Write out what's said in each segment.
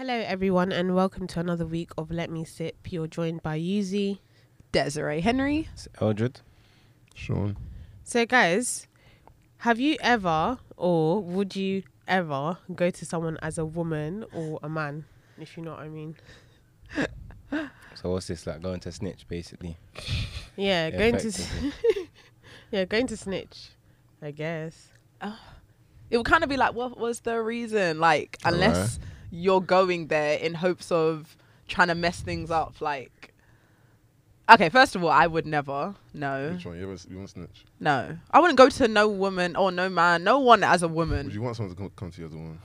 everyone, and welcome to another week of Let Me Sip. You're joined by Yuzi. Desiree Henry. It's Eldred. Sean. So, guys, have you ever or would you ever go to someone as a woman or a man? If you know what I mean. So what's this like going to snitch basically? Yeah, Yeah, going to s- effectively. yeah going to snitch, I guess. It would kind of be like, what was the reason? Like, Alright. unless you're going there in hopes of trying to mess things up. Like, okay, first of all, I would never. No, Which one? You, ever, s- you want snitch? no, I wouldn't go to no woman or no man, no one as a Would woman. you want someone to come, come to you as a woman?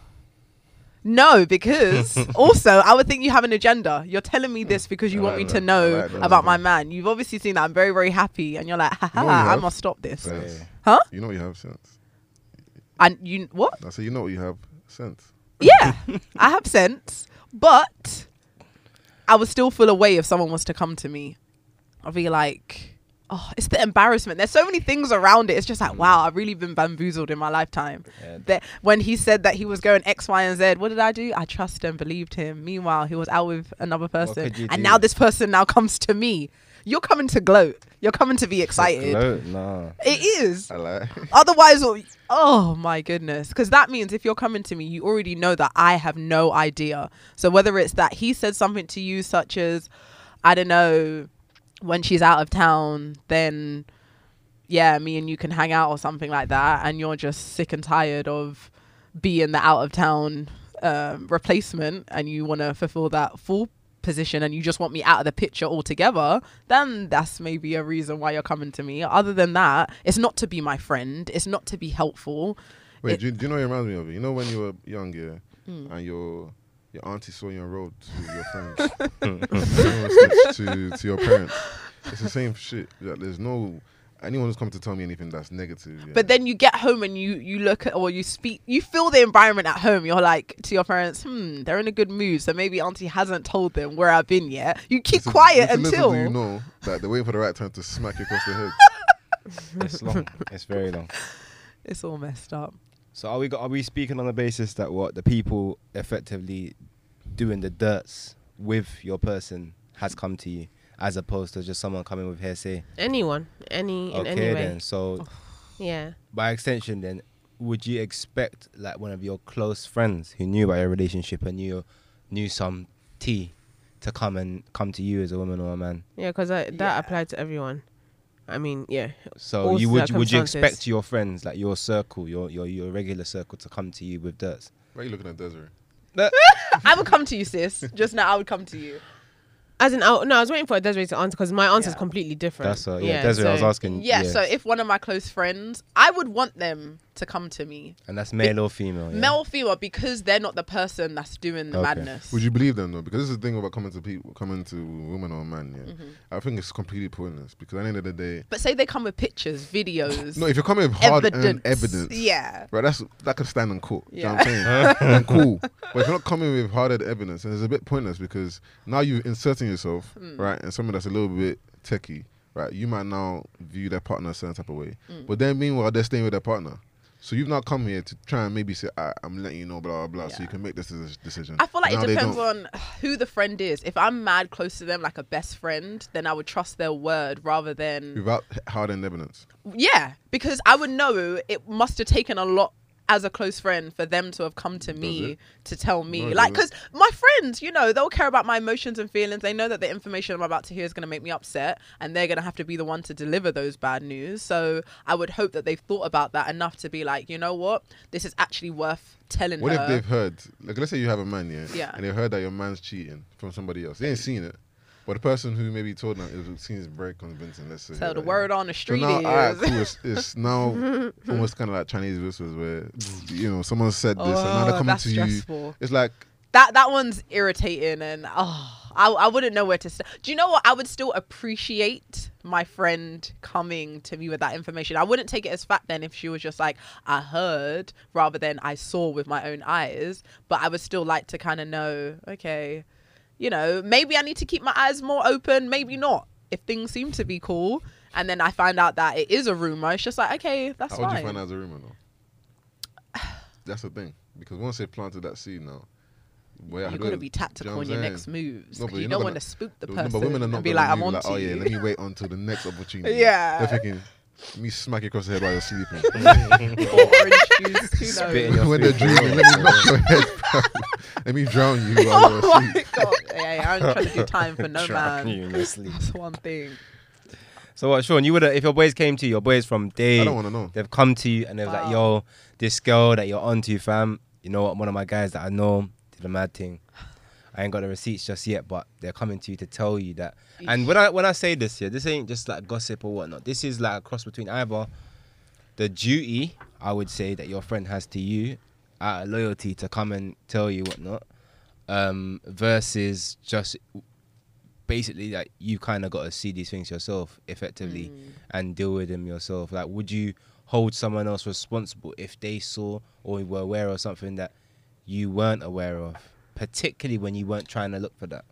No, because also I would think you have an agenda. You're telling me this because you I want like me to that. I know like that. about my man. You've obviously seen that I'm very, very happy, and you're like, haha, you I have. must stop this. Yeah. Yeah. You know what you have sense. And you what? I say you know what you have sense. Yeah, I have sense, but I would still feel away if someone was to come to me. I'd be like, oh, it's the embarrassment. There's so many things around it. It's Mm. just like, wow, I've really been bamboozled in my lifetime. Yeah. That when he said that he was going X, Y, and Z, what did I do? I trusted and believed him. Meanwhile, he was out with another person, could you and do? now this person now comes to me. You're coming to gloat. You're coming to be excited. Gloat? Nah. It is. I lie. Otherwise, oh my goodness. Because that means if you're coming to me, you already know that I have no idea. So whether it's that he said something to you, such as, I don't know, when she's out of town, then yeah, me and you can hang out or something like that. And you're just sick and tired of being the out of town um, replacement and you want to fulfill that full position and you just want me out of the picture altogether, then that's maybe a reason why you're coming to me. Other than that, it's not to be my friend, it's not to be helpful. Wait, It- Hmm. do, you- do you know what it reminds me of? You know when you were younger and your your auntie saw you on the road with your friends Someone snitched to to your parents. It's the same shit. Like, there's no anyone who's come to tell me anything that's negative. Yeah. But then you get home and you you look at or you speak you feel the environment at home. You're like to your parents, hmm, they're in a good mood, so maybe Auntie hasn't told them where I've been yet. You keep Little- quiet little- until little do you know that they're waiting for the right time to smack you across the head. It's long. it's very long. it's all messed up. So are we go- are we speaking on the basis that what the people effectively doing the dirts with your person has come to you as opposed to just someone coming with hearsay? Anyone, any in okay any way. then. So Yeah. by extension then, would you expect like one of your close friends who knew about your relationship and knew knew some tea to come and come to you as a woman or a man? Yeah, because that Yeah. applied to everyone. I mean, yeah. So all you would would you circumstances. expect your friends, like your circle, your your your regular circle, to come to you with dirts? Why are you looking at Desiree? I would come to you, sis. Just now, I would come to you. As in, I, no, I was waiting for Desiree to answer because my answer is Yeah. completely different. That's uh, yeah, Desiree. I was so- asking. Yeah, So if one of my close friends, I would want them to come to me, and that's male or female. Yeah? male or female, because they're not the person that's doing the Okay. madness. Would you believe them though? Because this is the thing about coming to people, coming to women or men. Yeah, Mm-hmm. I think it's completely pointless because at the end of the day, but say they come with pictures, videos, no. If you're coming with hard evidence, evidence, Yeah. right? That's that could stand in court. Yeah. Yeah. You know what I'm saying, And cool. But if you're not coming with hard evidence, then it's a bit pointless because now you're inserting yourself, Mm. right? And someone that's a little bit techie, right? You might now view their partner a certain type of way, Mm. but then meanwhile they're staying with their partner. So you've now come here to try and maybe say, I, "I'm letting you know," blah blah blah, so Yeah. you can make this deci- decision. I feel like Now it they depends don't. on who the friend is. If I'm mad close to them, like a best friend, then I would trust their word rather than without h- hard evidence. Yeah, because I would know it must have taken a lot as a close friend for them to have come to me it? to tell me. No, it like, because doesn't. my friends, you know, they'll care about my emotions and feelings. They know that the information I'm about to hear is going to make me upset, and they're going to have to be the one to deliver those bad news. So I would hope that they've thought about that enough to be like, you know what, this is actually worth telling What her. if they've heard? Like, let's say you have a man, yeah, Yeah. and they heard that your man's cheating from somebody else. They ain't seen it, but the person who maybe told them it was, seems very convincing. Let's say. so the right? word on the So street now, all right, is. cool. It's, it's now almost kind of like Chinese whispers, where you know someone said this, and now they're Oh, coming that's to stressful. you. It's like that that one's irritating and oh I, I wouldn't know where to start. Do you know what? I would still appreciate my friend coming to me with that information. I wouldn't take it as fact then if she was just like, I heard rather than I saw with my own eyes. But I would still like to kind of know, okay, you know, maybe I need to keep my eyes more open, maybe not. If things seem to be cool and then I find out that it is a rumor, it's just like, okay, that's how fine. would you find out as a rumor though? That's the thing, because once they planted that seed, now Way I You've do got to it. be Do you tactical know on what your I'm next saying? moves. No, 'cause but you you're don't not want gonna- to spook the person But women are and not be gonna like, I'm leave, on like, to oh yeah, you. let me wait until the next opportunity. Yeah. They're thinking, me smack you across the head while you're sleeping. Orange juice, who Spit in knows? your when they're face. dreaming, let me knock your head down. Let me drown you while you're Oh asleep. my god! Yeah, yeah, I'm trying to do time for no Drown you man. in your sleep. That's one thing. So what, Sean? You would have if your boys came to you, your boys from day I don't want to know. they've come to you and they're like, "Yo, this girl that you're onto, fam. You know what? One of my guys that I know did a mad thing. I ain't got the receipts just yet, but they're coming to you to tell you that. And when I when I say this here, this ain't just like gossip or whatnot. This is like a cross between either the duty I would say that your friend has to you, out of loyalty to come and tell you whatnot, um, versus just basically like you kind of got to see these things yourself effectively Mm. and deal with them yourself like would you hold someone else responsible if they saw or were aware of something that you weren't aware of particularly when you weren't trying to look for that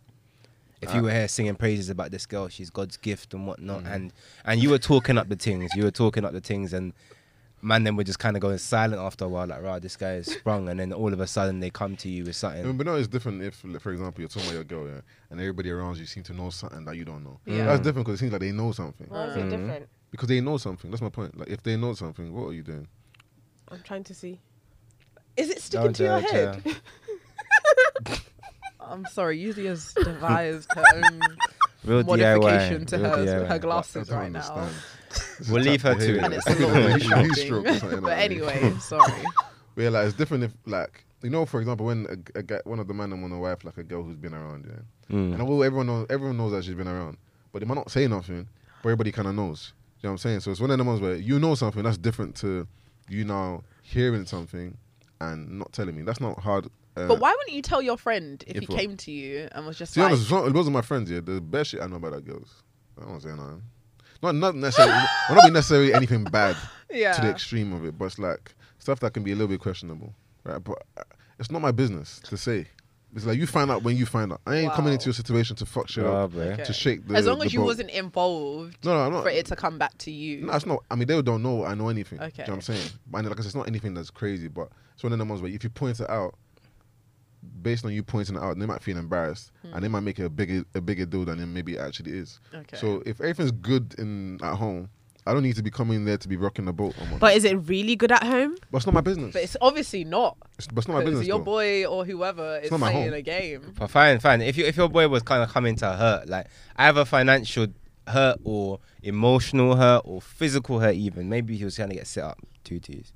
if you were here singing praises about this girl she's god's gift and whatnot and and you were talking up the things you were talking up the things and man then we're just kind of going silent after a while like right this guy is sprung and then all of a sudden they come to you with I something mean, but no, it's different if, like, for example, you're talking about your girl, yeah, and everybody around you seem to know something that you don't know. Yeah. That's different because it seems like they know something. Why is it different? Because they know something. That's my point. Like, if they know something, what are you doing? I'm trying to see. Is it sticking to your judge her. head? I'm sorry. Usually has devised her own real modification DIY, to real her DIY. her I glasses don't right now, understand. It's a We'll leave her tactical to headache. it. and it's a I think little it's like a heat distracting. stroke or something But like that. anyway, sorry. But yeah, like it's different if like you know, for example, when a g- a, guy, one of the man and one of the wife, like a girl who's been around, yeah, Mm. and although everyone knows, everyone knows that she's been around, but they might not say nothing, but everybody kind of knows. You know what I'm saying? So it's one of the ones where you know something that's different to you now hearing something and not telling me. That's not hard. Uh, But why wouldn't you tell your friend if, If he what? came to you and was just To be like, honest, some- those are my friends. Yeah, the best shit I know about that girls. I don't say nothing. Not not necessarily. well, not be necessarily anything bad. yeah, to the extreme of it, but it's like stuff that can be a little bit questionable, right? But uh, it's not my business to say. It's like you find out when you find out. I ain't coming Wow. into your situation to fuck shit Wow, up, bruh. Okay. to shake the. as long as the you boat. wasn't involved No, no, I'm not. for it to come back to you. No, it's not. I mean, they don't know I know anything. Do Okay. you know what I'm saying? But like I said, it's not anything that's crazy, but it's one of the ones where if you point it out, based on you pointing it out, they might feel embarrassed Hmm. and they might make it a bigger a bigger deal than it maybe it actually is. Okay. So if everything's good in at home, I don't need to be coming there to be rocking the boat. Or but, But is it really good at home? but it's not my business. but it's obviously not. It's, but it's not my 'cause business. your though. boy or whoever is not my playing home. a game. But fine, fine. If you if your boy was kind of coming to hurt, like either financial hurt or emotional hurt or physical hurt, even maybe he was trying to get set up two twos,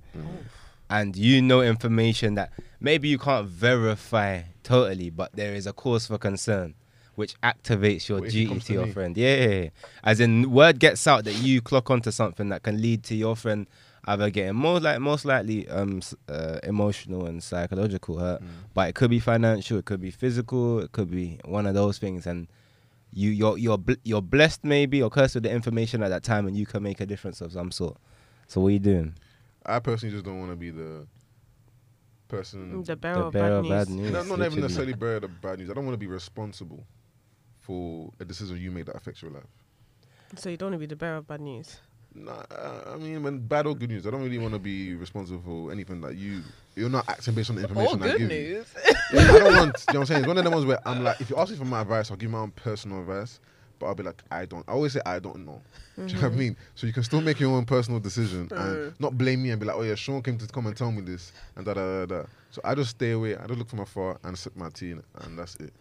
and you know information that maybe you can't verify totally, but there is a cause for concern, which activates your What if he duty comes to to your me? friend. Yeah, yeah, yeah. as in word gets out that you clock onto something that can lead to your friend either getting more like most likely um s- uh, emotional and psychological Mm. hurt, but it could be financial, it could be physical, it could be one of those things, and you you're you're bl- you're blessed maybe or cursed with the information at that time, and you can make a difference of some sort. So what are you doing? I personally just don't want to be the person. Mm. The barrel, Oh, the bearer of bad news. not, not even literally. necessarily bear the bad news. I don't want to be responsible for a decision you make that affects your life. So you don't want to be the bearer of bad news. Nah, I mean, when bad or good news, I don't really want to be responsible for anything that you. You're not acting based on the Or information I good give you. news. Yeah, I don't want. You know what I'm saying? It's one of the ones where I'm like, if you ask me for my advice, I'll give my own personal advice, but I'll be like, I don't. I always say I don't know. Do you Mm-hmm. know what I mean? So you can still make your own personal decision and not blame me and be like, oh yeah, Sean came to come and tell me this and da da da da. So I just stay away. I don't look from afar and sip my tea and- and that's it.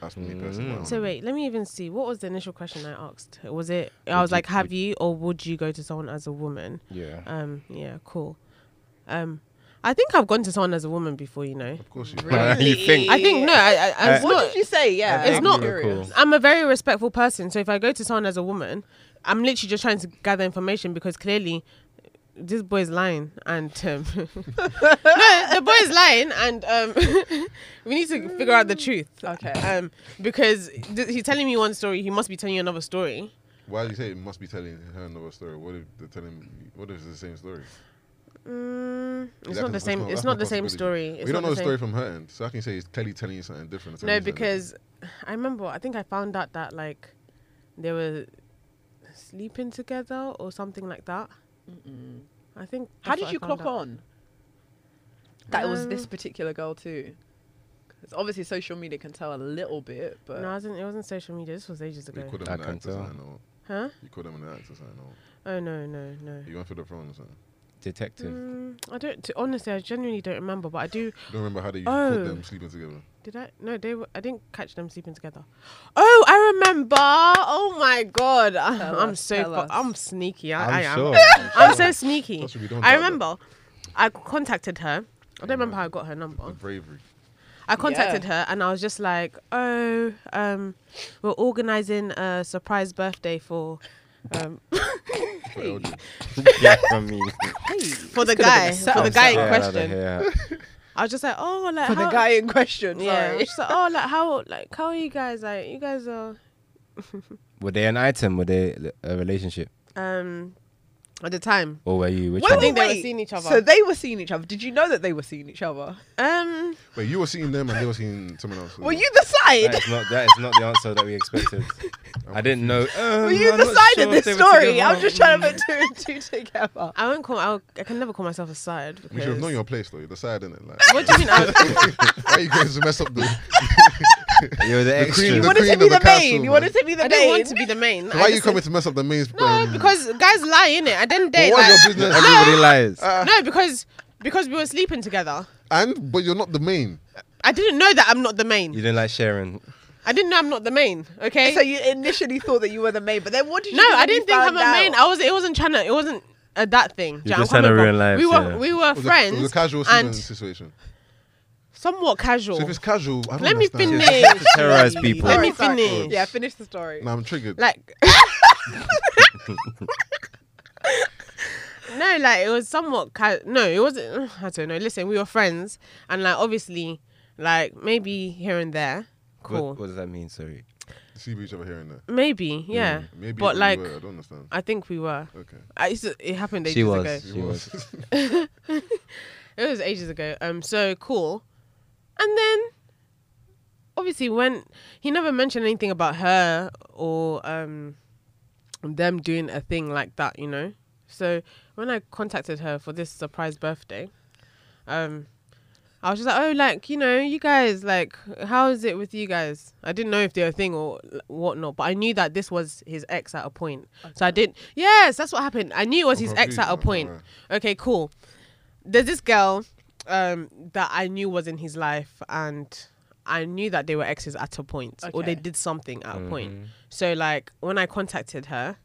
That's me personally. I don't So know. wait, let me even see. What was the initial question I asked? Was it I was like, have you or would you go to someone as a woman? Yeah. Um, yeah, cool. Um, I think I've gone to someone as a woman before. You know, Of course you. You think- I think no, I, I, I it's What not, did you say? Yeah, It's I'm not- curious. I'm a very respectful person, so if I go to someone as a woman, I'm literally just trying to gather information because clearly this boy's lying and um, no, the boy's lying and um, we need to figure out the truth. Okay. Um, because th- he's telling me one story, he must be telling you another story. Why do you say it must be telling her another story? What if they're telling? What if it's the same story? Mm, That it's not can- the that's same. It's that's not the same possibility. story. We It's don't not know the same- story from her end, so I can say he's clearly telling you something different. It's No, telling you something because I remember. I think I found out that like they were sleeping together or something like that. I think. How that's did what you I found clock out. on that it was Um, this particular girl too? It's obviously social media can tell a little bit, but No, I wasn't, it wasn't social media. This was ages You ago. called I him an can actor, tell. I know. Huh? You called him an actor, I know. Oh no, no, no. You went for the throne or something. Detective. Mm, I don't. To, honestly, I genuinely don't remember. But I do. You don't remember how they Oh. called them sleeping together. Did I? No, they. Were, I didn't catch them sleeping together. Oh, I remember. Oh my god, Ah, Tell I'm us, so. tell Fu- us. I'm sneaky. I, I'm I am. sure. I'm so sneaky. That's what we don't I doubt remember. I contacted her. I don't remember how I got her that. The number. bravery. I contacted her and I was just like, "Oh, um, we're organizing a surprise birthday for um, For Eldred. Get from me. for the could have been guy a for the setup. guy in Get outta question." here. I was just like, "Oh, like for the how- guy in question, Yeah. sorry. She's like, oh, like how, like how are you guys? Like you guys are. Were they an item? Were they li- a relationship? Um, at the time, Or were you? Which Wait, I one? think wait, they were wait. seeing each other. So they were seeing each other. Did you know that they were seeing each other? um, Wait, you were seeing them and they were seeing someone else. Were you the That side? is not. That is not the answer that we expected. I didn't know. Um, Were you I'm the not side sure of if this they were story? together. I'm just trying to put two and two together. I won't call. I'll, I can never call myself a side. You should have known because- your place though. You're the side in it. Like, What do you mean? I was, why you guys mess up the? You're the The queen- extra. You the wanted to queen be of the the castle, main. You man. wanted to be the I didn't main. want to be the main. Why I are you just- coming to mess up the main? um, No, because guys lie in it. I didn't date. What's Like, your business? Everybody Ah! lies. no, because because we were sleeping together. and but you're not the main. I didn't know that I'm not the you main. didn't like sharing. I didn't know I'm not the main. Okay. So you initially thought that you were the main, but then what did you? No, do when I didn't you think I'm found a main. out? I was. It wasn't trying to. It wasn't a that thing. Do you know just what I'm trying to coming ruin from? lives, We were yeah. we were It was a- friends it was a casual semen and situation. somewhat casual. So if it's casual, I don't Let me understand. finish. To terrorize people. Let me Sorry, sorry. finish. Yeah, finish the story. Nah, I'm triggered. Like. no, like it was somewhat. Ca- no, it wasn't. I don't know. Listen, we were friends, and like obviously, like maybe here and there, cool. What, what does that mean? Sorry. see each other here and there. Maybe, yeah. uh, Maybe but we like, were, I don't understand. I think we were. Okay. I used to, it happened ages She was. ago. She was. It was ages ago. Um, so cool. And then, obviously, when he never mentioned anything about her or um, them doing a thing like that, you know. So when I contacted her for this surprise birthday, um, I was just like, oh, like you know, you guys, like, how is it with you guys? I didn't know if they were a thing or l- whatnot, but I knew that this was his ex at a point. So I didn't. Yes, that's what happened. I knew it was I'm his ex at a confused now, point. alright. Okay, cool. There's this girl um, that I knew was in his life, and I knew that they were exes at a point, or they Okay. Mm-hmm. did something at a point. So like when I contacted her,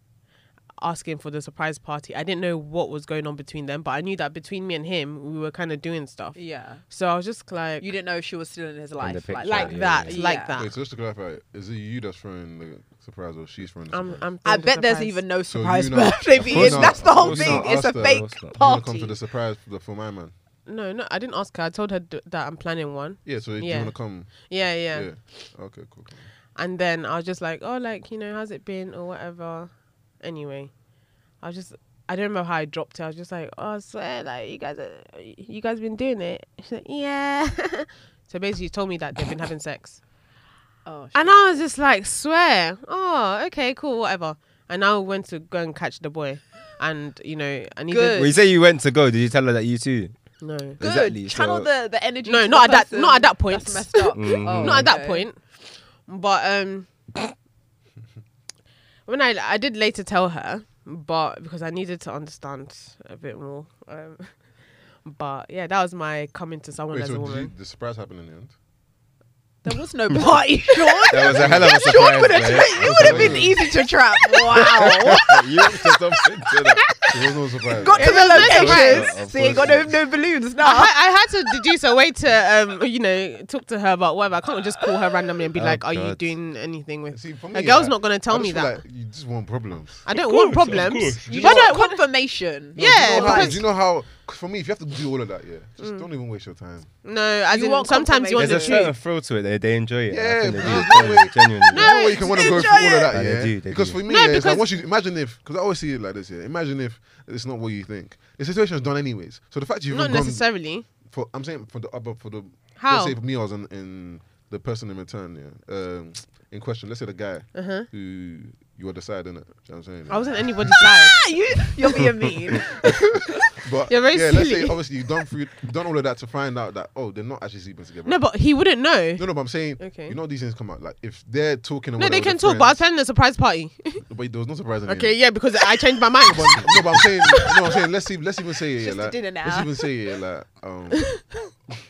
asking for the surprise party. I didn't know what was going on between them, but I knew that between me and him, we were kind of doing stuff. Yeah, So I was just like, you didn't know she was still in his life. picture, like, like Yeah, that, yeah. like Yeah. that. Wait, so just to clarify, is it you that's throwing the surprise or she's throwing the I'm, surprise? I'm I throwing the bet there's surprise. even no So you surprise know- birthday Of being. course not. That's the Of whole course thing. not. It's a Ask her. Of fake course not. You wanna come party. to the surprise for, the, for my man? No, no, I didn't ask her. I told her d- that I'm planning one. Yeah. So do you Yeah. wanna come? Yeah, yeah, Okay. Cool. cool. And then I was just like, oh, like you know, how's it been or whatever. Anyway, I was just. I don't remember how I dropped it. I was just like, "Oh, I swear, like you guys, are, you guys been doing it." She's like, "Yeah." so basically, she told me that they've been having sex. Oh, And I was just like, swear. Oh, okay, cool, whatever. And I went to go and catch the boy. And, you know, I needed. Good. Well, you say you went to go. Did you tell her that you too? No. good. Exactly, Channel so- the, the energy. No, to not the at that- person not at that point. That's messed up. Oh, Mm-hmm. Not at that okay. point. But um, when I, I did later tell her, but because I needed to understand a bit more. Um, but yeah, that was my coming to someone Wait. as So a did you, woman. the surprise happened in the end? There was no party, Sean. That was a hell of a Sean surprise. would have. mate. You would have been easy to trap. Wow. you just don't fit to that. There was no surprise. got to It was the no surprise. locations. Of So you ain't got no, course. no balloons I, now. I had to deduce a way to, um, you know, talk to her about whatever. I can't just call her randomly and be Oh, like, "Are you God. doing anything with?" See, for a me, girl's like, not gonna tell I me just feel that. Like you just want problems. I don't want course, of problems. course. You You I just don't want want confirmation. Yeah, do you know how- because- Mm. do you know how? 'cause For me, if you have to do all of that, yeah, just don't even waste your time. No, as You in want sometimes you want There's the a certain truth. thrill to it. They, they enjoy it. Yeah, I think they do. but there's no way- Genuinely. No, No way you can want to go enjoy through all it. of that, Yeah, yeah. they do, they because do. for me, No, yeah, it's because- like once you imagine if, because I always see it like this, yeah. Imagine if it's not what you think. The situation's done anyways. So the fact you've Not even gone necessarily. for, I'm saying for the other, for the How? let's say for me, I was in, in the person in return, yeah, um, in question. Let's say the guy Uh-huh. who you were deciding it. You know what I'm saying, I wasn't anybody's side. Ah, you, you're being mean. But You're very yeah, let's say silly. obviously you've done through, you've done all of that to find out that oh, they're not actually sleeping together. No, but he wouldn't know. no, no. But I'm saying, Okay. you know, these things come out like if they're talking. No, they can talk, but I was planning a surprise party. but there was no surprise. in it. okay, yeah, because I changed my mind. But, no, but I'm saying, no, I'm saying, let's see, let's even say it, yeah, Just a like, dinner now. let's even say it, yeah, like, um,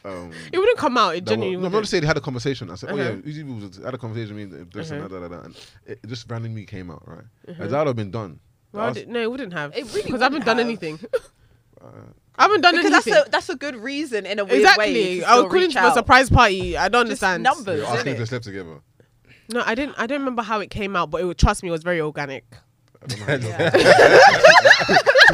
um, it wouldn't come out. It that genuinely one- no, I'm not wouldn't. just saying they had a conversation. I said, oh Uh-huh. yeah, Uzi was had a conversation with me, this and Uh-huh. that, that, that, that, and it it just randomly came out, right? And that would have been done. Well, I That did- no, it wouldn't have. It really because I haven't wouldn't done have. anything. was- uh, I haven't done because that's anything. a that's a good reason in a weird exactly. way. to I was still calling reach for a out. surprise party. I don't Just understand. numbers, You're asking if isn't they it? slept together. No, I didn't. I don't remember how it came out, but it was, trust me, it was very organic. I don't know how you Yeah. don't-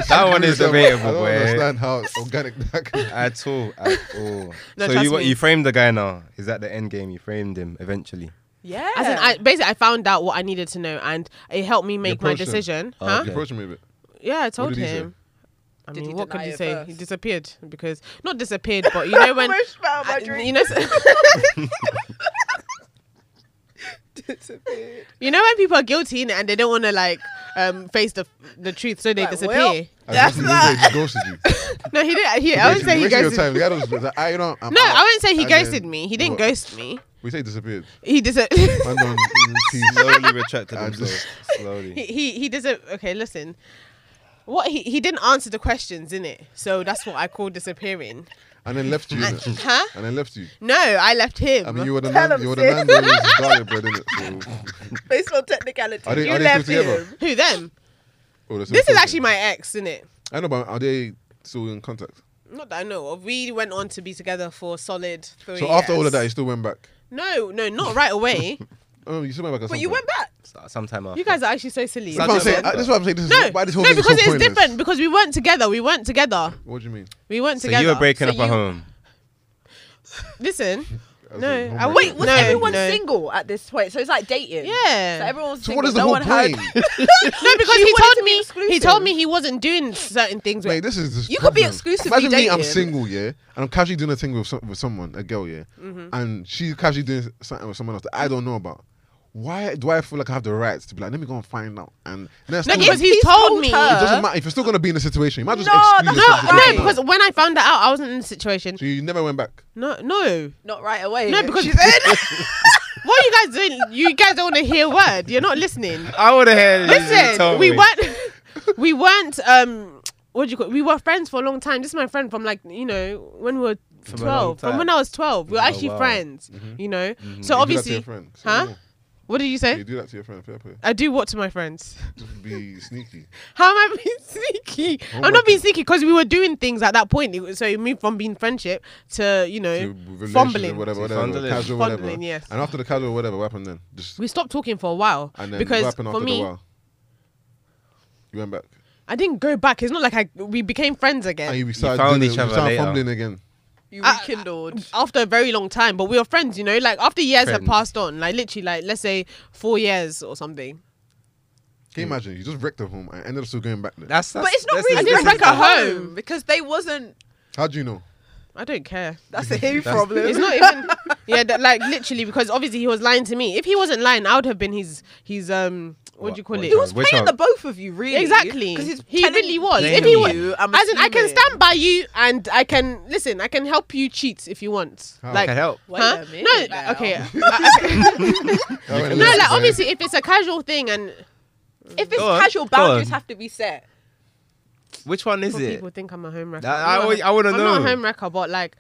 That one is I debatable, don't boy. understand how organic that could At all, at all. No, so trust you me. you framed the guy now. Is that the end game? You framed him eventually. Yeah. As in, I, basically, I found out what I needed to know, and it helped me make my approached him. decision. Oh, Huh? okay. approach me with it. Yeah, I told did he say? him. I Did mean, he what could deny he it say? He first? disappeared because not disappeared, but you know when Almost fell my I- drink. you know Disappeared. you know when people are guilty innit, and they don't want to like um face the the truth, so they Like, disappear. well. I That's ghosted not- you, they ghosted you. No, he didn't. He, I wouldn't say he Wasted your ghosted. time. The guy was like, I don't. I'm No, out. I wouldn't say he And then- ghosted me. He didn't What? ghost me. We say disappeared. He dis. Man done, peace. Slowly retracted I himself. just- he Slowly. he, he doesn't. Okay, listen. What he he didn't answer the questions in it, so that's what I call disappearing. and then left you. innit? Huh? And then left you. No, I left him. I mean, Hmm. you were the Tell man. him, You were the sis. man that was garlic bread, innit? So, Based on technicality, Are they- you are they left still together? him. Who them? oh, that's This is important. actually my ex, isn't it? I know, but are they still in contact? Not that I know of. We went on to be together for solid three. So after all of years. that, you still went back. No, no, not right away. Oh, you still went back. At But some you point. went back. So- Sometime after. you guys are actually so silly. That's what I'm saying. Something. I- That's what I'm saying. This is No, why this whole no, thing is so because it's pointless. different. Because we weren't together. We weren't together. What do you mean? We weren't So together. you were breaking So up at you- home. Listen. As No, in, I homebrew. wait, Wait, was No, everyone no. single at this point? So it's like dating. Yeah. So everyone was So single. what is the no whole one had- point? No, because She he wanted to told be me he exclusive. told me he wasn't doing certain things. Mate, With, this is this You could be problem. exclusively Imagine me, I'm dating. single, yeah, and I'm casually doing a thing with, some, with someone, a girl, yeah, Mm-hmm. and she's casually doing something with someone else that I don't know about. Why do I feel like I have the rights to be like, let me go and find out? And next no, time- because he He's told told me. her. it doesn't matter if you're still gonna be in the situation. You might just No, excuse that's Uh-huh. No, yourself not to no, do right. it. because when I found that out, I wasn't in the situation. so you never went back. No, no, Not right away. No, because- she's in. what are you guys doing? You guys don't want to hear a word. You're not listening. I would have had. Listen, we weren't, we weren't. Um, what do you call? We were friends for a long time. This is my friend from like you know when we were From a long twelve. From when time. I was twelve, we were Oh, actually wow. friends. You know. So Mm-hmm. You do that to obviously, your friend. So huh? Eh? you know. What did you You say? do that to your friend. Fair play. I do what to my friends? Just be sneaky. How am I being sneaky? Oh my I'm not being God. sneaky because we were doing things at that point. It was- So it moved from being friendship to you know to relationship, Eh? fumbling. whatever, To whatever, fondling. casual, Fondling, whatever. yes. And after the casual, whatever, what happened then? Just We stopped talking for a while and then what because happened for after the me, while? You went back. I didn't go back. It's not like I we became friends again. And you started found doing each it, other You started later. fumbling again. You I- rekindled. after a very long time, but we were friends, you know, like after years had Friends. passed on, like literally, like let's say four years or something. Can you Hmm. imagine? You just wrecked the home and ended up still going back there. That's, that's But it's not that's- really I didn't that's- wreck back her at home. home because they wasn't. How do you know? I don't care. That's a him That's- problem. It's not even, yeah, that, like literally because obviously he was lying to me. If he wasn't lying, I would have been his, his um, what, do you call What- it? He was Which playing one? the both of you, really. Exactly. Because he's He telling really was. If he wa- you, I'm As in, I can assuming. stand by you, and I can listen. I can help you cheat if you want. How? Like, Oh, Can help. Wait huh? a No, minute oh. now. okay. No, can no, like obviously, if it's a casual thing and If it's Go on, casual, go boundaries on. have to be set. Which one is Well, it? people think I'm a home wrecker. That- I I'm not a- always- I wouldn't I'm not know. a home wrecker, but like,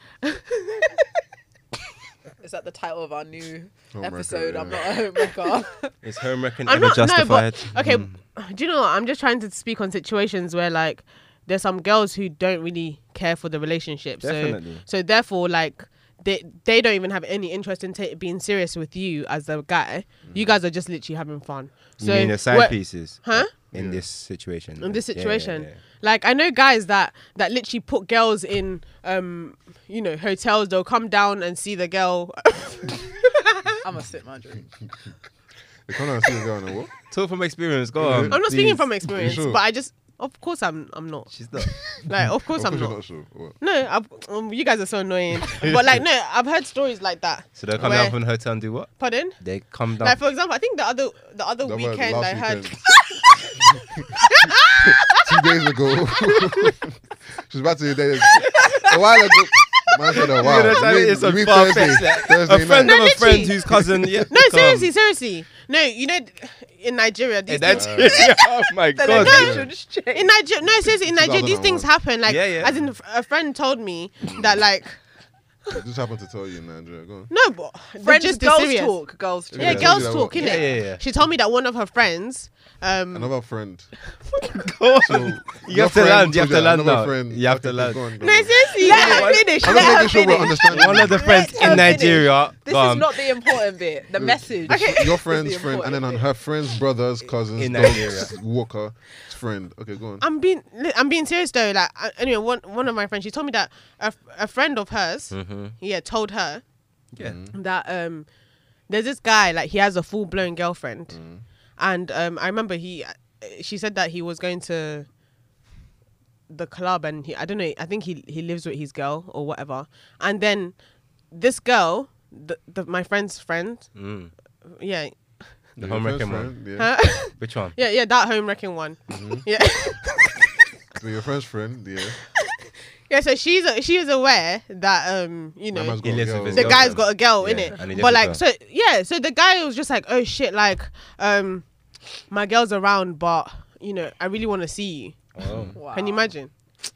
Is that the title of our new Oh Home episode? wrecker, I'm not yeah. oh a home wrecker. Is home wrecking I'm ever not no, justified? Hmm. but okay. Do you know? What? I'm just trying to speak on situations where like there's some girls who don't really care for the relationship. Definitely. So so therefore like. They, they don't even have any interest in ta being serious with you as a guy. You guys are just literally having fun. Hmm. You So mean the side we're- pieces? Huh? In this situation. in this Yeah, yeah, situation. yeah. Like I know guys that that literally put girls in um you know hotels. They'll come down and see the girl. I'm gonna sip my drink. They come down and see you going, what? Talk from experience. Go on. I'm not speaking please. from experience, sure? but I just of course I'm I'm not. She's not. Like of course Of I'm course you're not. not sure. What? No, I've, um, you guys are so annoying. but like, no, I've heard stories like that. So they'll come Where- down from the hotel and do what? Pardon? They come down. Like for example, I think the other the other That was weekend I last heard. weekend. two days ago. she was about to say a while ago. Man said a while. You know, so You mean- it's a you mean far Thursday, fetched, like, Thursday a friend night. No, of a friend literally. whose cousin. Yeah, No, come. seriously, seriously. No, you know, in Nigeria, these Hey, that's things- oh my The god. location's changed. in Nigeria, no, seriously, in Nigeria, these things 2001. happen. Like, Yeah, yeah. as in, a friend told me that, like, I just happened to tell you, Nigeria. Go on. Hmm. no, but they're Friends, just girls serious. talk. Girls talk. Yeah, Yeah, girls yeah, talk, yeah, innit? yeah, yeah. She told me that one of her friends, um, Another friend. So, Go on. You your have to friend land. You told have to land another now. friend- You have to Okay, land. go on, go no, on. seriously, Let her like, finish. I'm let just her making sure we're finish. understanding. One of the Your- friends Let her in Nigeria. This go is on. not the important bit. The message. Your This friend's is friend, and then important. on her friend's brother's cousin's In dog's walker friend. Okay, go on. I'm being, li- I'm being serious though. Like, uh, anyway, one one of my friends, she told me that a, f- a friend of hers, yeah, told her Yeah. that um there's this guy like he has a full blown girlfriend and um i remember he uh, she said that he was going to the club and he i don't know i think he he lives with his girl or whatever and then this girl the, the my friend's friend Mm. yeah The Your home friend's wrecking one. friend, yeah. huh? Which one? yeah yeah that home wrecking one yeah So your friend's friend, yeah. yeah so she's a, she is aware that um you know Mama's got a Elizabeth. the girl. guy's got a girl Yeah, in it. and he just But a like, girl. so yeah, so the guy was just like, oh shit, like, um, my girl's around, but you know, I really want to see you. Oh. Wow. Can you imagine?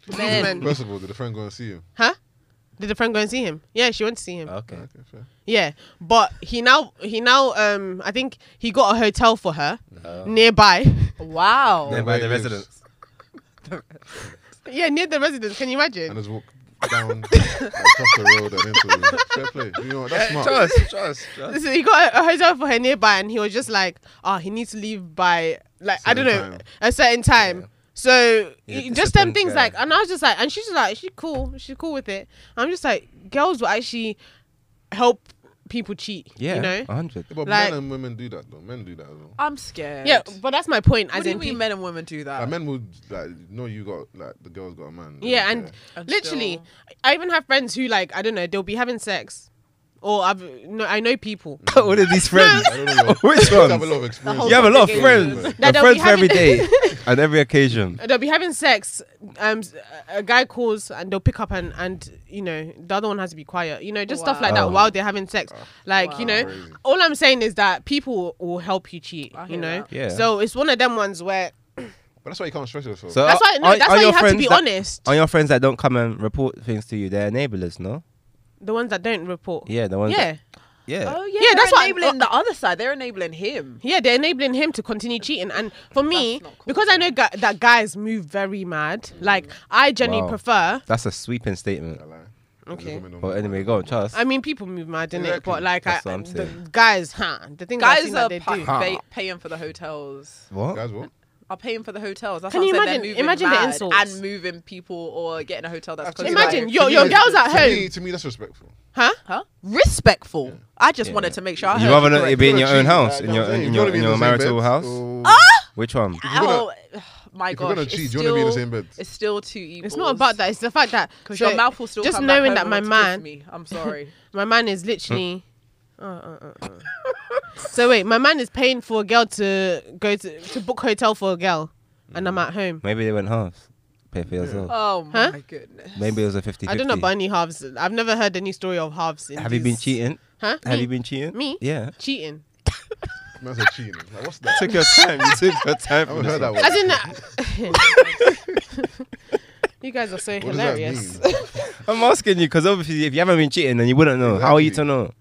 These Men. men- First of all, did the friend go and see you? huh? Did the friend go and see him? Yeah, she went to see him. Okay. Okay, fair. Yeah, but he now he now um I think he got a hotel for her Oh. nearby. Wow. Never- Then where by the he lives. residents. yeah, near the residence. Can you And imagine? just walk down across the road and into the fair play. You know what? That's smart. Trust, trust, trust. So he got a, a hotel for her nearby, and he was just like, "Oh, he needs to leave by like I don't know Certain time. a certain time." Yeah. So Yeah, y- just them disciplined, things yeah. like, and I was just like, and she's just like, she cool, she cool with it. I'm just like, girls will actually help people cheat. Yeah. Oh, you know. hundred. Yeah, but Like- men and women do that though. Men do that as well. I'm scared. Yeah, but that's my point. What as do you in mean pe- men and women do that? Like men would like know you got like the girl's got a man. They Yeah, don't and And literally, still- I even have friends who like I don't know, they'll be having sex, or I've no, I know people. All of these friends. care. I don't know. Which You have a lot ones? of experience. whole You have a lot of complicated. friends. That A they'll be friend for having- every day, on every occasion. they'll be having sex. Um, s- a guy calls and they'll pick up and and you know the other one has to be quiet. You know, just stuff like Wow. that while they're having sex. Like you Wow. know, Crazy. all I'm saying is that people will help you cheat. I You hear know, that. Yeah. So it's one of them ones where But that's why you can't stress yourself. So that's why no, Uh, are- that's are why you your have to friends be that- honest. Are your friends that don't come and report things to you, they're enablers, no? The ones that don't report. Yeah, the ones. Yeah. that- yeah. Oh yeah, Yeah, they're that's what uh, I'm- enabling the other side. They're enabling him. Yeah, they're enabling him to continue cheating. And for me, That's not cool. because I know gu that guys move very mad, like I genuinely Wow. prefer. That's a sweeping statement. I lie. 'Cause Okay. women don't But know. anyway, go on, Charles. I mean, people move mad, innit? Exactly. But like, I, That's what I'm the saying. guys, huh? The things I've Guys seen that are they pa- do. pay- paying for the hotels. what? Guys, what? Are paying for the hotels. That's Can what you I'm saying. imagine- They're moving imagine the mad insults. and moving people or getting a hotel that's close you Imagine, by. yo- To me, your like, girl's at to home. Me, to me, that's respectful. Huh? Huh? Respectful. I just wanted to make sure. I You heard rather you not it correctly. be in your own Cheating, house, like, in your that's it. in You your wanna be in the your same marital bed, house. Oh so- Which one? you're gonna- Oh my if you're gonna gosh! cheat, it's you wanna be in the still- same bed? It's still two evils. It's not about that. It's the fact that Because so your mouth will still just come back knowing home that and my want to man, kiss Me. I'm sorry. my man is literally. Uh, uh, uh, uh. so wait, my man is paying for a girl to go to to book hotel for a girl, and I'm at home. Maybe they went halves. Pay for yourself. Oh Huh? my goodness. Maybe it was a 50 I don't know about any halves. I've never heard any story of halves. In Have you been these- cheating? Huh? Have Me? you been cheating? Me? Yeah. cheating? Man's a cheating. Like, what's that? took your time. You took your time. I haven't for this heard that one. word. As in, you guys are so What does that hilarious. mean? I'm asking you because obviously, if you haven't been cheating, then you wouldn't know. How are you to Exactly. know?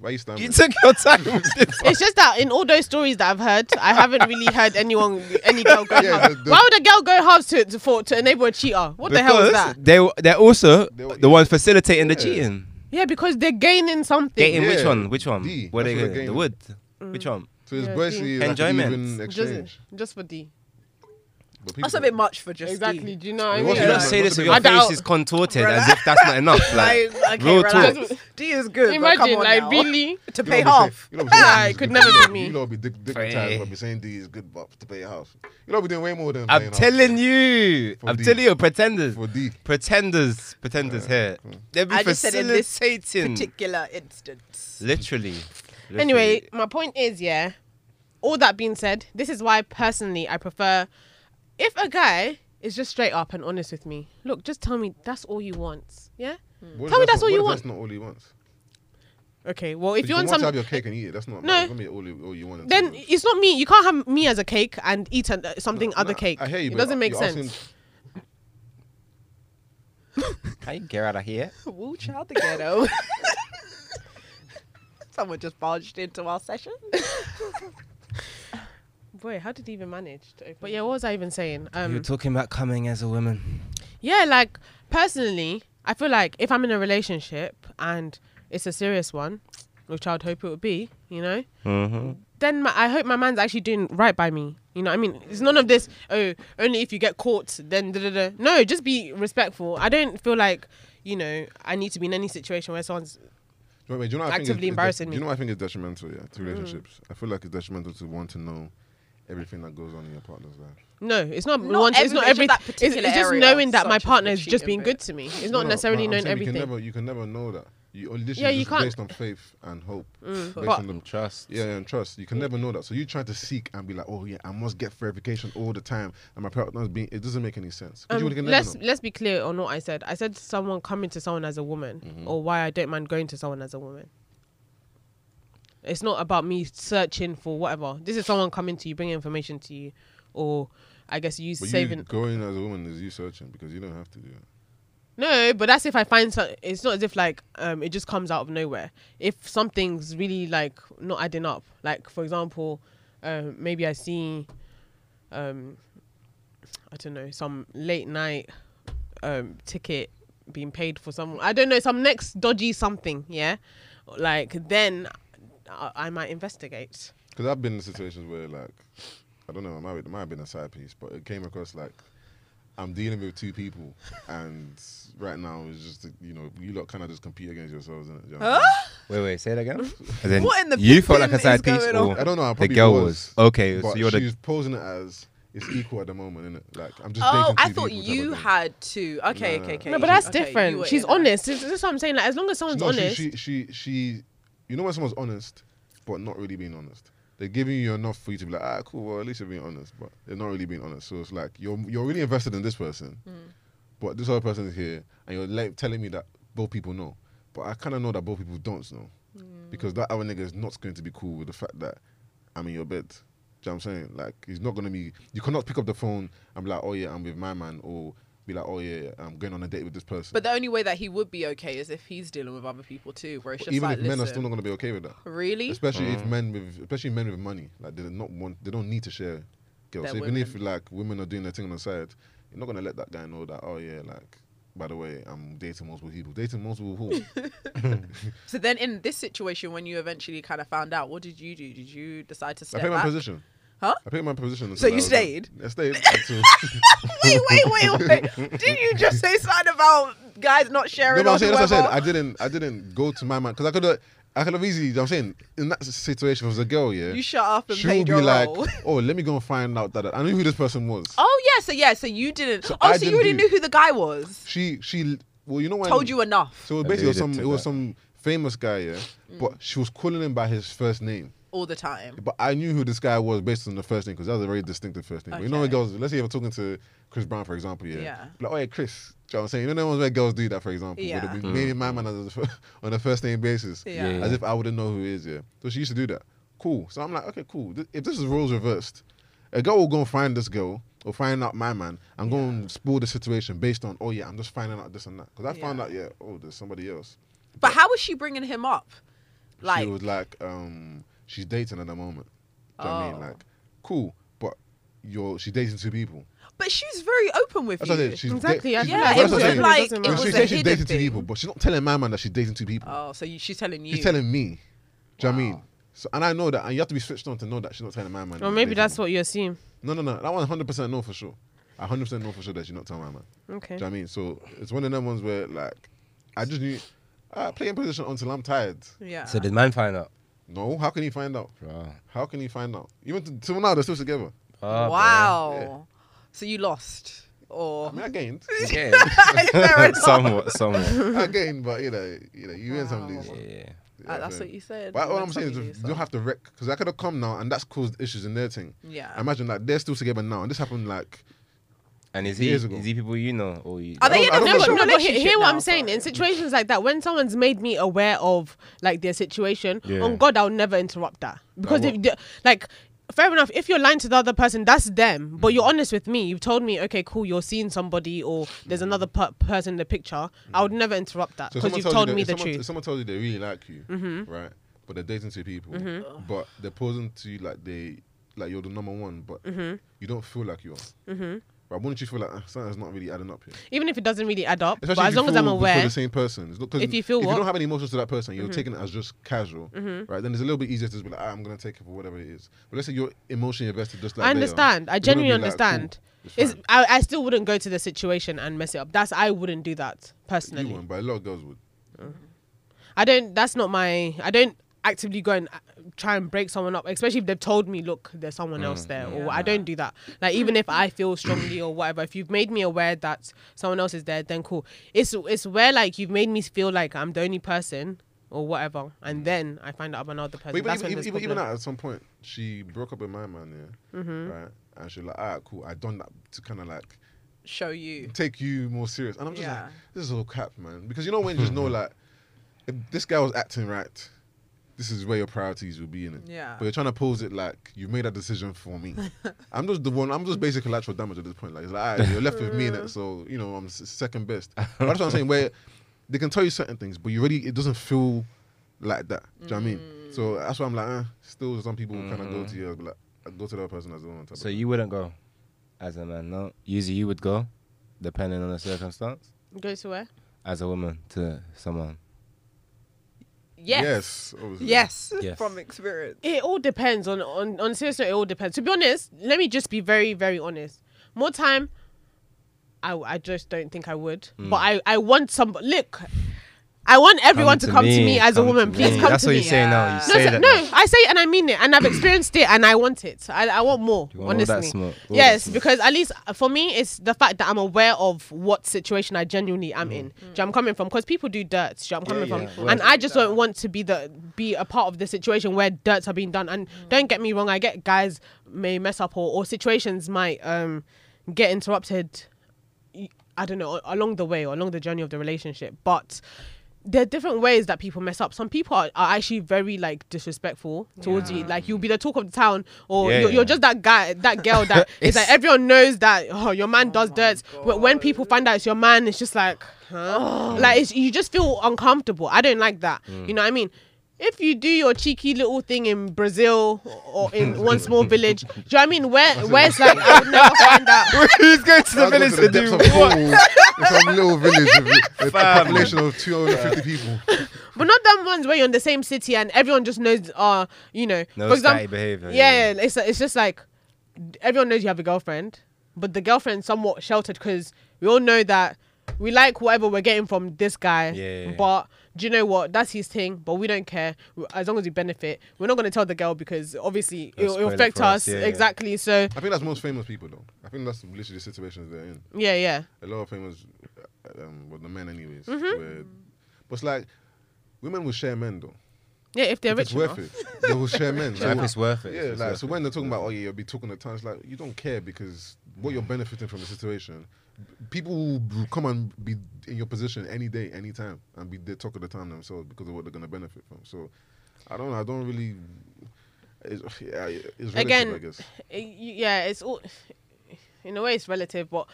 Why you You stammering? took your time. with this one. It's just that in all those stories that I've heard, I haven't really heard anyone, any girl go Yeah, halves. the- the- Why would a girl go halves to to, for, to enable a cheater? What the hell is that? They w- they're also They were- the ones facilitating the Yeah. cheating. Yeah, because they're gaining something. Getting which Yeah. one? Which one? D. Where they That's what go? they're The gaining. wood. Mm. Which one? So it's Yeah, basically like an Enjoyment. even Just, exchange. just for D. But people- That's a bit much for just Exactly. exactly. Do you know what I It mean? wasn't You Yeah. don't say this if your I doubt- face is contorted as if that's not enough. Like, real talk. D is good. but come Imagine, on like, now. really? to You know pay what half. they say- you know what they say D Ah, it is could good never bucks. be me. You know, be dick- Hey. dignitized, but be saying D is good buff to pay half. You know, be doing way more than I'm paying half telling you. For I'm D. telling you. Pretenders. for Hmm. D. Pretenders. Pretenders here. They'll be I just said in this facilitating. Particular instance. Literally. Literally. Anyway, my point is, yeah, all that being said, this is why personally I prefer if a guy is just straight up and honest with me. Look, just tell me that's all you want. Yeah. What if Tell me that's not- all you if want. That's not all he wants. Okay. Well, if But you want can to have something, your cake and eat it, that's not No. that's gonna be all you, all you want. then it's not me. You can't have me as a cake and eat an, uh, something other cake. I hear you. It but doesn't make you're sense. asking- Hey, get out of here. Woo child the ghetto. Someone just barged into our session. Boy, how did he even manage to open? But yeah, what was I even saying? you Um, were talking about coming as a woman. yeah, like personally, I feel like if I'm in a relationship and it's a serious one, which I'd hope it would be, you know, Mm-hmm. then my, I hope my man's actually doing right by me. You know, what I mean, it's none of this. Oh, only if you get caught, then da da da. No, just be respectful. I don't feel like, you know, I need to be in any situation where someone's. Do you know what I mean? Do you know what I think is- is Actively de- embarrassing Do you me. Hmm. know what I think is detrimental, yeah, to relationships? I feel like it's detrimental to want to know everything that goes on in your partner's life. No, it's not. Not once, it's not everything, everything. just that It's, it's particular just area, knowing that my such as the partner is just cheating being bit. good to me. It's No, not no, necessarily no, I'm knowing saying You can everything. never, you can never know that. You or literally Yeah, you just can't- Mm, based on faith and hope, based But on the trust. yeah, yeah, and trust. You can never know that. So you try to seek and be like, oh yeah, I must get verification all the time, and my partner's being. It doesn't make any sense. 'Cause Um, you can never let's know. let's be clear on what I said. I said someone coming to someone as a woman, Mm-hmm. or why I don't mind going to someone as a woman. It's not about me searching for whatever. This is someone coming to you, bringing information to you, or I guess you But saving. you going as a woman is you searching because you don't have to do that. No, but that's if I find something. It's not as if like um it just comes out of nowhere. If something's really like not adding up, like for example, um maybe I see, um, I don't know, some late night, um ticket being paid for some. I don't know some next dodgy something. Yeah, like then I, I might investigate. Because I've been in situations where like, I don't know, it might, it might have been a side piece, but it came across like. I'm dealing with two people, and right now it's just you know you lot kind of just compete against yourselves, innit? Do you know what I mean? Wait, wait, say it again. As in, What in the you felt like a flipping side is going piece, on? or I don't know. I the probably girl was, was. okay. but so you're she the was posing it as it's equal at the moment, isn't it? Like I'm just. dating Oh, I two thought people type of you thing. had two. Okay, okay, okay. No, but that's Okay, you different. were She's in that. honest. This is what I'm saying. Like as long as someone's No, she- honest. She, she, she, You know when someone's honest, but not really being honest. They're giving you enough for you to be like, ah, cool. Well, at least you're being honest, but they're not really being honest. So it's like you're you're really invested in this person, Hmm. but this other person is here, and you're like telling me that both people know, but I kind of know that both people don't know, Hmm. because that other nigga is not going to be cool with the fact that I'm in your bed. Do you know what I'm saying? Like, he's not gonna be. You cannot pick up the phone and be like, "Oh yeah, I'm with my man," or be like, "Oh yeah, I'm going on a date with this person." But the only way that he would be okay is if he's dealing with other people too, where it's just even like, if men are listen, still not gonna be okay with that. really? especially if men with especially men with money like they do not want they don't need to share girls Their so even if women. like women are doing their thing on the side you're not gonna let that guy know that oh yeah like by the way I'm dating multiple people dating multiple who So then, in this situation, when you eventually kind of found out, what did you do? Did you decide to I step paid my back? position Huh? I paid my position until So you I was- stayed? I stayed until wait, wait, wait, wait! Didn't you just say something about guys not no, sharing? but or I'm saying, that's what I said whoever? I didn't I didn't go to my man because I could have I could have easily you know what I'm saying in that situation if it was a girl yeah You shut up and she played would be your like role. oh let me go and find out that I knew who this person was Oh yeah, so yeah, so you didn't. So oh, I so you didn't already do- knew who the guy was. she she well you know when Told you enough So basically, it was some Alluded to it was that. some famous guy, yeah. Mm. But she was calling him by his first name. all the time. But I knew who this guy was based on the first name because that was a very distinctive first name. But You know, when Okay. girls, let's say you're talking to Chris Brown, for example, yeah. Yeah. Like, oh yeah, Chris. Do you know what I'm saying? You know, the ones where girls do that, for example. Yeah. With the, Maybe Mm. my man on the fir- on a first name basis. Yeah. Yeah, As yeah. if I wouldn't know who he is, yeah. So she used to do that. Cool. So I'm like, okay, cool. Th- If this is roles reversed, a girl will go and find this girl or find out my man and go and spoil the situation based on, oh yeah, I'm just finding out this and that. Because I found Yeah. out, yeah, oh, there's somebody else. But how was she bringing him up? Like, she was like, um, she's dating at the moment. Do you know what I mean? Oh. Like, cool, but you're she's dating two people. but she's very open with That's you. what I said. She's da- Exactly, I she's- feel yeah, that's like it what was I'm saying. like- like doesn't it No, matter. was she a says she's hidden dating two thing. people, but she's not telling my man that she's dating two people. Oh, so you, she's telling you. she's telling me. Do you know what I mean? So and I know that, and you have to be switched on to know that she's not telling my man. Or maybe that's what you assume. No, no, no. That one, hundred percent know for sure. hundred percent know for sure that she's not telling my man. Okay. Do you know what I mean? So it's one of them ones where like, I just knew, uh, play in position until I'm tired. yeah. so did man find out? No, how can he find out? Bruh. How can he find out? Even t- till now, they're still together. Oh, wow. Ah, Yeah. So you lost, or I mean, I gained. bruh. Yeah. Fair enough. somewhat, somewhat. I gained, but you know, you know, you win some of Wow. these. Yeah. Uh, Yeah, that's same. what you said. But You all read I'm saying is something you you don't saw. have to wreck because I could have come now and that's caused issues in their thing. Yeah. Imagine like they're still together now and this happened like And is he Years ago. is he people you know or you? Are they I in don't- I a don't know. No, but, relationship? no, but he- hear what now? I'm saying. In Sorry. situations like that, when someone's made me aware of like their situation, Yeah. on God, I'll never interrupt that because Like if, the- like. Fair enough. If you're lying to the other person, that's them. But Mm. you're honest with me. You've told me, okay, cool. You're seeing somebody, or there's another per- person in the picture. I would never interrupt that Mm. so if because someone you've tells told you that- me if the someone, If truth. someone tells you they really like you, Mm-hmm. right? But they're dating two people, but they're posing to you like they like you're the number one, but Mm-hmm. you don't feel like you are. Right? Wouldn't you feel like uh, something's not really adding up here? Even if it doesn't really add up, Especially but if as you long as I'm feel before aware, the same person. It's not- 'cause If you feel if what? Mm-hmm. you don't have any emotions to that person, you're taking it as just casual, right? Then it's a little bit easier to just be like, ah, I'm gonna take it for whatever it is. But let's say you're emotionally invested, just like I they are. understand. I You're gonna be genuinely like, cool, understand. it's It's, fine. I, I still wouldn't go to the situation and mess it up. That's I wouldn't do that personally. You won't, but a lot of girls would. I don't. That's not my. I don't actively go and uh, try and break someone up, especially if they've told me, look, there's someone Mm, else there, or I don't do that. Like even if I feel strongly or whatever, if you've made me aware that someone else is there, then cool. It's it's where like you've made me feel like I'm the only person or whatever, and then I find out I'm another person. Mm. But even, that's even, when there's even, even problem. at some point, she broke up with my man, yeah, Mm-hmm. right? And she was like, ah, cool. I done that to kind of like Show you. take you more serious. And I'm just Yeah. like, this is all cap, man. Because you know when you just know like, if this guy was acting right, this is where your priorities will be in it. Yeah. But you're trying to pose it like you made that decision for me. I'm just the one. I'm just basic collateral damage at this point. Like, it's like "Aight, you're left with me in it, so you know I'm s- second best. But that's what I'm saying. Where they can tell you certain things, but you really it doesn't feel like that. Do you know what I mean? Mm. So that's why I'm like, eh, still some people kind of go to you like. Go to the other person as the one. type Mm. So of- you wouldn't go as a man, no. Usually you would go, depending on the circumstance, go to where? as a woman to someone. Yes. yes, obviously. Yes. Yes. From experience. It all depends on on on seriously. It all depends. To be honest, let me just be very very honest. More time, I w- I just don't think I would. Hmm. But I I want some look. I want everyone to, come to me as come a woman. to Please me. come That's to what me. you say now. Yeah. You no, say so- that. no, now. I say it and I mean it, and I've experienced it, and I want it. I, I want more, You want all that honestly. smoke, all that yes, smoke. because at least uh, for me, it's the fact that I'm aware of what situation I genuinely am in. Do you know where I'm coming from? Because people do dirt. Do you know where I'm Mm. Yeah, coming yeah, from? well- and I just don't want to be the be a part of the situation where dirts are being done. And don't get me wrong, I get guys may mess up or, or situations might um get interrupted I don't know, along the way or along the journey of the relationship. But there are different ways that people mess up. Some people are, are actually very like disrespectful towards you. Like you'll be the talk of the town, or Yeah, you're, you're yeah. just that guy, that girl that it's like It's- everyone knows that oh your man does my dirt. But when people find out it's your man, it's just like, huh? like it's, you just feel uncomfortable. I don't like that. You know what I mean? If you do your cheeky little thing in Brazil or in one small village, do you know what I mean? Where where it's like I would never find out. Who's going to I'll go to the depths of Cornwall, some little village with a population of 250 people. But not them ones where you're in the same city and everyone just knows, uh, you know. No for example, sky behavior, Yeah, yeah. yeah, it's it's just like everyone knows you have a girlfriend, but the girlfriend's somewhat sheltered because we all know that we like whatever we're getting from this guy. Yeah. But do you know what? That's his thing, but we don't care We- as long as we benefit. We're not gonna tell the girl because obviously it'll, It'll it'll spoil it affect for us, us, yeah, yeah. exactly. So I think that's most famous people, though. I think that's literally the situations they're in. yeah, yeah. A lot of famous, um, well, the men, anyways. Where, but it's like, women will share men, though. Yeah, if they're If rich it's worth enough. it. They will share men. Life Like, is worth it. yeah, It's like worth so it. when they're talking about, oh yeah, you'll be talking at times, like you don't care because what you're benefiting from the situation. People will b- come and be in your position any day, any time, and be the talk of the time themselves because of what they're gonna benefit from. So, I don't, know, I don't really. It's, yeah, it's relative, Again, I guess. it- y- yeah, it's all in a way it's relative, but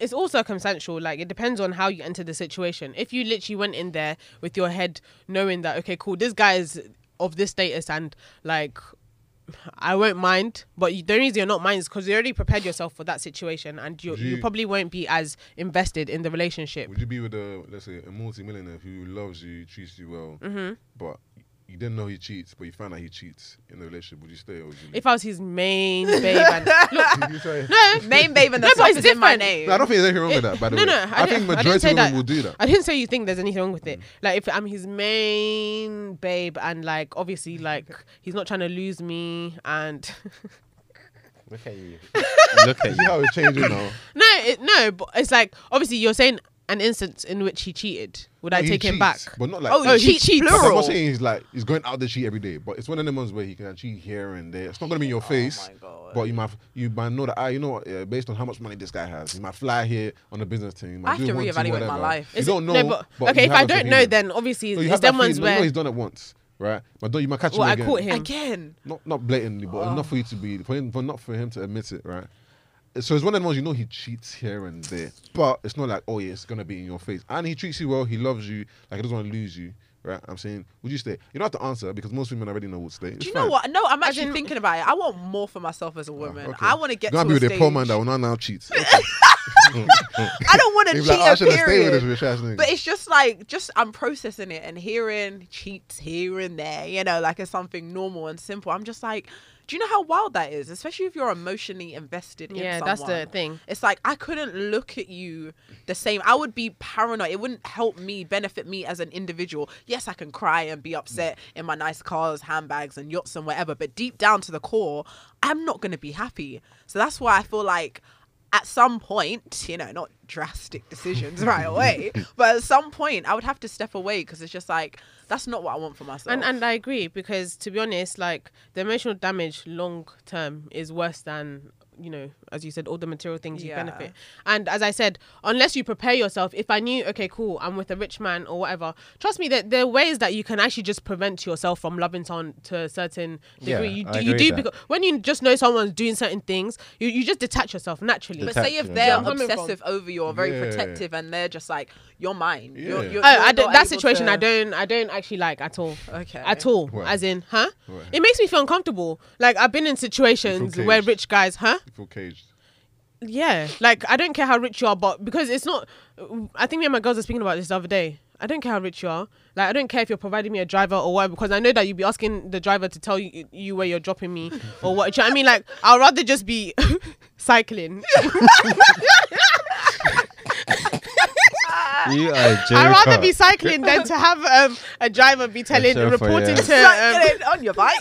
it's all circumstantial. Like it depends on how you enter the situation. If you literally went in there with your head knowing that okay, cool, this guy is of this status and like I won't mind, but you, the only reason you're not mind is because you already prepared yourself for that situation, and you, Would you you- probably won't be as invested in the relationship. Would you be with a let's say a multi-millionaire who loves you, treats you well, Mm-hmm. but you didn't know he cheats, but you found out he cheats in the relationship? Would you stay or would you? If I was his main babe, and look, leave? You say- no, Main babe and the No, but top it's is in my different. name. No, I don't think there's anything wrong with that. By the no, way, no, I, I, think didn't- I majority didn't of say women that. will do that. Mm. I didn't say you think there's anything wrong with it. Like if I'm his main babe and like obviously like he's not trying to lose me and Look at you. Look at See you. how it's changing now. no, it, no, but it's like obviously you're saying an instance in which he cheated, would I He take him back? cheats, But not like. Oh, Oh, he he cheats, cheats. But I'm plural. not saying he's like he's going out to cheat every day, but it's one of them ones where he can cheat here and there. It's not gonna Oh be in your face, God. but you might you might know that ah, you know what? Yeah, based on how much money this guy has, you might fly here on a business team. You might I have do to one, two, reevaluate my whatever. life. You Is don't it- know. no, but- but okay, you if have I that don't feeling. know, then obviously No, you it's have that them ones feeling. You know where he's done it once, right? But don't you might catch Well, him I again. caught him. Again. Not not blatantly, but enough for you to be for, him, for not for him to admit it, right? So it's one of the ones you know he cheats here and there, but it's not like oh yeah, it's gonna be in your face. And he treats you well, he loves you, like he doesn't want to lose you, right? I'm saying, would you stay? You don't have to answer because most women already know would stay. It's Do you fine. Oh, Ah, know what? No, I'm actually in- thinking about it. I want more for myself as a woman. Okay. I want to get You're gonna to be a with a stage. poor man that will not now cheat. Okay. I don't want to He'll cheat. be like, I a should have stayed with period. this rich ass nigga. But it's just like just I'm processing it and hearing cheats here and there, you know, like it's something normal and simple. I'm just like, do you know how wild that is? Especially if you're emotionally invested in yeah, someone. that's the thing. It's like I couldn't look at you the same. I would be paranoid. It wouldn't help me benefit me as an individual. Yes, I can cry and be upset in my nice cars, handbags, and yachts and whatever. But deep down to the core, I'm not going to be happy. So that's why I feel like at some point, you know, not drastic decisions right away, but at some point, I would have to step away because it's just like that's not what I want for myself. And and I agree because to be honest, like the emotional damage long term is worse than you know, as you said, all the material things you Yeah. benefit. And as I said, unless you prepare yourself, if I knew, okay, cool, I'm with a rich man or whatever, trust me that there are ways that you can actually just prevent yourself from loving someone to a certain Yeah, degree. you I do, you agree do with that. because when you just know someone's doing certain things, you, you just detach yourself naturally. but Detach say if from they're them. Where I'm coming obsessive over you or very Yeah. protective and they're just like, you're mine. You're, Yeah. you're, Oh, you're I not don't, that able situation to- I don't I don't actually like at all. Oh, Okay. At all. Why? As in, huh? Why? It makes me feel uncomfortable. Like I've been in situations where caged. rich guys, huh? You feel caged. Yeah. Like I don't care how rich you are, but because it's not I think me and my girls were speaking about this the other day. I don't care how rich you are. Like I don't care if you're providing me a driver or whatever, because I know that you'd be asking the driver to tell you, you where you're dropping me or what. Do you know what I mean? Like I'd rather just be cycling. You are a I'd rather be joker. cycling than to have um, a driver be telling, chauffeur, reporting yeah. to. um, Get it on your bike.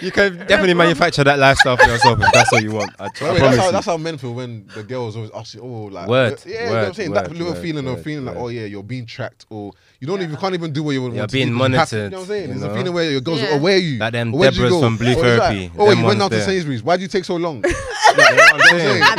You can definitely manufacture that lifestyle for yourself if that's what you want. I, tr- I By the way, that's, how, that's promise you. how men feel when the girls always ask you, oh, like, Word, yeah, you know what I'm word, saying? that word, little word, feeling of word, feeling like, word. oh, yeah, you're being tracked, or you don't even, you can't even do what you would You're want being to do 'cause you have to, monitored, You know what I'm saying? you There's a know? feeling where your girls, Yeah. oh, where are you? Like them Where'd you Debras go? from Blue Or it's like, Therapy, oh, them you went ones out to there. Sainsbury's. Why'd you take so long? I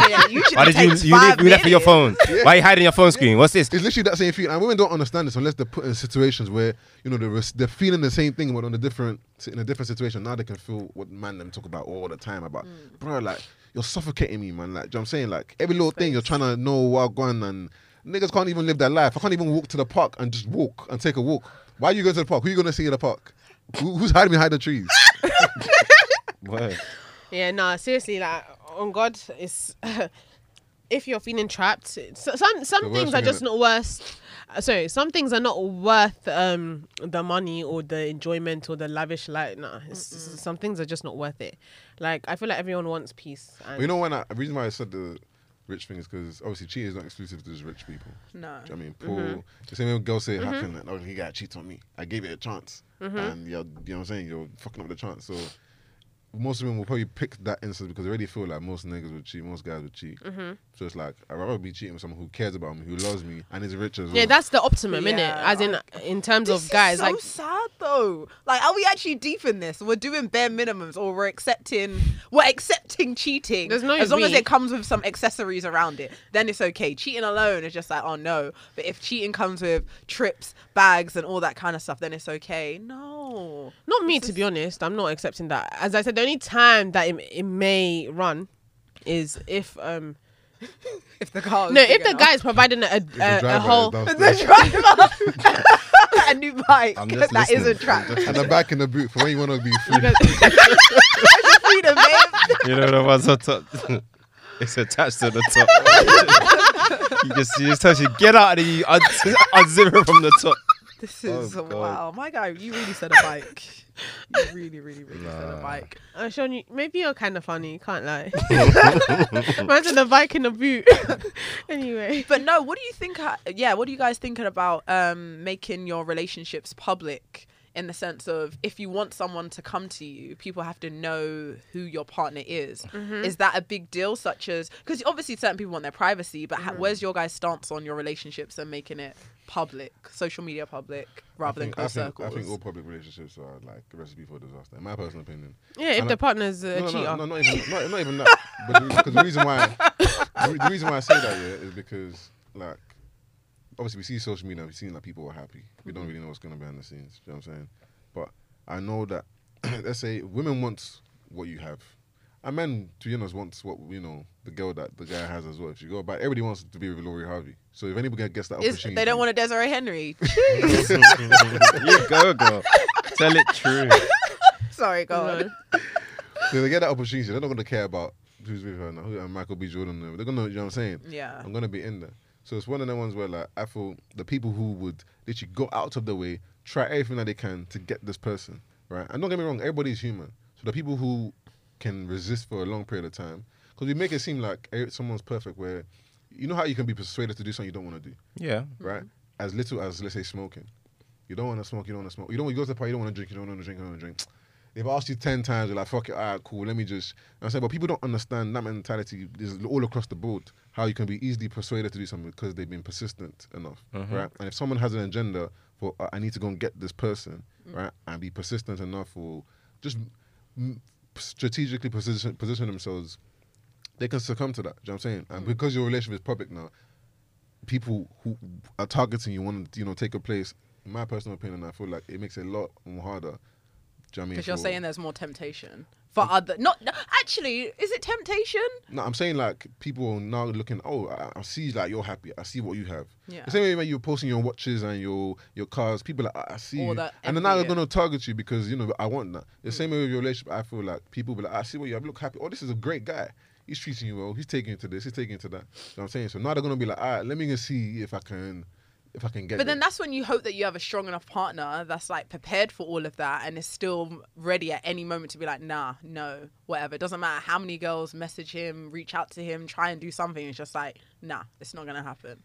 mean, like, usually Why did you takes you leave, five you left with your minutes. phone? Why are you hiding your phone screen? What's this? It's literally that same feeling, and women don't understand this unless they're put in situations where you know they're, res- they're feeling the same thing, but on a different in a different situation. Now they can feel what man them talk about all the time about, bro. Like you're suffocating me, man. Like do you know what I'm saying, like every little thing you're trying to know while going, and niggas can't even live their life. I can't even walk to the park and just walk and take a walk. Why you go to the park? Who you gonna see in the park? Who, who's hiding behind the trees? Word. Yeah, no, seriously, like on God, it's if you're feeling trapped, it's- some The some worst things are thing, just innit? not worth. uh, Sorry, some things are not worth um the money or the enjoyment or the lavish life. No, it's, it's- some things are just not worth it. Like I feel like everyone wants peace. And But you know when I, the reason why I said the rich thing is because obviously cheating is not exclusive to just rich people. Do No. you know what I mean, Paul. The same way girls say it happened. Like, oh, he got cheat on me. I gave it a chance, and you're, you know what I'm saying. You're fucking up the chance. So most women will probably pick that instance because they already feel like most niggas would cheat, most guys would cheat. So it's like I'd rather be cheating with someone who cares about me, who loves me, and is rich as well. yeah, that's the optimum, innit? Yeah, As in in terms This of guys, is so like sad though. Like, are we actually deep in this? We're doing bare minimums, or we're accepting we're accepting cheating. There's no as long as we. it comes with some accessories around it, then it's okay. Cheating alone is just like, oh no. But if cheating comes with trips, bags, and all that kind of stuff, then it's okay. No, not me to be honest. I'm not accepting that. As I said, the only time that it, it may run is if um if the car no if the guy's providing a, If the a, a driver is whole downstairs. the driver a new bike I'm just that is a listening. trap. and the back in the boot for when you want to be free. Freedom, babe. You know the ones on top. It's attached to the top. you just you just tell you get out and then you un- unzip it from the top. This is Oh, God. wow, my guy! You really said a bike. you really, really, really said a Nah. bike. Uh, Sean, you, maybe you're kind of funny. Can't lie. Imagine a bike in a boot. anyway, But no, what do you think? I, yeah, what are you guys thinking about um making your relationships public in the sense of if you want someone to come to you, people have to know who your partner is. Is that a big deal? Such as because obviously certain people want their privacy, but ha- Mm-hmm. where's your guys' stance on your relationships and making it public, social media public, rather I think, than I close think, circles? I think all public relationships are like a recipe for disaster, in my personal opinion. Yeah, if And the I- partner's a no, cheater. no, no, not even, not, not even that. But because the reason why, the, re- the reason why I say that yeah is because like, obviously we see social media, we've seen like people are happy. We Mm-hmm. don't really know what's going on behind the scenes. You know what I'm saying? But I know that, let's say women want what you have, and men, to be honest, wants what you know the girl that the guy has as well. If you go back, everybody wants to be with Laurie Harvey. So if anybody gets that Is, opportunity, they don't want a Desiree Henry. you go, girl. Tell it true. Sorry, go on. So they get that opportunity. They're not going to care about who's with her now, who- and Michael B. Jordan. They're going to, you know what I'm saying? Yeah. I'm going to be in there. So it's one of the ones where like I feel the people who would literally go out of their way, try everything that they can to get this person, right? And don't get me wrong, everybody's human. So the people who can resist for a long period of time, because we make it seem like eh, someone's perfect, where you know how you can be persuaded to do something you don't want to do Yeah. right? As little as let's say smoking. You don't want to smoke. You don't want to smoke. You don't you go to the party. You don't want to drink. You don't want to drink. You don't want to drink. They've asked you ten times. You're like, fuck it. All right, cool. Let me just. I'm saying, but people don't understand that mentality is all across the board. How you can be easily persuaded to do something because they've been persistent enough, right? And if someone has an agenda for uh, I need to go and get this person, right, and be persistent enough or just mm, strategically position position themselves, they can succumb to that. Do you know what I'm saying? Mm. And because your relationship is public now, people who are targeting you want to you know take a place. In my personal opinion, I feel like it makes it a lot more harder. Do you know what I mean? Because you're for- saying there's more temptation for other. Not no, actually. Is it temptation? No, I'm saying like people are now looking. Oh, I, I see like you're happy. I see what you have. Yeah. The same way when you're posting your watches and your your cars, people are like, I, I see All you, that and then now they're envy, yeah. Mm. gonna target you because you know I want that. The same way with your relationship, I feel like people be like, I see what you have. Look happy. Oh, this is a great guy. He's treating you well. He's taking you to this. He's taking you to that. You know what I'm saying? So now they're gonna be like, all right, let me go see if I can, if I can get. But then it." that's when you hope that you have a strong enough partner that's like prepared for all of that and is still ready at any moment to be like, nah, no, whatever. It doesn't matter how many girls message him, reach out to him, try and do something. It's just like, nah, it's not gonna happen.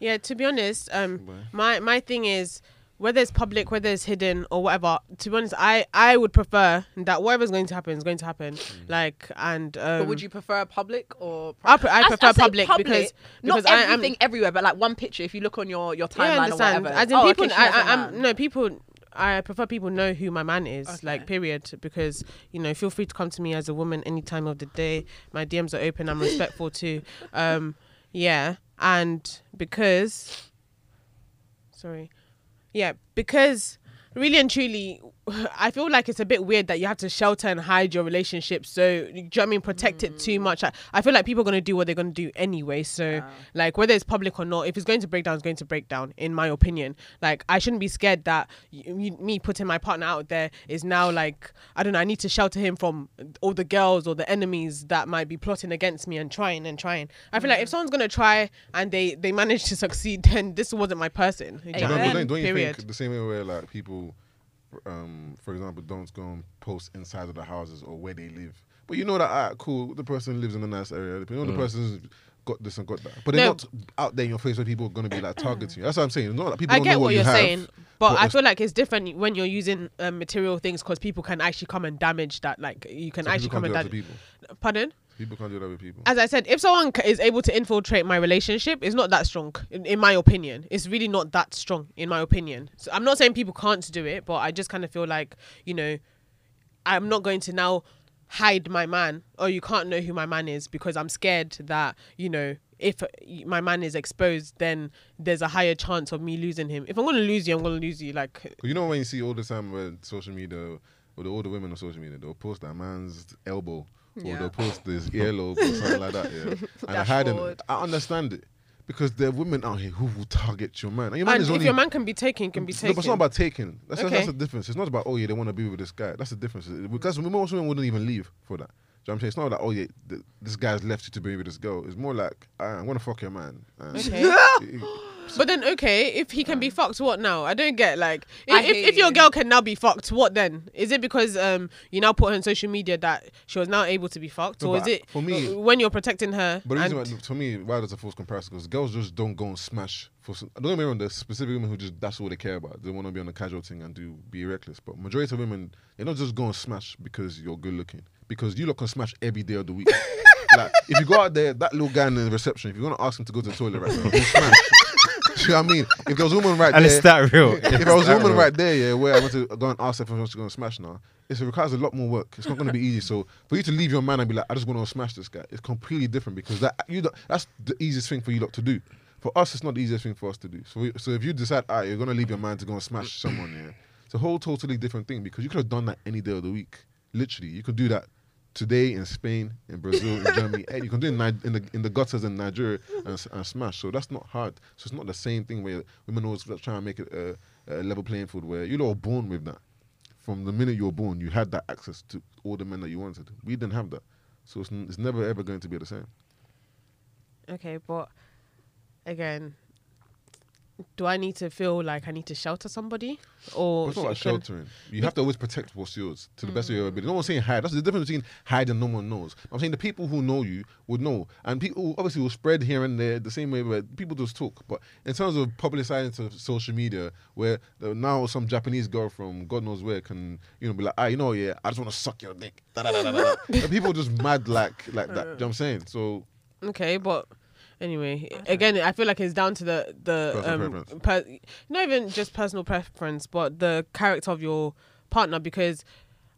Yeah, to be honest, um, my my thing is whether it's public, whether it's hidden or whatever. To be honest, I I would prefer that whatever's going to happen is going to happen. Mm. Like and um, But would you prefer public or? I pre- I s- prefer say public because- not because I am- everything everywhere, but like one picture. If you look on your your Yeah, I timeline or understand. whatever, As in oh, okay, people, she I, has a I, I'm man. no people. I prefer people know who my man is, Okay. like period, because you know, feel free to come to me as a woman any time of the day. My DMs are open. I'm respectful too. Um, yeah, and because, sorry, yeah, because really and truly, I feel like it's a bit weird that you have to shelter and hide your relationship. So, do you know what I mean? Protect it too much. I, I feel like people are going to do what they're going to do anyway. So, like, whether it's public or not, if it's going to break down, it's going to break down, in my opinion. Like, I shouldn't be scared that you, you, me putting my partner out there is now like, I don't know, I need to shelter him from all the girls or the enemies that might be plotting against me and trying and trying. I feel like if someone's going to try and they, they manage to succeed, then this wasn't my person. Do you know But what I don't, mean? but don't, don't you Period. think the same way where like people, um, for example, don't go and post inside of the houses or where they live? But you know that ah, cool, the person lives in a nice area. You know the person's got this and got that. But they're No. not out there in your face where people are gonna be like targeting you. That's what I'm saying. It's not that people I don't get know what, what, you you're have, saying, but, I it's- feel like it's different when you're using um, material things because people can actually come and damage that. Like you can so actually people can't come do and that to damage. people. Pardon? People can't do that with people. As I said, if someone c- is able to infiltrate my relationship, it's not that strong, in, in my opinion. It's really not that strong, in my opinion. So I'm not saying people can't do it, but I just kind of feel like you know, I'm not going to now hide my man, or you can't know who my man is because I'm scared that you know if uh, y- my man is exposed, then there's a higher chance of me losing him. If I'm gonna lose you, I'm gonna lose you. Like 'Cause you know when you see all the time where social media, or the older women on social media, they'll post that man's elbow, or Yeah. they'll post this earlobe or something like that. Yeah, and I hiding it. Dashboard. I understand it because there are women out here who will target your man. And your man and is if only. your man can be taken, can be no, taken. but it's not about taking. That's, that's- that's the Okay. difference. It's not about oh yeah, they want to be with this guy. That's the difference. It- Because most women wouldn't even leave for that. Do you know what I'm saying? It's not like oh yeah, th- this guy's left you to be with this girl. It's more like "Ah, I'm gonna fuck your man. And Okay. you- But then, okay, if he can be fucked, what now? I don't get like I if, hear if, if your you. girl can now be fucked, what then? Is it because um you now put her on social media that she was now able to be fucked, No, or but is it for me- when you're protecting her? But the and reason why, for me, why there's a false comparison? Because girls just don't go and smash for. Some, don't get me wrong. There's specific women who just that's all they care about. They want to be on a casual thing and do be reckless. But majority of women, they don't just go and smash because you're good looking. Because you look and smash every day of the week. like if you go out there, that little guy in the reception, if you want to ask him to go to the toilet right now, you smash. Do you know what I mean? If there was a woman right And there, it's that real. if I was a woman right there, yeah, where I want to go and ask her if I want to go and smash now, it's, it requires a lot more work. It's not going to be easy. So for you to leave your man and be like, I just want to smash this guy, it's completely different because that you lot- that's the easiest thing for you lot to do. For us, it's not the easiest thing for us to do. So we, so if you decide, all right, you're going to leave your man to go and smash someone, yeah, it's a whole totally different thing because you could have done that any day of the week. Literally, you could do that today in Spain, in Brazil, in Germany. eh, you can do it in, Ni- in the in the gutters in Nigeria and, s- and smash. So that's not hard. So it's not the same thing where women always try and make it a, a level playing field where you're all born with that. From the minute you were born, you had that access to all the men that you wanted. We didn't have that. So it's, n- it's never ever going to be the same. okay, but again, do I need to feel like I need to shelter somebody, But or it's not about sh- can- sheltering. You have to always protect what's yours to the best Mm. of your ability. No one's saying hide. That's the difference between hide and no one knows. I'm saying the people who know you would know, and people obviously will spread here and there the same way where people just talk. But in terms of publicizing to social media, where the, now some Japanese girl from God knows where can you know be like, ah, you know, yeah, I just want to suck your dick. Da, da, da, da, da. And people just mad like like Uh. that. Do you know what I'm saying? So Okay, but anyway, again, I feel like it's down to the the Personal um, per- not even just personal preference, but the character of your partner because.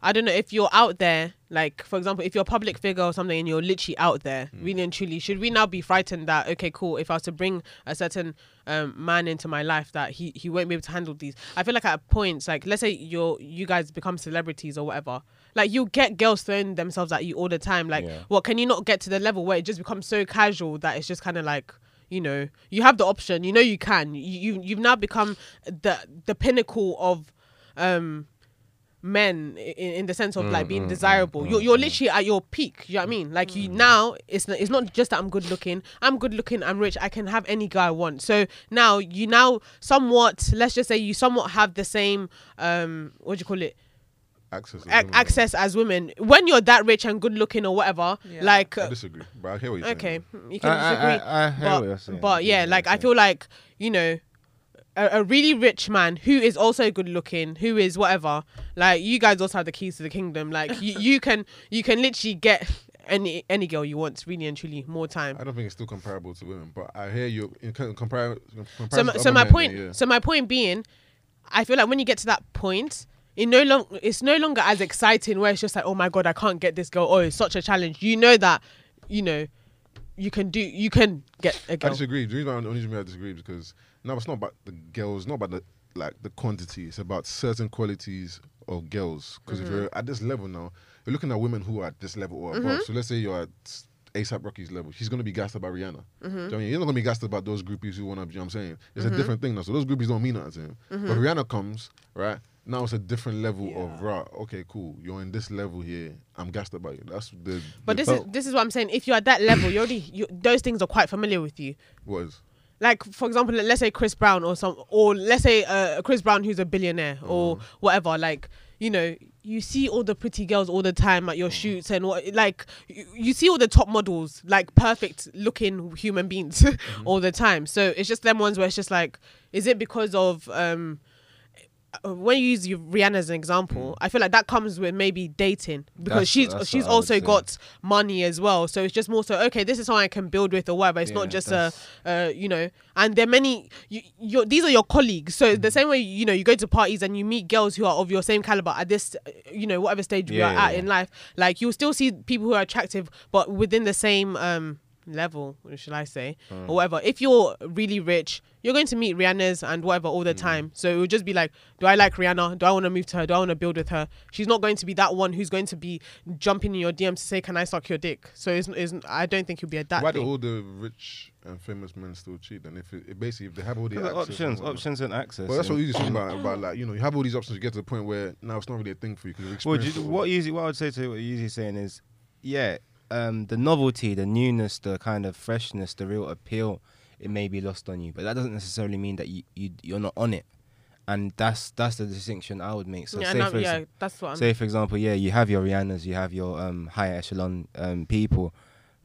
I don't know if you're out there, like for example, if you're a public figure or something, and you're literally out there, really and truly, should we now be frightened that okay, cool, if I was to bring a certain um, man into my life, that he he won't be able to handle these? I feel like at points, like let's say you're you guys become celebrities or whatever, like you get girls throwing themselves at you all the time, like Yeah. what can you not get to the level where it just becomes so casual that it's just kind of like you know you have the option you know you can you, you you've now become the the pinnacle of um men i- in, in the sense of like being desirable you're, you're literally at your peak you know what i mean like you now it's not, it's not just that i'm good looking i'm good looking i'm rich i can have any guy i want so now you now somewhat let's just say you somewhat have the same um what do you call it access. is a- limited. access as women when you're that rich and good looking or whatever Yeah. like I disagree, but I hear what you're saying. okay hmm, you can disagree I, I, I hear what you're saying. but, but yeah like i feel like you know a, a really rich man who is also good looking who is whatever like you guys also have the keys to the kingdom like you, you can you can literally get any any girl you want really and truly more time I don't think it's still comparable to women, but I hear you in com- compar- comparison. so, my, to so other my men, point yeah. so my point being i feel like when you get to that point it no long it's no longer as exciting where it's just like oh my god i can't get this girl oh it's such a challenge you know that you know you can do you can get a I girl disagree. The reason why I, the only reason why I disagree is because no, it's not about the girls, not about the like the quantity. It's about certain qualities of girls. Because if Mm-hmm. you're at this level now, you're looking at women who are at this level or above. So let's say you're at ASAP Rocky's level. She's gonna be gassed about Rihanna. Mm-hmm. Do you know what I mean? You're not gonna be gassed about those groupies who wanna. You know what I'm saying it's a different thing now. So those groupies don't mean nothing to him. Mm-hmm. But Rihanna comes right. Now it's a different level of rah. Okay, cool. You're in this level here. I'm gassed about you. That's the. But the- this is this is what I'm saying. If you're at that level, you already you, those things are quite familiar with you. what is. Like for example, let- let's say Chris Brown or some, or let's say uh, Chris Brown who's a billionaire Mm. or whatever. Like you know, you see all the pretty girls all the time Mm. at your shoots and what like you, you see all the top models, like perfect looking human beings Mm-hmm. all the time. So it's just them ones where it's just like, is it because of um uh, when you use your- Rihanna as an example, I feel like that comes with maybe dating because Mm. That's- she's that's she's what I would also say. got money as well. So it's just more so okay, this is someone I can build with or whatever. It's not Yeah, just a, uh, you know. And there are many you, your these are your colleagues. So Mm. the same way you know you go to parties and you meet girls who are of your same caliber at this uh, you know whatever stage we Yeah, are yeah, at in yeah. life, like you'll still see people who are attractive but within the same um level, should I say, Mm. or whatever. If you're really rich, you're going to meet Rihanna's and whatever all the Mm. time. So it would just be like, do I like Rihanna? Do I want to move to her? Do I want to build with her? She's not going to be that one who's going to be jumping in your DM to say, can I suck your dick? So it's, it's, I don't think you'll be a that Why do thing. all the rich and famous men still cheat? And if it, it basically if they have all the access options, and whatnot. options and access. Well, that's yeah. what you just talking about. About like you know, you have all these options. You get to the point where now it's not really a thing for you because Well, just, what usually what I would say to what you're usually saying is, yeah, um, the novelty, the newness, the kind of freshness, the real appeal it may be lost on you. But that doesn't necessarily mean that you, you you're not on it. And that's that's the distinction I would make. So yeah, say and I'm- for yeah, example, that's what I'm. say for example, yeah, you have your Rihanna's, you have your um, higher echelon um, people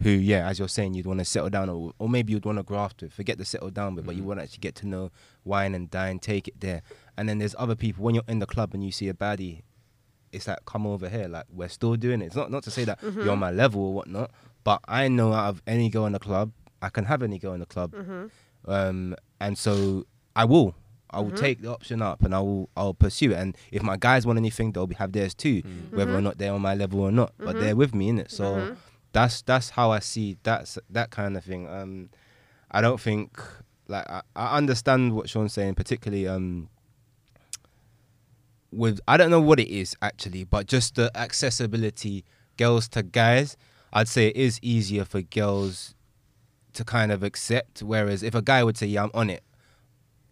who, yeah, as you're saying, you'd want to settle down, or, or maybe you'd want to graft with. Forget the settle down bit, but you want to actually get to know, wine and dine, take it there. And then there's other people. When you're in the club and you see a baddie, it's like come over here. Like we're still doing it. It's not not to say that you're on my level or whatnot, but I know out of any girl in the club, I can have any girl in the club, um, and so I will. I will take the option up and I will I'll pursue it. And if my guys want anything, they'll be- have theirs too, whether or not they're on my level or not. But they're with me in it, so that's that's how I see that's that kind of thing. Um, I don't think like I, I understand what Sean's saying, particularly um, with I don't know what it is actually, but just the accessibility girls to guys, I'd say it is easier for girls to kind of accept. Whereas if a guy would say, "Yeah, I'm on it,"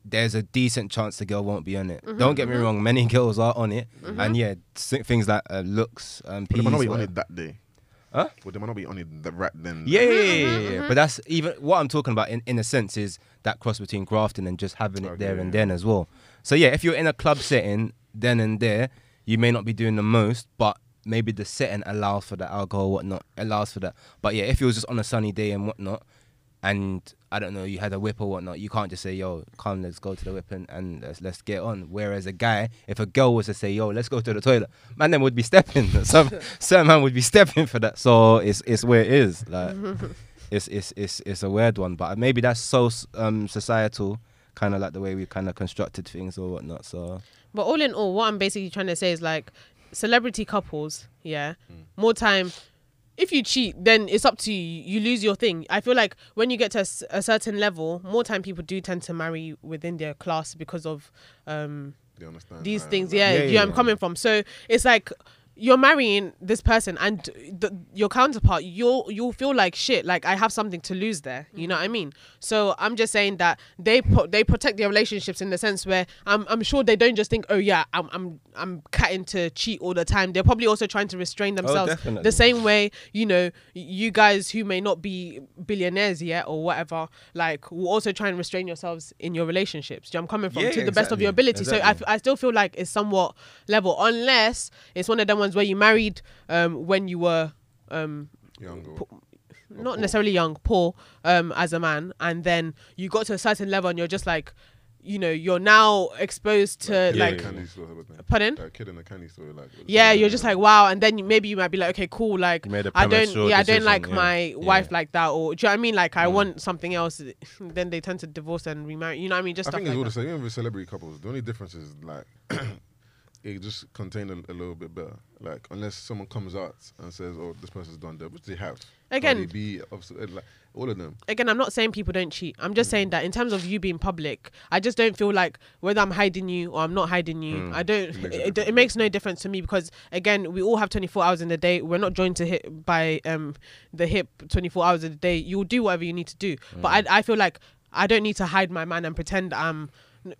there's a decent chance the girl won't be on it. don't get me wrong, many girls are on it, and yeah, si- things like uh, looks, um, But they might not peas, be on whatever. it that day. Huh? But they might not be on it that right then. Yeah, yeah, yeah, yeah, yeah. But that's even what I'm talking about in, in a sense is that cross between grafting and just having it Okay, there and yeah. then as well. So yeah, if you're in a club setting, then and there, you may not be doing the most, but maybe the setting allows for the alcohol, whatnot, allows for that. But yeah, if it was just on a sunny day and whatnot, and I don't know, you had a whip or whatnot, you can't just say, "Yo, come, let's go to the whip and, and let's let's get on." Whereas a guy, if a girl was to say, "Yo, let's go to the toilet," man, then would be stepping. Some certain man would be stepping for that. So it's it's where it is. Like it's it's it's it's a weird one, but maybe that's so um societal, kind of like the way we kind of constructed things or whatnot. So But all in all, what I'm basically trying to say is like celebrity couples, yeah, more time. If you cheat, then it's up to you. You lose your thing. I feel like when you get to a, s- a certain level, more time people do tend to marry within their class because of um, They understand. these right? things. uh, Like, Yeah, Yeah, yeah, yeah, I'm yeah. coming from. So it's like you're marrying this person, and the, your counterpart, you'll you'll feel like shit. Like I have something to lose there. You know what I mean? So I'm just saying that they pro- they protect their relationships in the sense where I'm I'm sure they don't just think, oh yeah, I'm I'm I'm catting to cheat all the time. They're probably also trying to restrain themselves definitely. the same way. You know, you guys who may not be billionaires yet or whatever, like will also try and restrain yourselves in your relationships. Do you know where I'm coming from Yeah, to the best of exactly, your ability. So I, f- exactly. I still feel like it's somewhat level, unless it's one of them ones where you married um, when you were um, young girl. not poor. necessarily young, poor um, as a man, and then you got to a certain level and you're just like, you know, you're now exposed to Kid in the like, candy store. type of thing. pardon. Like, kid in the candy store. Like. Yeah, you're just like wow, and then you- maybe you might be like, okay, cool, like You made a I don't, premature yeah, I don't decision, like yeah. my wife Yeah. Mm. like that, or do you know what I mean? Like I want something else. then they tend to divorce and remarry. You know what I mean? Just I stuff think it's all like the that. same. Even with celebrity couples, the only difference is like it just contained a, a little bit better. Like unless someone comes out and says, "Oh, this person's done that," which they have. Again- Cardi B, obviously, like all of them. again, I'm not saying people don't cheat. I'm just saying that in terms of you being public, I just don't feel like whether I'm hiding you or I'm not hiding you, I don't. Hmm. It makes a It, it difference. makes no difference to me because again, we all have 24 hours in the day. We're not joined to hit by um the hip 24 hours of the day. You'll do whatever you need to do, but Hmm. I I feel like I don't need to hide my man and pretend I'm n-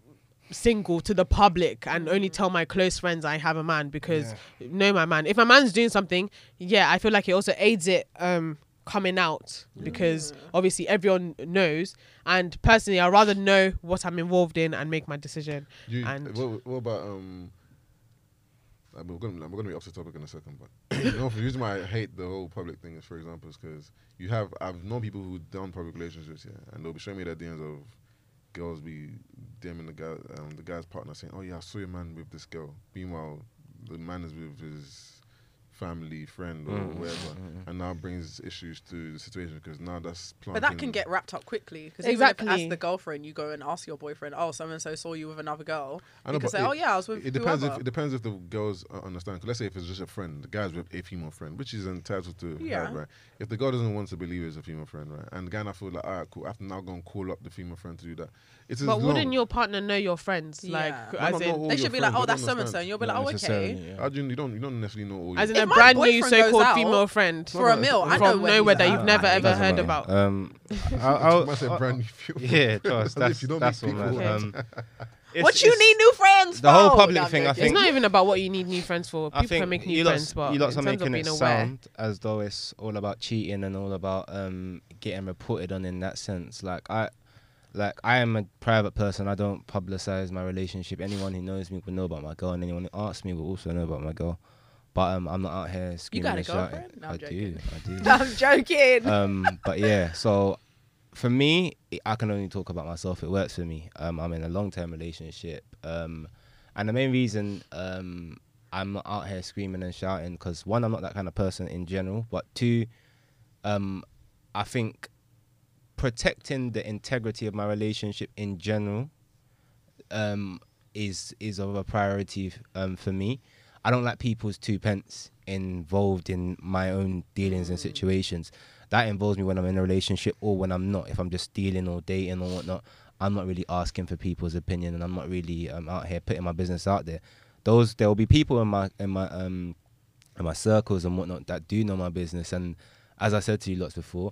single to the public and only Mm. tell my close friends I have a man because no my man if my man's doing something yeah I feel like it also aids it um coming out because obviously everyone knows and personally I'd rather know what I'm involved in and make my decision You, and what, what about um? I mean, we're gonna we're gonna be off the topic in a second, but you know, for the reason why I hate the whole public thing is, for example, is because you have I've known people who've done public relationships, yeah, and they'll be showing me their DMs of girls be DMing the guy um, the guy's partner saying, "Oh yeah, I saw your man with this girl." Meanwhile, the man is with his family, friend, or whatever, and now brings issues to the situation because now that's But that can planting- get wrapped up quickly because even Exactly. if as the girlfriend you go and ask your boyfriend, oh, so and so saw you with another girl, I you know, can but say, oh yeah, I was with It depends if whoever. it depends if the girls uh, understand. 'Cause let's say if it's just a friend, the guy's with a female friend, which is entitled to have, Yeah. right? If the girl doesn't want to believe it's a female friend, right? And the guy now feel like, all right, cool. I have to now go and call up the female friend to do that. It's but as wouldn't long- your partner know your friends Yeah. like No, no, as not in all They your should be like, friends, oh, they that's don't so and so, understand. and you'll be not like, oh, necessarily, okay. yeah. How do you, you don't you don't necessarily know all. as your in a If my brand new boyfriend goes so-called out female friend For a meal, I know from where nowhere he's that at. you've never I ever know heard Doesn't about. matter. Um, I, I I, must say I, brand new people. yeah, trust. As if That's you don't that's meet what matters. people. Okay. Um, it's- What you it's- need new friends? the whole for? public No, I'm thing, I joking. It's think- not even about what you need new friends for. People can make new you friends, lots, but you in lots are terms of making being it aware, sound as though it's all about cheating and all about um, getting reported on in that sense. Like I, like I am a private person. I don't publicize my relationship. Anyone who knows me will know about my girl, and anyone who asks me will also know about my girl. But um, I'm not out here screaming got a and shouting. girlfriend? No, I'm I do, joking. I do. I'm joking. um, but yeah, so for me, it- I can only talk about myself. It works for me. Um, I'm in a long term relationship. Um, and the main reason um, I'm not out here screaming and shouting because one, I'm not that kind of person in general. But two, um, I think protecting the integrity of my relationship in general um, is is of a priority um, for me. I don't like people's two pence involved in my own dealings and situations. That involves me when I'm in a relationship or when I'm not. If I'm just dealing or dating or whatnot, I'm not really asking for people's opinion, and I'm not really um, out here putting my business out there. Those there will be people in my in my um in my circles and whatnot that do know my business. And as I said to you lots before,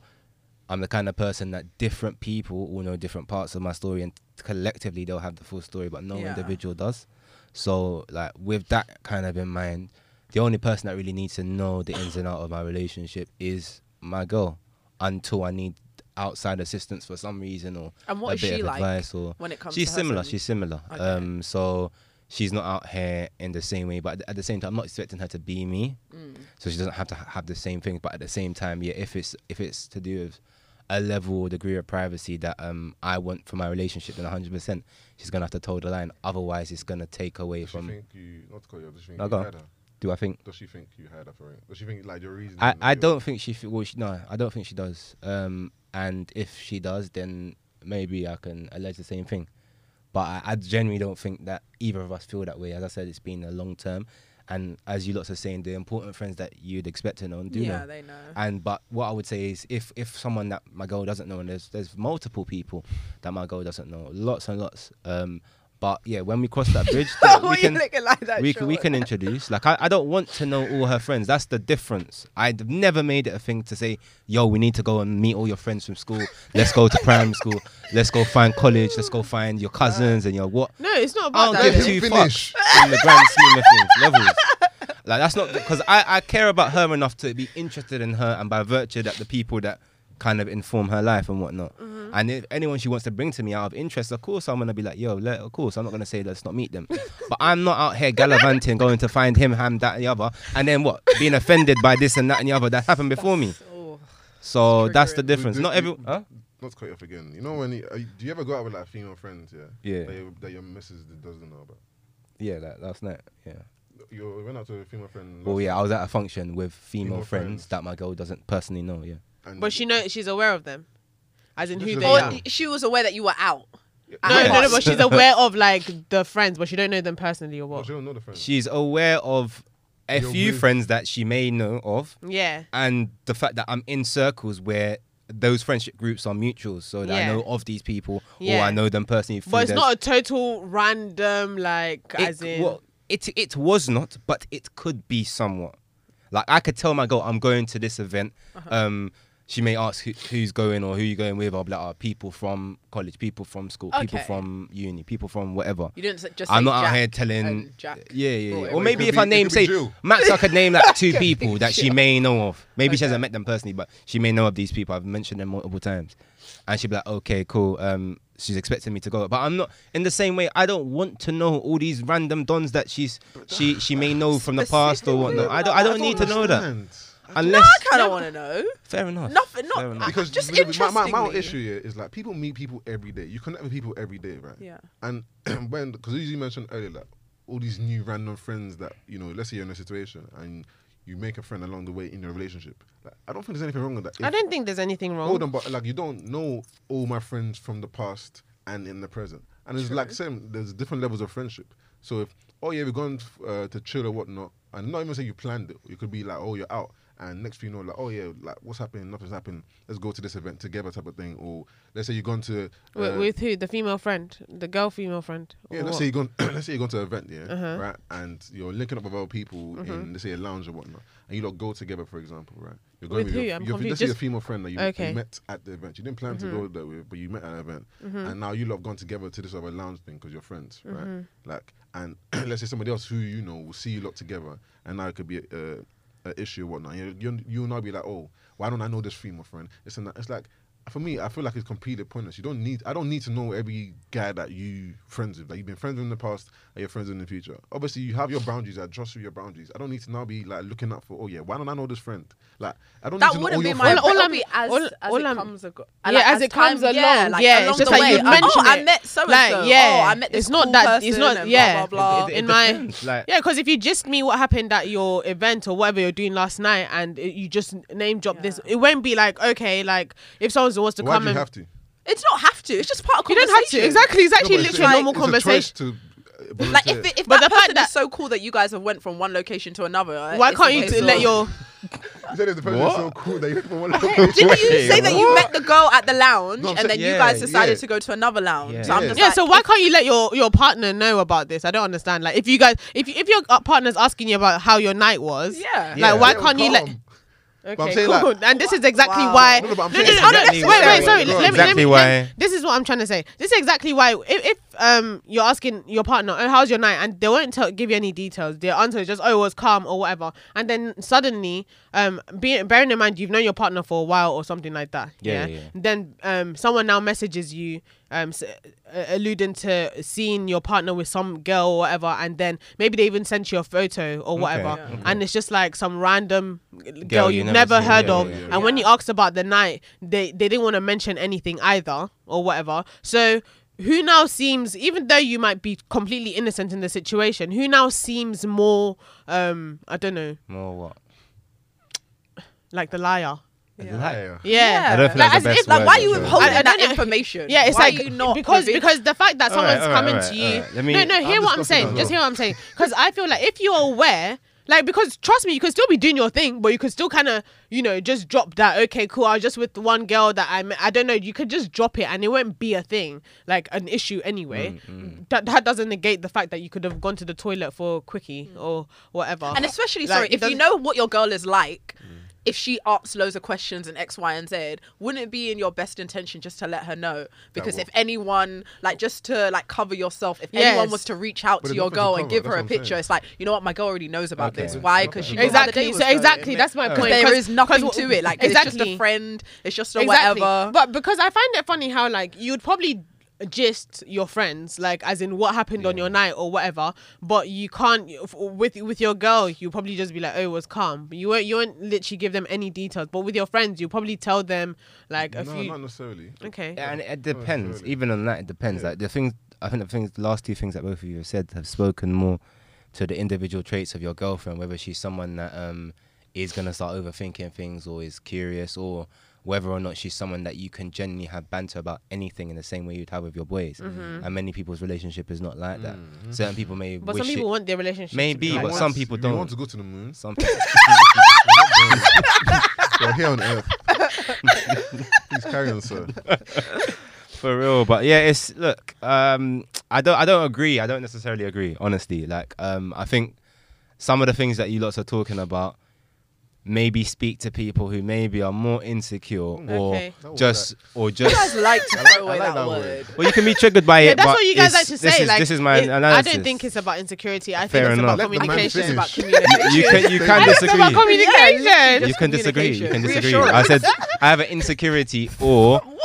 I'm the kind of person that different people will know different parts of my story, and collectively they'll have the full story, but no Yeah. individual does. So, like with that kind of in mind, the only person that really needs to know the ins and out of my relationship is my girl, until I need outside assistance for some reason or And what a is bit she of like advice or when it comes she's to her similar son? she's similar Okay. um so she's not out here in the same way but at the same time i'm not expecting her to be me so she doesn't have to ha- have the same things but at the same time yeah if it's if it's to do with a level or degree of privacy that um i want for my relationship then 100% she's gonna have to toe the line otherwise it's gonna take away Does she from think you not to cut you off, does she think No, you go on. had her? do i think Does she think you had her for it? Does she think like your reason? Mm, I, I don't think she, f- well, she no I don't think she does. Um, and if she does, then maybe I can allege the same thing. But I, I genuinely don't think that either of us feel that way. As I said, it's been a long term, and as you lots are saying, the important friends that you'd expect to know do yeah, know. they know. And but what I would say is if if someone that my girl doesn't know, and there's there's multiple people that my girl doesn't know, lots and lots. Um, but yeah, when we cross that bridge, then we Why can you looking like that? we can, we Sean? can introduce. Like I, I don't want to know all her friends. That's the difference. I've never made it a thing to say, yo, we need to go and meet all your friends from school. Let's go to primary school. Let's go find college. Let's go find your cousins and your what. No, it's not I about don't that. give though. two Finish. fucks in the grand scheme of things. Levels. Like that's not because I, I care about her enough to be interested in her and by virtue that the people that kind of inform her life and whatnot. And if anyone she wants to bring to me out of interest, of course I'm gonna be like, yo, let, of course I'm not gonna say let's not meet them. but I'm not out here gallivanting, going to find him, ham, that and the other, and then what? Being offended by this and that and the other that happened before me. Oh, So that's the triggering. difference. Do- Not do- every. Huh? Not to cut you off again. You know when you, uh, do you ever go out with like female friends? Yeah. Yeah. That, your- that your missus doesn't know about. Yeah, that, that's not. Yeah. You went out to a female friend. Well, last Oh, yeah, I was at a function with female, Female friends, friends. that my girl doesn't personally know. Yeah. and But she knows she's aware of them, as in This who is they all- are. Or she was aware that you were out. No, no, no, Yes. but she's aware of like the friends, but she don't know them personally or Oh, what. she don't know the friend. She's aware of a You're few with- friends that she may know of, Yeah, and the fact that I'm in circles where those friendship groups are mutuals, so that Yeah. I know of these people or Yeah. I know them personally. through but it's their- not a total random like it, as in. well, it it was not, but it could be somewhat. Like I could tell my girl, I'm going to this event. Uh-huh. Um, she may ask who, who's going or who you going with. I'll be like, oh, people from college, people from school, people Okay. from uni, people from whatever. You didn't s- just. I'm say not Jack out here telling. and Jack. Yeah, yeah, Or yeah. whatever. Or maybe could if be- I it name could be say Jill. Max, I could name like two people that she Jill. may know of. Maybe she Okay. hasn't met them personally, but she may know of these people. I've mentioned them multiple times, and she'd be like, "Okay, cool." Um, she's expecting me to go, but I'm not. In the same way, I don't want to know all these random dons that she's she she may know from the past or whatnot. I don't I don't need to know that Understand. unless I kind of want to know. fair enough. Nothing. Fair Not enough. Because just really, my, my, my whole interestingly. issue here is like people meet people every day. You connect with people every day, right? Yeah. And when, because as you mentioned earlier, like all these new random friends that you know, let's say you're in a situation and you make a friend along the way in your relationship. Like, I don't think there's anything wrong with that. I If- don't think there's anything wrong. Hold on, but like you don't know all my friends from the past and in the present, and it's like same. There's different levels of friendship. So if oh yeah, we're going uh, to chill or whatnot, and not even say you planned it. You could be like oh you're out, and next thing you know like oh yeah like what's happening? Nothing's happened. Let's go to this event together type of thing. Or let's say you're going to uh, With, with who? The female friend, the girl female friend. or yeah, let's what? say you're going. let's say you're going to an event, yeah, Uh-huh. Mm-hmm. right, and you're linking up with other people in, let's say, a lounge or whatnot, and you lot go together, for example, right? You're going With who? Your, I'm your, confused. let's say your Just- female friend that you, you Okay. met at the event. You didn't plan to Mm-hmm. go there with, but you met at an event, and now you lot have gone together to this other lounge thing because you're friends, right? Mm-hmm. Like, and let's say somebody else who you know will see you lot together, and now it could be a, a issue or whatnot. You you you'll now be like, oh, why don't I know this female friend? It's and that. It's like. for me, I feel like it's completely pointless. You don't need. I don't need to know every guy that you friends with, that you've been friends with in the past, and you're friends with in the future. Obviously, you have your boundaries. I trust you your boundaries. I don't need to now be like looking up for. Oh yeah, why don't I know this friend? Like I don't need That to know all wouldn't be your my. friends. all All, I'm- be as, all- as all it I'm- comes ago. yeah, like, as it comes along, yeah, along it's just the like way, you I'm- mention oh, I it. met so and Like, so. yeah, oh, I met this it's not cool that- it's person not- and yeah. blah, blah, blah. it- in my- depends, like Yeah, because if you just me what happened at your event or whatever you're doing last night, and it, you just name drop this, Yeah. it won't be like okay, like if someone wants to Why come do you and have to? It's not have to. It's just part of you conversation. don't have to exactly. It's actually No, but it's literally a a- normal it's conversation. A choice to, uh, Like volunteer. if, if But the that fact person is that- so cool that you guys have went from one location to another, uh, Why it's can't a you case t- of- let your You said the person is so cool that you went from one location. Didn't you say that you what? met the girl at the lounge No, I'm saying- and then you yeah, guys decided yeah. to go to another lounge? Yeah. So I'm Yeah. It's just yeah? like, So why can't you let your your partner know about this? I don't understand. Like if you guys, if if your uh, partner's asking you about how your night was, Yeah. like why Yeah, can't you let? calm. But I'm Okay, saying, like- cool. and this is exactly Wow. why. No, no, but I'm no, no, saying- no, no, this is- Exactly wait, wait. why. Sorry, let, let me- let me. Exactly Let me why. this is what I'm trying to say. This is exactly why. If, if um you're asking your partner, oh, how's your night, and they won't tell, give you any details. Their answer is just, oh, it was calm or whatever. And then suddenly, um, being bearing in mind you've known your partner for a while or something like that. Yeah, yeah, yeah. Then um, someone now messages you, um, s- uh, alluding to seeing your partner with some girl or whatever, and then maybe they even sent you a photo or whatever, Yeah. and it's just like some random girl, Girl you've you never, never seen, heard yeah, of, yeah, and yeah. when Yeah. you asked about the night, they they didn't want to mention anything either or whatever. So. Who now seems, even though you might be completely innocent in the situation, who now seems more, um, I don't know, more what? like the liar? Liar. Yeah. I don't feel Like, that's as the if, best like, word, why are you actually. withholding I- I that don't know. information? Yeah, it's Why are like you not because giving- because the fact that All right, someone's all right, coming all right, to you. all right. Let me- no, no, I'm hear what I'm discussing saying. as Just well. hear what I'm saying. Because I feel like if you're aware, like because trust me, you could still be doing your thing, but you could still kind of you know just drop that. Okay, cool. I was just with one girl that I met. I don't know. You could just drop it, and it won't be a thing, like an issue anyway. Mm, That that doesn't negate the fact that you could have gone to the toilet for a quickie or whatever. Mm. And especially, Uh-huh. Like, sorry, it if you doesn't- Mm. know what your girl is like, if she asks loads of questions and X, Y, and Z, wouldn't it be in your best intention just to let her know? Because will- if anyone, like, just to like cover yourself, if Yes. anyone was to reach out But to there's your nothing to girl and cover, give that's her a what I'm saying. picture, it's like, you know what, my girl already knows about Okay. this. Why? Because she Okay. knows how the Exactly. day was So going. exactly, that's my Because point. There 'cause- is nothing 'cause- to it. Like, it's just Exactly. a friend. It's just a exactly. whatever. But because I find it funny how like you'd probably gist your friends like as in what happened on your night or whatever but you can't f- with with your girl you probably just be like oh it was calm you won't you won't literally give them any details but with your friends you probably tell them like a no, few not necessarily. okay Yeah, and Oh, it depends. really. Even on that, it depends. Like the things, I think the things, the last two things that both of you have said have spoken more to the individual traits of your girlfriend, whether she's someone that um is gonna start overthinking things or is curious, or whether or not she's someone that you can genuinely have banter about anything in the same way you'd have with your boys. And many people's relationship is not like that. Certain people may Mm-hmm. but wish some people it. want their relationship to be Maybe, like but that. some people you don't. want to go to the moon. Some people. You're here on Earth. Please carry on, sir. For real, but yeah, it's look. Um, I don't, I don't agree. I don't necessarily agree, honestly. Like, um, I think some of the things that you lots are talking about maybe speak to people who maybe are more insecure Okay. or No, just or you guys just. like to throw away like that, that word. word. well, you can be triggered by yeah it. that's but what you guys it's- like to this say is- like this is my it- i analysis. don't think it's about insecurity i Fair think it's about Let enough. the man communication finish. about You- communication. you can you I can think it's about disagree. communication You can disagree. You can communication. disagree. I said I have an insecurity or What?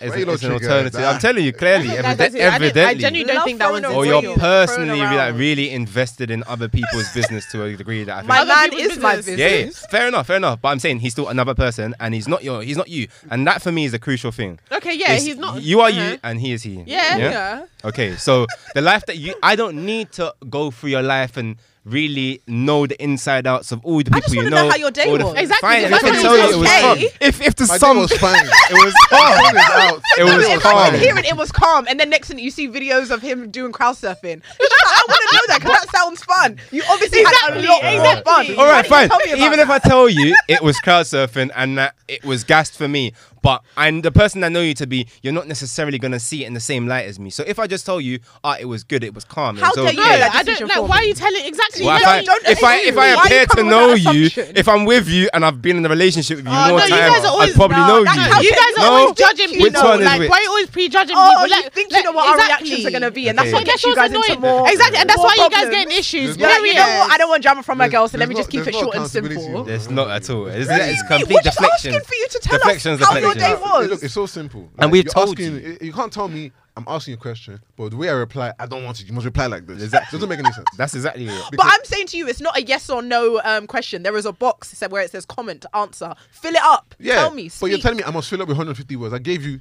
as, Why you a, lot as an triggered? alternative. Nah. I'm telling you clearly, Like, evident, that's it. I don't- I evidently. genuinely don't Love think that throwing one's or away real. your you're personally thrown like around. really invested in other people's business to a degree that I think. My Other man people's is my business. business. yeah, yeah, fair enough, fair enough. But I'm saying he's still another person, and he's not your, he's not you, and that for me is a crucial thing. okay Oh, yeah It's he's not You are uh-huh. you, and he is he. Yeah, yeah. Okay, so the life that you, I don't need to go through your life and really know the inside outs of all the people I just you want to know. know how your day all the- was. Exactly, Fine, the if I fact can that tell it you it was was calm. okay. If if to My some, day was fine. it was calm. Sun is out. It was No, It's it's calm. calm. Hearing it was calm, and then next thing you see videos of him doing crowd surfing. It's just like, I want to know that because that sounds fun. You obviously Exactly, had a lot of exactly. fun. All right, fine. Why didn't you tell me about Even if I tell you it was crowd surfing and that it was gassed for me, but I'm the person I know you to be, you're not necessarily gonna see it in the same light as me. So if I just tell you, ah, it was good, it was calm, it How was dare okay. you No, Yeah, that I don't decision like. for Why are me. you telling exactly? Well, if, let I, me- don't if I if I assume. Why are you appear to coming with know that you, assumption? if I'm with you and I've been in a relationship with you Oh, more no, you time, guys are always- I'd probably no, know that's you. how you guys are no, always judging people. Which one is like, which? why are you always prejudging Oh, people? you think you know what our reactions are going to be, and Okay. that's what But gets you guys into more. Exactly, and that's more why you guys problems. getting issues. There's no- You're like, you know period. what? I don't want drama from my There's- girl, so let me there's just no- keep it there's no short and accountability. simple. There's not at all. It's, Really? it's Wait, complete We're just deflection. asking for you to tell Deflection's us how your your day relationship. was. Look, it's so simple. And we've you're told asking, you. You can't tell me I'm asking you a question, but the way I reply, I don't want you. You must reply like this. Exactly. Doesn't make any sense. That's exactly it. But I'm saying to you, it's not a yes or no um, question. There is a box sa- where it says comment, answer. Fill it up. yeah. Tell me. But you're speak. telling me I must fill up with 150 words. I gave you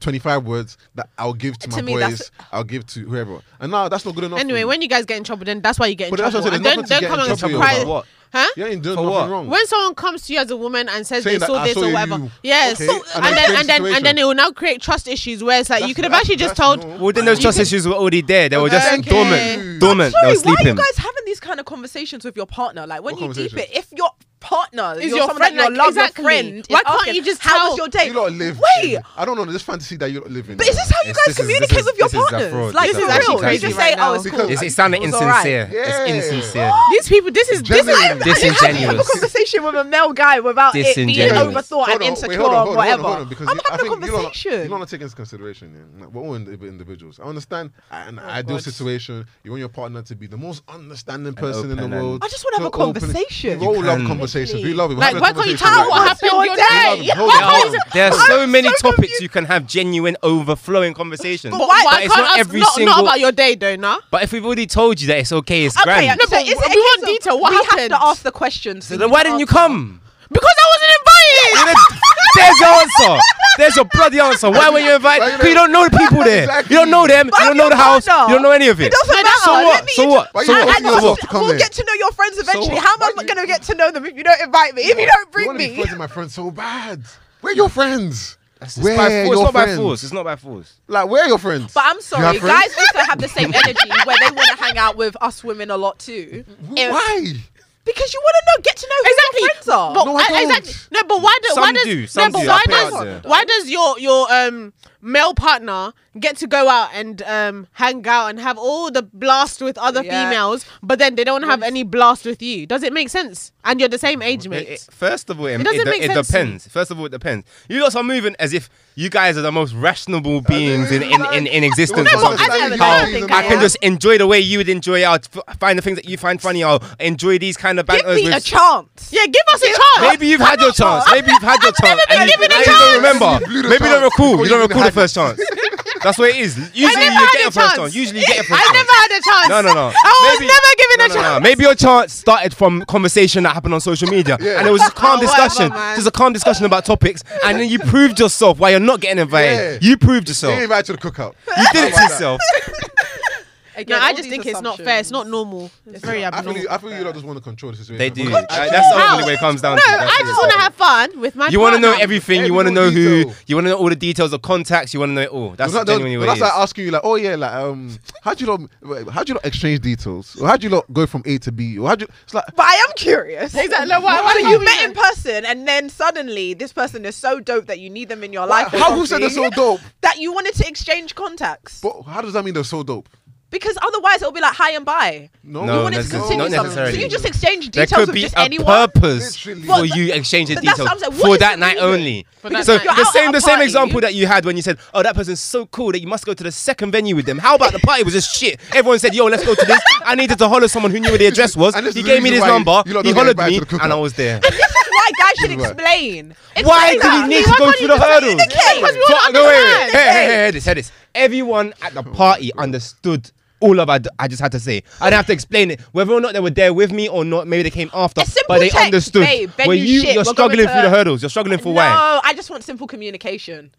25 words that I'll give to, To my me, boys. that's- I'll give to whoever. And now that's not good enough. for Anyway, you. when you guys get in trouble, then that's why you get in But that's what trouble. I And said, then, there's then nothing to come get and in trouble surprise. about. Huh? you ain't doing For nothing what? wrong. When someone comes to you as a woman and says Saying they that, saw "I this saw or you." whatever, yes, Okay, and then and, then explain and then the and then it situation. will now create trust issues where it's like you That's- could have that's- actually just that's told. normal. Well, then those You trust could- issues were already there. They were just Okay. dormant, I'm I'm dormant. They sorry, were why are you sleeping. guys having these kind of conversations with your partner? Like when What you deep it, conversations? if your partner Is you're your someone that friend, your like, love, exactly. your friend, is Why can't asking, you just how tell- was your day? You lot live. Wait, I don't know this fantasy that you lot live in. but is this how you It's- guys this is- this communicate is- with your this is a partners? fraud. Like This is for actually real, you crazy just right say, now. "Oh, it's cool." Because It's, it sounded It was alright. insincere. Yeah. It's insincere. These people, this is this Genuine. is I didn't have a Disingenuous. conversation with a male guy without it being Disingenuous. overthought and wait, insecure hold on, or hold on, whatever. hold on, because I'm you- I having a think you lot- You conversation. don't take into consideration. Yeah. We're all indi- individuals. I understand an ideal Oh, God. situation. You want your partner to be the most understanding person in the open and- world. I just wanna have so a conversation. We all You love can. conversations. We love it. We're like. having a Why can't you conversation tell right what now. happened Your your day. day? Yeah, Why hold can't on. you say- There are so I'm many so topics confused. you can have genuine overflowing conversations. But why- Why it's can't not us every not single. not about your day, though, nah? but if we've already told you that it's okay, it's Okay, grand. no, but but is it's it a we case want of- detail. What we have to happened? ask the questions. so then why didn't you come? Because I wasn't invited. Then There's your answer. There's your bloody answer. Why were you invited? Why you 'Cause you don't know the people there. Exactly. You don't know them. But you don't I'm know your the house. You partner. don't know any of it. It doesn't Like, matter. that's so Let what? me So inter- what? Why So you what? asking So us what? to come We'll here? get to know your friends eventually. what? How am I Why you- going to get to know them if you don't invite me? If you don't You bring want to be me, friends with my friends so bad. Where are your friends? It's Where by are force. It's your not by friends? force. It's not by force. Like, where are your friends? But I'm You have sorry, friends? guys also have the same energy where they want to hang out with us women a lot too. If- Why? Because you want to know, get to know who Exactly. your friends are. But No, I why- don't. exactly. No, but why, do, why Some does do, some no, but do, why I'll put it out does there. why does your your um male partner get to go out and um hang out and have all the blast with other Yeah. females, but then they don't have any blast with you? Does it make sense? And you're the same age, mate. It- it- first of all, it, It doesn't it de- make it sense to me. depends. First of all, it depends. You guys are moving as if you guys are the most rational beings in, in, in, in existence. No, or but I something. don't- I How don't think I I can am. just enjoy the way you would enjoy. I'll f- find the things that you find funny. I'll enjoy these kind of Give banters. me with- a chance. yeah, give us a chance. Maybe you've had your chance. Maybe you've had your chance. been and you- given a and you chance. don't remember. You blew the Maybe you don't chance recall. before You don't you even recall the had first chance. That's what it is. Usually never you had get a a first chance. chance. Usually you get a first I chance. never had a chance. No, no, no. I was never given no, a no, chance. No, Maybe your chance started from conversation that happened on social media, and it was a calm Oh, whatever, discussion. man. Just a calm discussion about topics, and then you proved yourself why you're not getting invited. Yeah. You proved They ain't yourself. invited to the cookout. You did it to yourself. No, Again, I all just these think it's not fair. It's not normal. It's very I feel, abnormal. you, I feel you lot just want to control the situation. They do. Because Uh, That's How? ultimately what it comes down No, to. That's I it. just want to have fun with my. You want to know partner. everything. Every You want to know little who. detail. You want to know all the details of contacts. You want to know it all. That's Well, that- genuinely well, what that's it is. like asking you like, oh yeah, like um, how do you not, how do you not exchange details? Or how do you not go from A to B? Or how do you? It's like But I am curious. Exactly. Like, why- why so do you we met know? in person, and then suddenly this person is so dope that you need them in your life. or how who said they're so something, dope? That you wanted to exchange contacts. But how does that mean they're so dope? Because otherwise it'll be like hi and bye. No, No, you wanted to necess- continue not something. So necessarily. you just exchange There details could of be just a anyone. purpose Literally. for Well, you exchanging but that's details what I'm saying. What for is that the night reason? only. that So night. You're the out same at the a same party. example that you had when you said, "Oh, that person's so cool that you must go to the second venue with them." How about the party was just shit? Everyone said, "Yo, let's go to this." I needed to holler someone who knew where the address was. And this He is the gave me reason this why number. you lot He don't get hollered invited me, to the cookout. and I was there. This is why guys should Right. explain. It's Why like did that. we need Why to go can't through you the just hurdle? communicate? Because we all Fuck, No, wait, wait, understand. wait. Hey, hey, hey, hey, this, hey, this. Everyone at the party understood all of I, I just had to say. I didn't have to explain it. Whether or not they were there with me or not, maybe they came after. A simple But they text, understood. babe, Where venue you, shit, you're we're going struggling to- through the hurdles. You're struggling for no, why. I just want simple communication.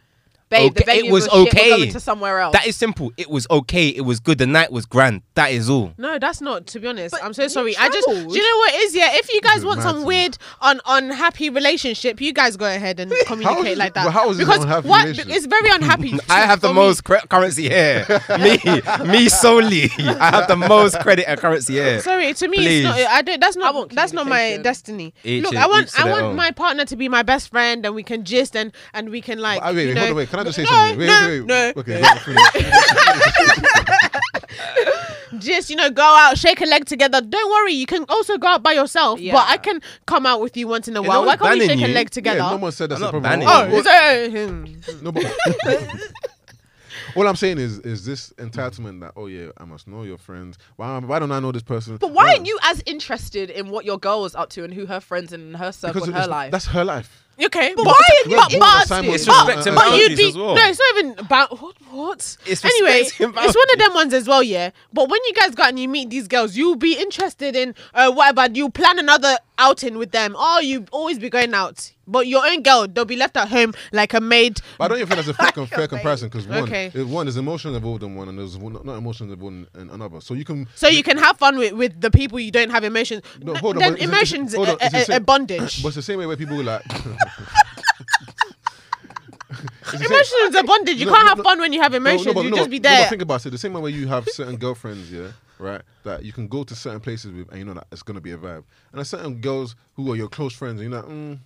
Babe, the Okay, venue it was, shit, okay. We're going to somewhere else. That is simple. It was okay. It was good. The night was grand. That is all. No, that's not. To be honest, But I'm so you sorry. I just, do you know travelled. what it is yeah? If you guys want some mad. weird, un, unhappy relationship, you guys go ahead and communicate is like it- that. but how is it an unhappy what? relationship? It's very unhappy. I have the for me. most cre- currency here. me, me solely. I have the most credit and currency here. Sorry, to me, it's not, Please. I don't. That's not. want That's not my communication. destiny. Each Look, is- I want. each to I their want oh. own. my partner to be my best friend, and we can gist and and we can like. I wait, you wait, know, hold on, wait. Can I just say no, something? Wait, no, wait, no. wait. Okay. hold on, finish. just you know go out shake a leg together don't worry you can also go out by yourself Yeah. but i can come out with you once in a Yeah, while why no one's can't we banning shake a you. leg yeah, together no one said that's I'm a not problem. banning oh you. is that, hmm. No, but all I'm saying is, is this entitlement that oh yeah, I must know your friends. Why, why don't I know this person? but why Yeah. aren't you as interested in what your girl is up to and who her friends and her circle Because and her it's- life? That's her life. Okay, but, Why are you Well, but, well, but, Simon- but- It's but, respect and but you'd boundaries be as well. no, it's not even about what. what? It's anyway, it's respect and one of them ones as well, yeah. But when you guys go out and you meet these girls, you'll be interested in uh, whatever. You plan another outing with them, or you always be going out. But your own girl, they'll be left at home like a maid. But I don't even think that's a fair, com- fair comparison because one, Okay. it- one is emotions involved in one, and there's one, not emotions involved in another. So you can. So you can have fun with, with the people you don't have emotions. No, hold on, then but it's- it's- emotions hold on, a, it's the a, a, same- bondage. But it's the same way where people were like. It's the same- Emotions are bondage. You No, can't no, have no. fun when you have emotions. but- you but- just be no, but there. think about it. The same way where you have certain girlfriends, yeah, right, that you can go to certain places with, and you know that it's gonna be a vibe. And there's certain girls who are your close friends, and you're like, mm,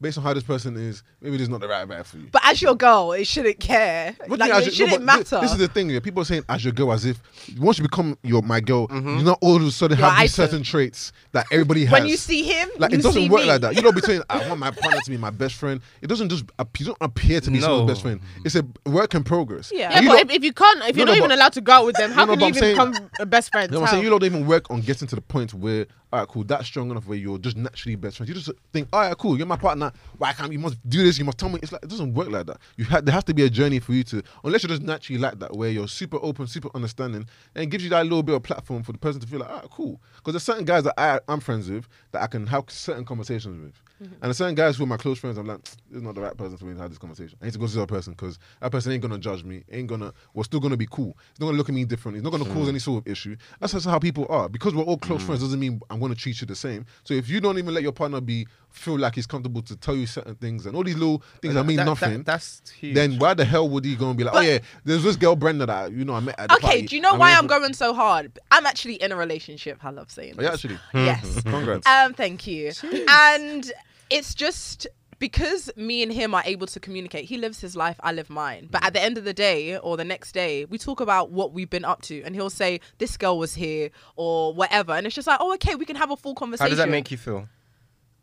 based on how this person is, maybe this is not the right vibe for you. but as your girl, it shouldn't care. What do like you mean as it your- no, shouldn't but thi- matter. This, is the thing. Yeah, people are saying as your girl, as if once you become your my girl, you not all of a sudden Mm-hmm. Your have these item. certain traits that everybody has. when you see him, Like you it doesn't see work me. like that. You know, between I want my partner to be my best friend. It doesn't just ap- you don't appear to be someone's No. best friend. It's a work in progress. Yeah. yeah, You but lot- if, if you can't, if No, you're no, not even but- allowed to go out with them, how No, no, can you even but I'm saying- become a best friend? You know what I'm saying? How? You lot don't even work on getting to the point where, all right, cool, that's strong enough where you're just naturally best friends. You just think, all right, cool, you're my partner. Why can't you must do this? You must tell me. It's like it doesn't work like that. You ha- there has to be a journey for you to, unless you're just naturally like that, where you're super open, super understanding, and it gives you that little bit of platform for the person to feel like, all right, cool. Because there's certain guys that I am friends with that I can have certain conversations with, Mm-hmm. and there's certain guys who are my close friends. I'm like, this is not the right person for me to have this conversation. I need to go to the other person because that person ain't gonna judge me. Ain't gonna. We're still gonna be cool. It's not gonna look at me different. It's not gonna cause any sort of issue. That's just how people are. Because we're all close friends doesn't mean I'm gonna treat you the same. So if you don't even let your partner be feel like he's comfortable to tell you certain things and all these little things that mean That- that- nothing. that's huge. then why the hell would he gonna be like, oh yeah, there's this girl Brenda that you know I met at the Okay, party. do you know I why met- I'm going so hard? I'm actually in a relationship. I love saying. Oh, Are you this. actually? Yes. Congrats. Um, thank you. And it's just because me and him are able to communicate. He lives his life, I live mine. But at the end of the day or the next day, we talk about what we've been up to, and he'll say this girl was here or whatever, and it's just like, oh, okay, we can have a full conversation. How does that make you feel?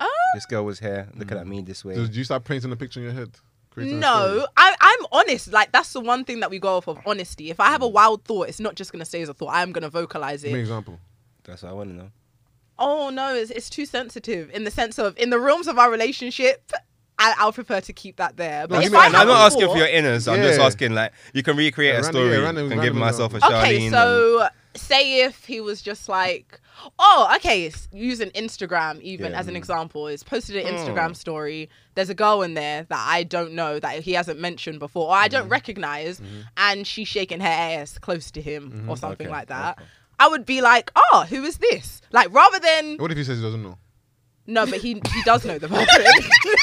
Uh, This girl was here looking at me this way. Did you start painting a picture in your head? Creating a story? No, I, I'm honest. Like that's the one thing that we go off of honesty. If I Mm. have a wild thought, it's not just gonna stay as a thought. I am gonna vocalize Give me an it. example. That's what I want to know. Oh no, it's, it's too sensitive in the sense of in the realms of our relationship. I, I'll prefer to keep that there. But you if mean- I and have I'm a not asking thought- for your inners. I'm just Yeah. asking like you can recreate Yeah, a random- story yeah, random- and give random myself a Charlene. Okay, and- so say if he was just like, oh, okay, s- using Instagram even Yeah. as an example, is posted an Oh. Instagram Mm. story. There's a girl in there that I don't know that he hasn't mentioned before or I Mm-hmm. don't recognize, and she's shaking her ass close to him Mm-hmm. or something Okay, like that. I would be like, oh, who is this? Like, rather than What if he says he doesn't know? no, but he he does know the person.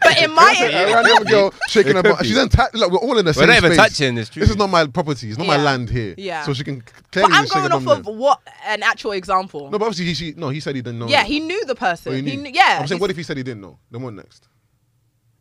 but in Yeah, my e, right, there we go, shaking her could butt. be. She's untouched. Look, we're all in the same not even space. touching, it's true. This is not my property. It's not my Yeah. land here. Yeah. So she can but clearly I'm just shake going her off bum of there. what an actual example. No, but obviously he, she, no, he said he didn't know. yeah, it. he knew the person. Oh, he He knew. kn- yeah. I'm he's- saying, what if he said he didn't know? Then what next?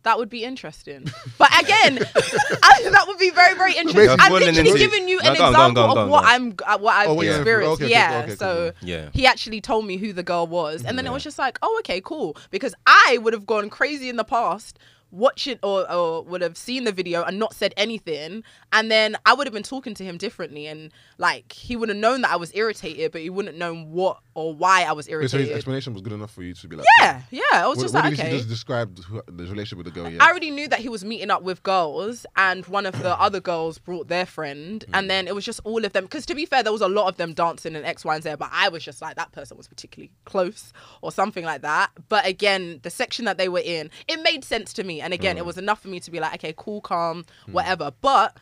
That would be interesting. But again, I, that would be very, very interesting. basically- I'm Well, then literally it's- giving you No, an go on, go on, example go on, go of on, what go on. I'm, uh, what I've Oh, yeah, experienced. okay, okay, yeah. okay, so cool. Yeah. he actually told me who the girl was, and then it Yeah. was just like, oh, okay, cool. Because I would have gone crazy in the past. watching or, or would have seen the video and not said anything and then I would have been talking to him differently and like he would have known that I was irritated but he wouldn't have known what or why I was Wait, so his irritated. explanation was good enough for you to be like, Yeah, yeah. I was What, just what like did okay. he just describe who- the relationship with the girl? Yeah. I already knew that he was meeting up with girls, and one of the other girls brought their friend, Mm. and then it was just all of them. Because to be fair, there was a lot of them dancing and X, Y, and Z, but I was just like, that person was particularly close or something like that. But again, the section that they were in, it made sense to me. And again, Mm. it was enough for me to be like, okay, cool, calm, whatever. But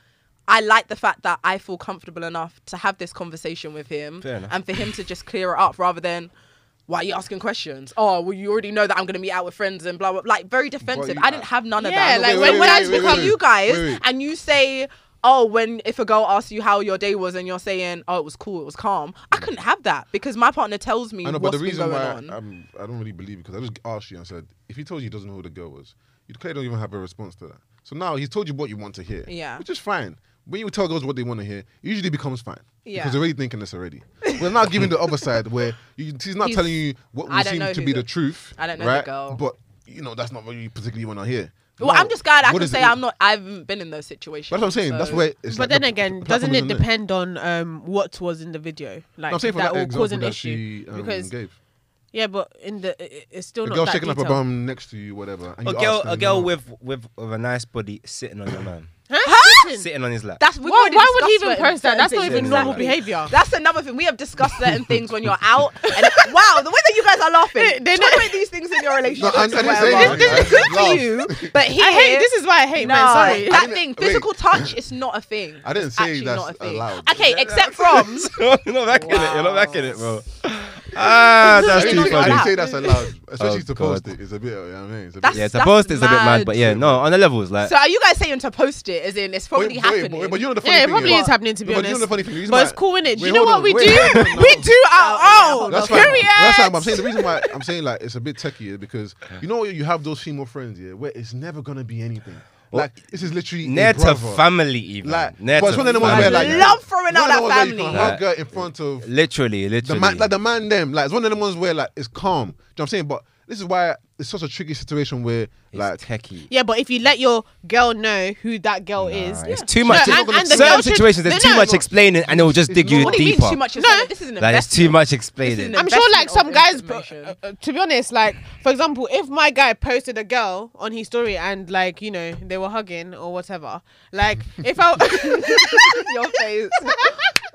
I like the fact that I feel comfortable enough to have this conversation with him Fair enough. and for him to just clear it up rather than. Why are you asking questions? Oh, well, you already know that I'm going to meet out with friends and blah, blah, like very defensive. you- I didn't have none none Yeah, of like, that. wait, when, wait, when I wait, speak wait, about wait. you guys Wait, wait. and you say, oh, when if a girl asks you how your day was and you're saying, oh, it was cool, it was calm, I couldn't have that because my partner tells me Mm. I know, but what's the reason been why going on. I'm, I don't really believe because I just asked you and said, if he told you he doesn't know who the girl was, you clearly don't even have a response to that. So now he's told you what you want to hear, Yeah. which is fine. When you tell girls what they want to hear, it usually becomes fine Yeah. because they're already thinking this already. We're now giving the other side where you, he's not He's- telling you what I would don't seem know to who be the- the truth. I don't know the right? girl. but you know that's not what you particularly want to hear. well, Now, I'm just glad I what can is say it- I'm not. I haven't been in those situations. But that's what I'm saying. That's so- where. It's but like then the- again, the doesn't platform it isn't there. depend on um, what was in the video? Like I'm saying if for that that will example cause an that issue she um, because gave. Yeah, but in the i- i- it's still A not girl that shaking up a detailed. bum next to you, whatever. And A you girl, ask her, a girl "No." with, with with a nice body sitting on your man, Huh? Sitting. sitting on his lap. That's Why, we've already why would he discussed even certain- post that? That's not certain even things. normal Exactly. behavior. That's another thing. We have discussed certain things when you're out. And it- wow, the way that you guys are laughing. They- they Talk know- about these things in your No, relationship. I, I didn't say Whatever. that. This- guys. Laugh. you, but here, I hate. This is why I hate no, men. Sorry. that didn't- thing, wait. physical touch, is not a thing. I didn't It's say actually that's not a thing. allowed. Okay, except from you're not backing it. You're not Wow. backing it, bro. Ah, I that's didn't, too Sitting on say- I your funny. didn't lap. say that's allowed, especially Oh, to post God. it. It's a bit. You know what I mean, it's a That's- bit. Yeah, to that's post is a bit mad, mad. but yeah, no, on the levels, like So are you guys saying to post it? As in, it's Wait, probably wait, happening. But, but you know the funny Yeah, it thing probably is, is happening to be No, but you know honest. the funny thing is, But it's might- cool, innit? Wait, Do you know hold what on, we wait, do? hold on, we no. do our Oh, own. yeah, That's fine. That's fine. Period. But I'm saying the reason why I'm saying like it's a bit techie is because you know you have those female friends here where it's never gonna be anything. Well, Like this is literally near a to brother. family, even Like, near but to it's one of them ones family. where like I love throwing it's one of them out that ones where you family. can hug her in front of literally, the literally. man, like the man them. Like it's one of them ones where like it's calm. Do you know what I'm saying? But this is why it's such a tricky situation where it's like techie. Yeah, but if you let your girl know who that girl is, Nah, It's too much. No, it's- and- and the girl certain should- situations, there's no, too no, much no. explaining, and it will just It's dig you not- What do you deeper. mean too much? No. No, this is an Like it's too investment. much This is explaining. an I'm sure, like investment some of guys, bro- information. uh, uh, to be honest, like for example, if my guy posted a girl on his story and like you know they were hugging or whatever, like if I Your face.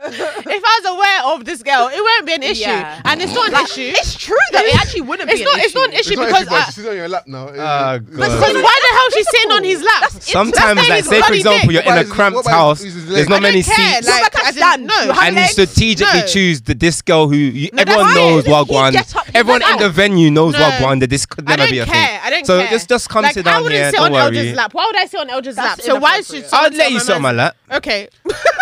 if I was aware of this girl, it won't be an issue, Yeah. and it's not an issue. It's true that it actually wouldn't It's be. not. An It's not an issue it's not because actually, but I- she's on your lap now. Ah, God. because why the hell she's sitting on his lap? Sometimes, That's like the say for bloody example, thing. you're in Why a is it- cramped why house. is his leg? There's I not don't many care, seats, Like, Rebecca I didn't- Stan, no. you have and you legs? strategically No. choose the this girl who you, No, that's everyone fine. knows This- you Wagwan. get up, you Everyone get in the out. venue knows No. Wagwan. That this could I never don't be a care. thing. I don't so care. just just come like, sit I down wouldn't here. sit Don't on Elder's worry. lap. Why would I sit on Elder's That's lap? So why should inappropriate. someone I'd sit let on you my sit on my man's- lap, Okay.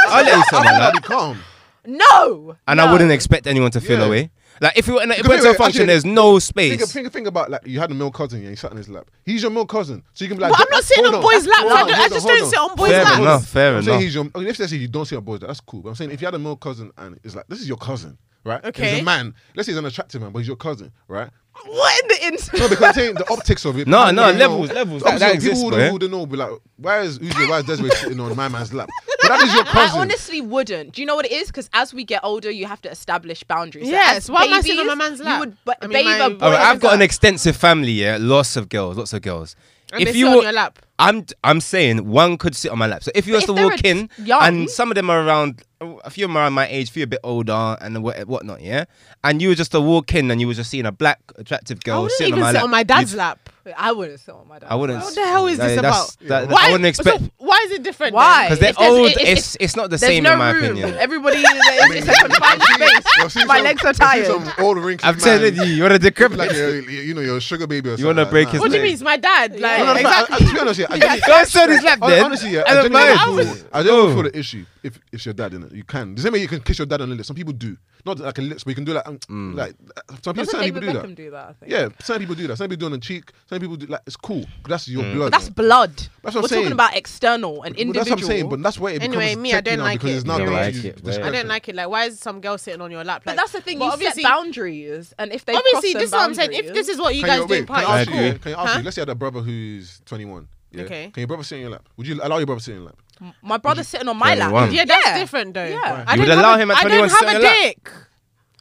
I'll let you sit on my lap. Be calm. No. and No. I wouldn't expect anyone to feel Yeah. away. Like if we went, if Because we went to wait, a function, actually- there's no Think, space. think, think about like you had a male cousin, yeah, you sat on his lap. He's your male cousin, so you can be like. But I'm not sitting hold on boys' laps. hold on, I don't- I hold on, just hold don't on. sit on boys' Fair laps. enough, fair I'm saying enough. he's your. I mean, if let's say you don't see a boys, that's cool. But I'm saying if you had a male cousin and it's like this is your cousin, right? And He's Okay. a man. Let's say he's an attractive man, but he's your cousin, right? What in the ins? No, because I'm saying the optics of it. No, people no, wouldn't levels, levels. That- Obviously, that people exists, wouldn't- man. wouldn't know. Be like, why is Uzi, why is Desiree sitting on my man's lap? But that is your cousin. I honestly wouldn't. Do you know what it is? Because as we get older, you have to establish boundaries. So Yes, as why am I sitting on babies, my man's lap? You would ba- I mean, bathe my- a Alright, Oh, boy All right, in I've his got an lap. extensive family, yeah, lots of girls, lots of girls. And they sit on were- your lap. I'm I'm saying one could sit on my lap. So if you were if to they were walk in, young- and some of them are around, a few of them are around my age, a few a bit older, and what whatnot, yeah. And you were just to walk in, and you were just seeing a black attractive I girl wouldn't sitting even on my sit lap. on my dad's lap. I wouldn't sit on my dad. I wouldn't. What the hell is that- this that's- about? that- Why? I wouldn't expect so why is it different? Why? then? because they're if there's- old. if- if- It's it's not the There's same no in my room. opinion. Everybody, it's, it's a confined I've space. seen My some- legs are I've seen tired. Some old wrinkly I'm man, telling you, you're a decrepit. Like uh, you're- you know, you're a sugar baby or something. wanna like, break nah. his What do you leg. mean? It's my dad. Like No, no, no, exactly. I, I, to be honest, yeah, I genuinely- Go sit on his lap Hon- then. Honestly, yeah, I I don't genuinely mind. feel, I genuinely Oh. feel the issue if if it's your dad in it. You can. The same way you can kiss your dad on the lips. Some people do. Not like a lips, but you can do like um, like uh, some people. Doesn't Some people David do that. Beckham do that? I think. Yeah, some people do that. Some people do it on the cheek. Some people do like it's cool. 'cause That's your blood. That's blood. That's what I'm We're saying. talking about external and Well, individual. that's what I'm saying. But that's where it Anyway, becomes me, I techie don't now like because it. it's now Yeah, down like to it, you but- I discretion. don't like it. Like, why is some girl sitting on your lap? But Like, that's the thing. but You set obviously, boundaries, and if they obviously, cross this is them what I'm saying. If boundaries- this is what you Can guys you- do wait, in can I parties, ask I cool. you? agree. Can I ask Huh? you? Let's say you had a brother who's 21. Yeah. Okay. Can your brother sit in your lap? Would you allow your brother to sit in your lap? my brother sitting on my lap. 21. Yeah, that's different though. Yeah. I You would don't have allow a- him at I don't 21 to sit on have a your lap? dick.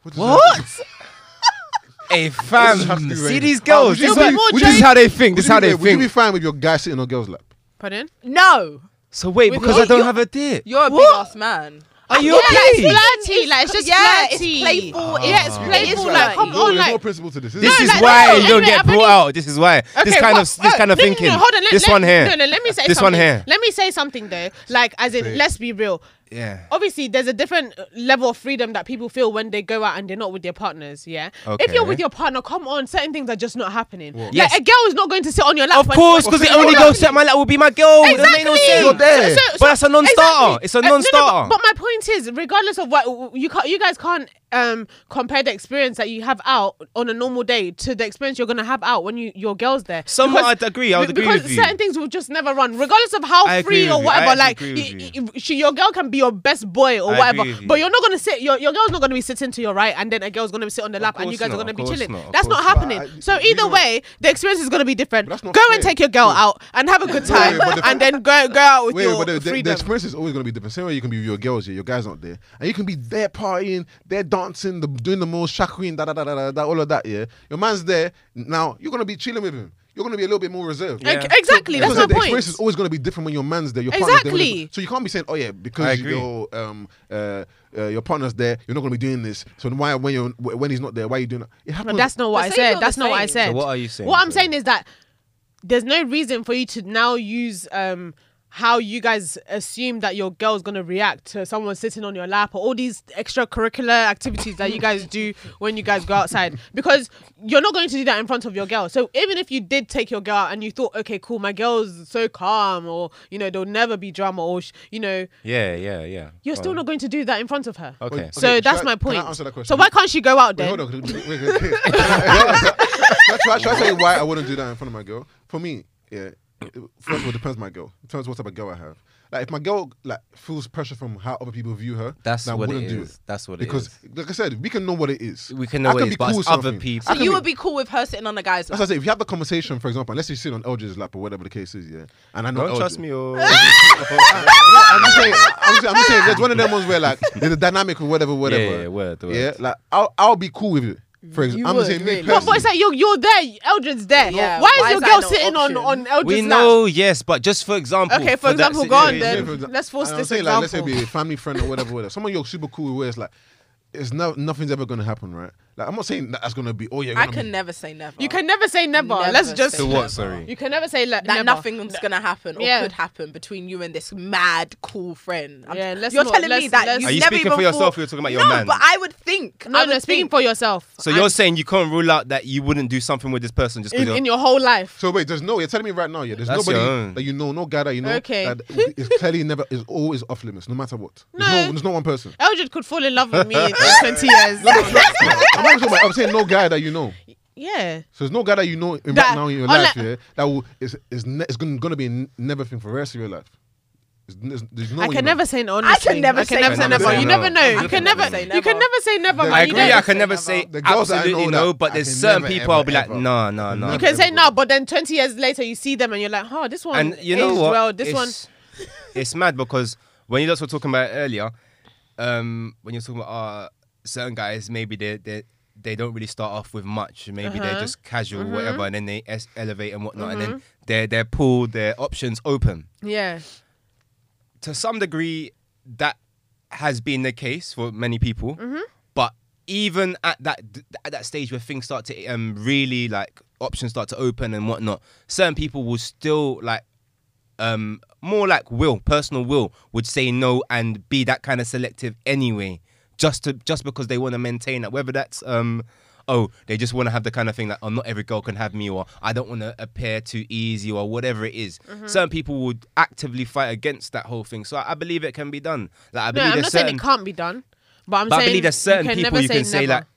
What? does that- What? Hey What does it have to fam, be see raining? these Oh, girls. would This you is be how- more this is Jane- how they think. Would This is you how be- they Would you be think. fine with your guy sitting on a girl's lap? Pardon? No, So wait, With because me? I don't You- have a dick. you're a big What? ass man. Are you Yeah, it's okay? flirty. Like it's just yeah, flirty. It's playful. Ah. it's- Yeah, it's it is playful. Like, flirty. come No, on, there's no like. principle to this. This No, is like, why no, you don't anyway, get I've only- brought out. This is why. this Okay, kind what- of this oh, kind of no, no, no, thinking. hold on, let, this let, one here. No, no, let me say This something. one here. Let me say something though. Like, as in, Say it. let's be real. Yeah. Obviously, there's a different uh, level of freedom that people feel when they go out and they're not with their partners. Yeah. If you're Okay. with your partner, come on, certain things are just not happening. Like Yes. a girl is not going to sit on your lap. Of when- course, when- because the when only you're girl with- set my like will be my girl. That Exactly. make no sense. You're there. But that's a non-starter. It's a Uh, no, no, non-starter. but, but my point is, regardless of what you can't, you guys can't um, compare the experience that you have out on a normal day to the experience you're gonna have out when you your girls there. Some Because- I'd agree, I would be- agree because with you. certain things will just never run, regardless of how I agree free with or you. I whatever. actually Like agree with y- you. y- she, your girl can be your best boy or I whatever, agree with you. but you're not gonna sit. Your, your girl's not gonna be sitting to your right, and then a girl's gonna be sitting on the lap, and you guys course not, are gonna of be course chilling. not, of that's not course not. happening. But I- so you either know- way, the experience is gonna be different. But that's Go not and fair. take your girl out and have a good time, but the- and then go go out with Wait, your but the, the, freedom. the experience is always going to be different. Same way you can be with your girls, yeah, your guys aren't there, and you can be there partying, they're dancing, the doing the most shakuin, da da da da da, da, all of that. Yeah, your man's there now. You're gonna be chilling with him. You're gonna be a little bit more reserved. Ex- Exactly, that's Because my the experience point. is always going to be different when your man's there. Your partner's there. Exactly. So you can't be saying, "Oh yeah, I because agree. your um uh, uh your partner's there, you're not going to be doing this." So why when you are when he's not there, why are you doing that? It But happens. that's not what I same said. not That's the not what I same. said. So what are you saying, What I'm sorry? saying is that there's no reason for you to now use um how you guys assume that your girl's gonna react to someone sitting on your lap or all these extracurricular activities that you guys do when you guys go outside because you're not going to do that in front of your girl. So even if you did take your girl out and you thought, okay, cool, my girl's so calm or you know there'll never be drama or sh- you know Yeah, yeah, yeah. you're Go still on. not going to do that in front of her. Okay. So Okay, that's should I- my can I point. answer that so question? why can't she go Wait, out then? hold on. Wait, wait, wait. Should I- should I should I tell you why I wouldn't do that in front of my girl? For me, yeah. First of all, it depends on my girl. It depends what type of girl I have. Like if my girl like feels pressure from how other people view her, That's then I what it wouldn't do is. That's what it because, is. like I said, we can know what it is. We can know what it can is, be but cool with it's other something. people. I So can you be- would be cool with her sitting on the guy's That's lap. what I say. If you have the conversation, for example, unless you sit on LJ's lap or whatever the case is, yeah. And I know Don't LJ. trust me. Or... No, I'm just saying. I'm just, I'm just saying. There's one of them ones where like there's a dynamic or whatever, whatever. Yeah, yeah, word, word. Yeah, like I'll I'll be cool with it. For You example, I'm just would, saying me really. What But, but personally. it's like you're you're there, Eldred's there. Yeah, Why is why your is that girl no sitting option? on on Eldred's we lap? know, yes, but just for example. Okay, for that example, go on then. situation. for exa- Let's force and I'm this saying, like, let's say example. be a family friend or whatever, whatever. Someone you're super cool with, where it's like, it's no, nothing's ever gonna happen, right? Like I'm not saying that that's gonna be. Oh yeah, I gonna can be, never say never. You can never say never. let's just say To what, never. sorry? You can never say le- that never. nothing's gonna happen or Yeah. could happen between you and this mad cool friend. I'm- Yeah, let's you're not- telling me let's- that let's- you Are you never speaking even for yourself thought- or you're talking about no, your man? but I would think. No, I would no, speaking think- for yourself. So you're saying you can't rule out that you wouldn't do something with this person just in, because in your whole life. So wait, there's no. You're telling me right now, yeah. There's That's nobody your own. that you know, no guy that you know. Okay. That is clearly never is always off limits, no matter what. There's No. no, there's not one person. Eldred could fall in love with me in 20 years. I'm, not talking about, I'm saying no guy that you know. yeah. So there's no guy that you know in That- right now in your unlike- life, yeah, that will is is ne- it's gonna, gonna be a n- never thing for the rest of your life. It's, n- it's- there's no I one can you know. never say no. Honestly. never I can say never say never. never. You never I'm know. You never can gonna never. say You can never. never say never. The- but I you agree. don't. I can never say The girls that I absolutely know no, that but I there's can certain never, people I'll ever, be like, ever. no, no, no. You Never. can say Never. no, but then 20 years later you see them and you're like, oh, this one and you know aged what? well. This one. it's, it's mad because when you lot were talking about it earlier, um, when you're talking about uh, certain guys, maybe they they they don't really start off with much. Maybe they're Uh-huh. just casual, whatever, and then they es- elevate and whatnot, and then Mm-hmm. they're they're pulled, their options open. Yeah. to some degree that has been the case for many people but even at that at that stage where things start to um really like options start to open and whatnot certain people will still like um more like will personal will would say no and be that kind of selective anyway just to just because they want to maintain that whether that's um oh they just want to have the kind of thing that oh not every girl can have me or i don't want to appear too easy or whatever it is. Mm-hmm. certain people would actively fight against that whole thing so i, I believe it can be done like i No, believe I'm there's not saying certain it can't be done, but I'm but i saying believe there's certain you can people never you can say never. that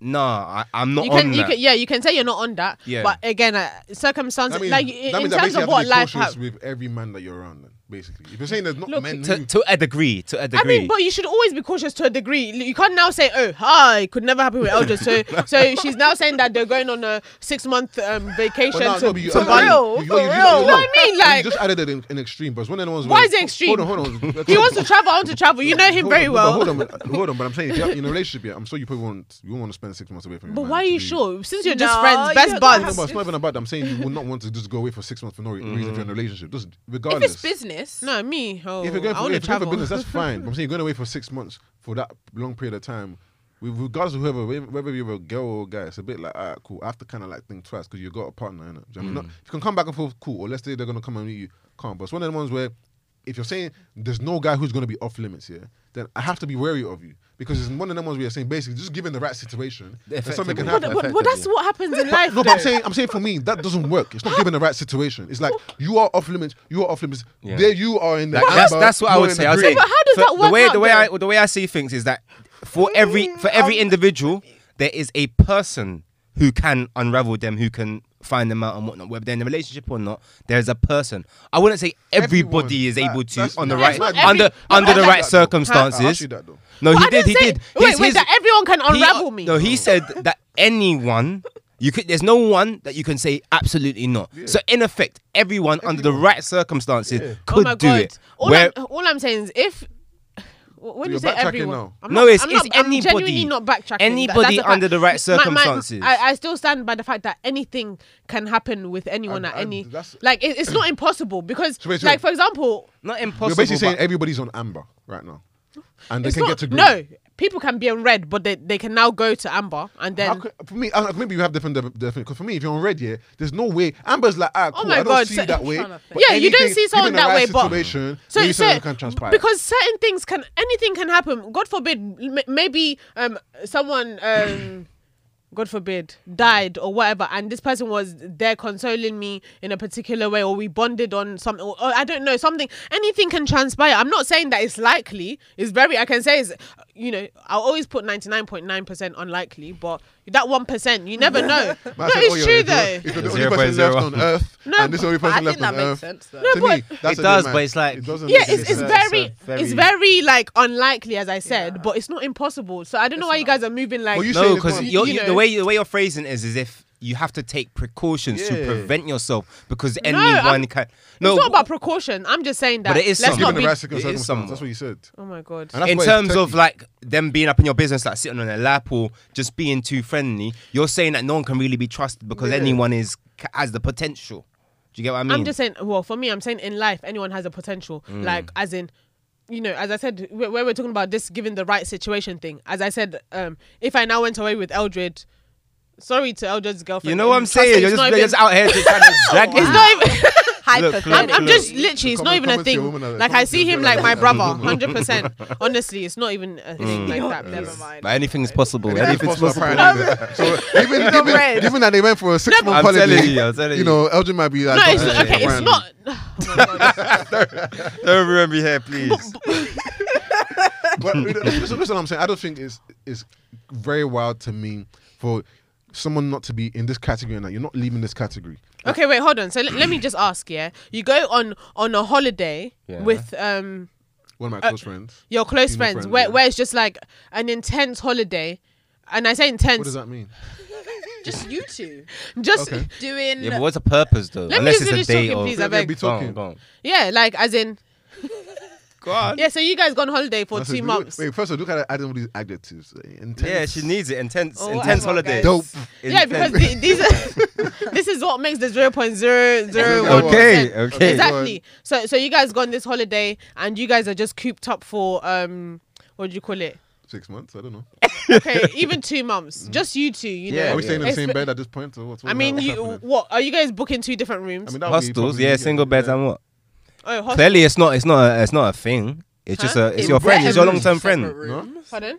nah I, i'm not You can, on you that can, yeah, you can say you're not on that. Yeah. But again, uh, circumstances, That means- like i- that in means I terms basically have of what to be life cautious happens. with every man that you're around. Then basically, if you're saying there's not Look, men to, who, to a degree to a I degree mean, but you should always be cautious to a degree. L- You can't now say, "Oh, hi, could never happen with Eldred." So, so she's now saying that they're going on a six-month um, vacation But now it's to, gotta be you- to you- Bali. you- real, you- for you- you- real. you know You know what I mean? Like- you just added it in, in extreme, but it's one of the ones. Why where- is it extreme? Hold on, hold on. Let's He hold wants on. to travel. I want to travel. You know him Hold on, very no, well. but Hold on, but- hold on, but I'm saying if you're in a relationship, yeah, I'm sure you probably won't you won't want to spend six months away from. your But man why are to you be- sure? Since you're just No, friends, you best don't No, have buds. but it's not even about that. I'm saying you would not want to just go away for six months for no re- reason if you're in a Mm-hmm. relationship. Just If regardless. it's business, No, me. Oh, If you're going I for, want to if you're going travel. for business, that's fine. But I'm saying you're going away for six months for that long period of time. With regards to whoever, whether you're a girl or a guy, it's a bit like, ah, cool. I have to kind of like think twice because you got a partner, innit? Do you know what I mean? Not- Mm. if you can come back and forth, cool. Or let's say they're going to come and meet you, calm. But it's one of the ones where if you're saying there's no guy who's going to be off limits here, then I have to be wary of you because it's one of them ones where you're saying basically just given the right situation, then something can Effectively. But, happen. but, but that's what happens in life. No, but I'm though. saying, I'm saying for me that doesn't work. It's not given the right situation. It's like you are off limits. You are off limits. Yeah. There you are in the. That- that's, amber, that's what I you're would in say. the I would say. green. But how does for that work The way the out Mm, um, way then? I the way I see things is that for every for every individual, there is a person who can unravel them, who can find them out and whatnot. Whether they're in a relationship or not, there is a person. I wouldn't say everybody Everyone. is able That- to that's on the not- right that's not under every- under but the that I- right though. I asked circumstances. you that though. No, But he I did. didn't He say- did. Wait, His- wait, his- that everyone can he- uh, unravel me. No, he said that anyone. You could. There's no one that you can say absolutely not. So in effect, everyone, under the right circumstances could oh my do god! it. All, Where- I'm, all I'm saying is if Wh- When So you you're say backtracking everyone, now? I'm No, not- it's- I'm it's not, I'm anybody. genuinely not backtracking. That- Anybody that's a fact. under the right My- my- circumstances. I, I still stand by the fact that anything can happen with anyone And- at and any. that's- Like it, it's not impossible because, So wait, so like wait. for example, Not You're impossible. basically saying but- everybody's on amber right now, and they it's can not, get to green. no people can be on red, but they, they can now go to amber and How then. could, for me, uh, maybe you have different de- definition. Because for me, if you're on red, yeah, there's no way. Amber's like, ah, cool, Oh my I don't God, see so- you that way. I'm trying to but Yeah, you don't anything- see someone given the that right way, but- situation, So, maybe so something can transpire. because certain things can anything can happen. God forbid, m- maybe um someone um. God forbid, died or whatever, and this person was there consoling me in a particular way, or we bonded on something, or, or I don't know, something, anything can transpire. I'm not saying that it's likely. It's very, I can say, it's, you know, I'll always put 99.9% unlikely, but that 1%, you never know. no, Man said, oh, it's yeah, if true you're- though. If you're the Zero only point person zero. left on Earth, No, and this is the only But I person left think that on makes Earth, sense. Though. to No, me, but- that's a It does, bit but mad. it's like- It doesn't yeah, make it's, sense. it's sense. very, It's very- it's very like unlikely, as I said, Yeah. but it's not impossible. So I don't know why you guys are moving like. Well, oh, you No, saying it's because not- You know. the way the way you're phrasing is is if you have to take precautions to Yeah. prevent yourself because I'm- anyone can. No, it's not about precaution. I'm just saying that. But it is Let's something. not Given the be. right It is circumstance, somewhat. that's what you said. Oh my god. And that's in why it's terms of techie. like them being up in your business, like sitting on their lap or just being too friendly, you're saying that no one can really be trusted because Yeah. anyone is has the potential. Do you get what I mean? Mm. I'm just saying. Well, for me, I'm saying in life, anyone has a potential. Like, as in, you know, as I said, where where we're talking about this, given the right situation thing. As I said, um, if I now went away with Eldred, sorry to Eldred's girlfriend. um, you know what I'm trust me, saying? You're it's just, not you're even- just out here to try to drag It's me. not even. Hypothetically. I'm, I'm Look, just look. literally, it's Come not on, even come a and see thing. a woman as a- like come I and see see a him girl like as my a- as a brother, woman. hundred percent. Honestly, it's not even a thing Mm. like that. Never please. mind. But anything's possible. It is Anything's possible, possible. apparently, innit? So even, red. even, even that they went for a six I'm month holiday, telling you, I'm telling you know, Elgin might be like, No, it's "Oh, not, yeah, okay. It's brand." not. Oh my God. Don't ruin me here, please. But you know, listen, listen, what I'm saying I don't think it's it's very wild to me for someone not to be in this category and that you're not leaving this category. Okay, wait, hold on. So let, let me just ask. Yeah, you go on on a holiday Yeah. with um One of my close friends. your close Female friends, friend, where yeah. where it's just like an intense holiday, and I say What does intense, that mean? Just you two just Okay. doing. yeah, but what's the purpose though? Let me Unless just it's finish a date talking, or please, Yeah, I yeah, beg. be Go on, talking. go on. yeah, like as in Go on. yeah. So you guys go on holiday for That's it. two Look- months. Wait, first of all, look at adding all these adjectives. like, Intense. Yeah, she needs it. Intense, Oh, intense wow, holiday. guys. dope. yeah, because the, these are, this is what makes the zero point zero zero one. Okay, okay. Exactly. So so you guys go on this holiday and you guys are just cooped up for um what do you call it? Six months. I don't know. Okay, even two months. Just you two, you Yeah, know. Are we staying in the same Expe- bed at this point? Or what's, I mean, what's you happening? what are you guys booking two different rooms? I mean, that would be Hostels, probably- yeah, single beds yeah. and what? oh, hostel. Clearly, it's not. It's not. A, it's not a thing. It's just Huh? a. It's your friend. It's your long-term friend. No? You- Pardon?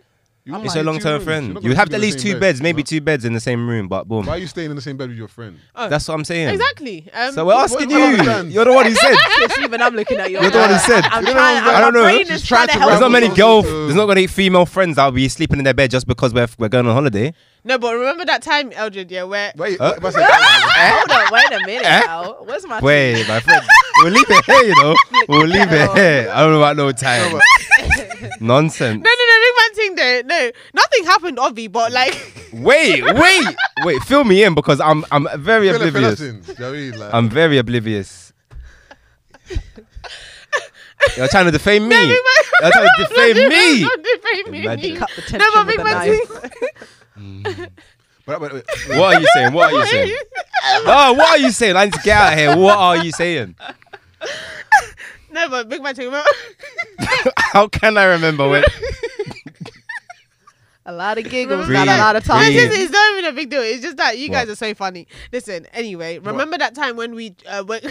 It's Why your two long-term rooms? You're friend. not You gonna have sleep at in the least same two bed, beds, maybe no? two beds in the same room. But boom, Why are you staying in the same bed with your friend? that's what I'm saying. Exactly. Um, So we're asking I don't you. understand. You're the one who said. Even I'm looking at you. You're the one who said. I'm You know what I'm saying? trying. I don't I know. My don't brain know. is She's trying trying to to help. There's not Well, many also girl. to- There's not gonna be female friends that'll be sleeping in their bed just because we're we're going on holiday. no, but remember that time, Eldred, yeah, where Wait, Huh? if I said- Hold on. Wait a minute. Eh? now. Where's my? Wait, my friend. We'll leave it here, you know. We'll leave it here. I don't know about no time. Nonsense. no, no, no, big man thing there. No, nothing happened, obvi, but like, Wait, wait, wait. Fill me in because I'm I'm very Fill it, fill us oblivious. Um, in. Do you know what I mean? Like- I'm very oblivious. You're trying to defame me. big You're trying to defame me. Don't defame me. Imagine. Cut the tension No, but with big a man knife. thing. But- but- but- What are you saying? What are you saying? Oh, what are you saying? I need to get out of here. What are you saying? No, but big man thing. Remember? How can I remember when? A lot of giggles, Breathe, not a lot of breathe. It's, talking. just, it's not even a big deal. It's just that you guys What? are so funny. Listen, anyway, remember that time when we uh, went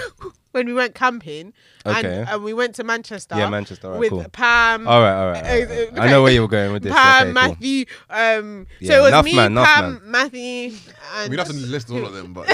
when we went camping Okay. and, and we went to Manchester. Yeah, Manchester, alright, with cool. Pam. All right, all right. all right, all right. I know where you were going with this. Pam, Okay, cool. Matthew. Um, Yeah, so it was enough me, man, enough Pam, man. Matthew, and We don't have to list all of them, but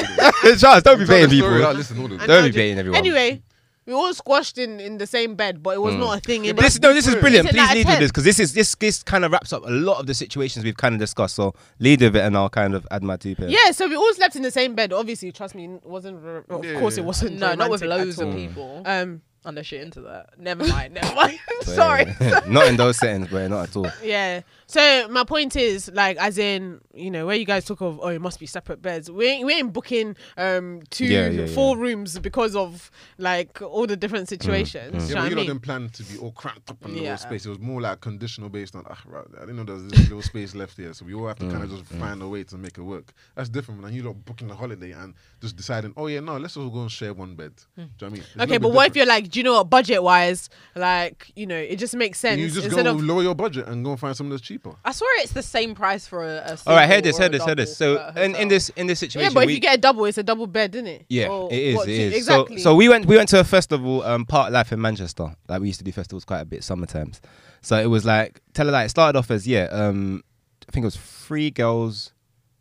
Charles, don't be Tell the baiting story people. without listening to all of and them. Don't be Audrey. baiting everyone. Anyway, we all squashed in in the same bed, but it was not a thing. in Hmm. This no, this is brilliant. Is it Please like lead with 10? this because this is this this kind of wraps up a lot of the situations we've kind of discussed. So lead with it, and I'll kind of add my two pence. Yeah, so we all slept in the same bed. Obviously, trust me, it wasn't. ro- Of Yeah, course, yeah. it wasn't. No, not romantic with at loads of all. people. Um, Unless you're into that. Never mind. Never mind. Sorry. not in those settings, but not at all. Yeah. So my point is, like, as in, you know, where you guys talk of, oh, it must be separate beds. We ain't, we ain't booking um two, Yeah, yeah, Mm, four rooms because of like all the different situations. Do you Yeah, but you know what I lot mean? didn't plan to be all cramped up in a Yeah. little space. It was more like conditional based on, ah, right, I didn't know there was this little space left here. So we all have to kind Mm, of just find a way to make it work. That's different than you lot booking a holiday and just deciding, oh, yeah, no, let's all go and share one bed. Do you know what I mean? It's a Hmm. Okay, little but bit what if different. you're like, do you know what, budget wise, like, you know, it just makes sense. You just Instead go of, lower your budget and go and find something that's cheaper. I swear it's the same price for a. a All right, hear this, single or a hear this, hear this. double So, per in, in hotel. this in this yeah, situation, but if we, you get a double, it's a double bed, isn't it? yeah, Or it is, what- it is. Exactly. So, so we went we went to a festival, um, Park Life in Manchester. Like we used to do festivals quite a bit summertimes. So it was like tell her like it started off as yeah, um, I think it was three girls,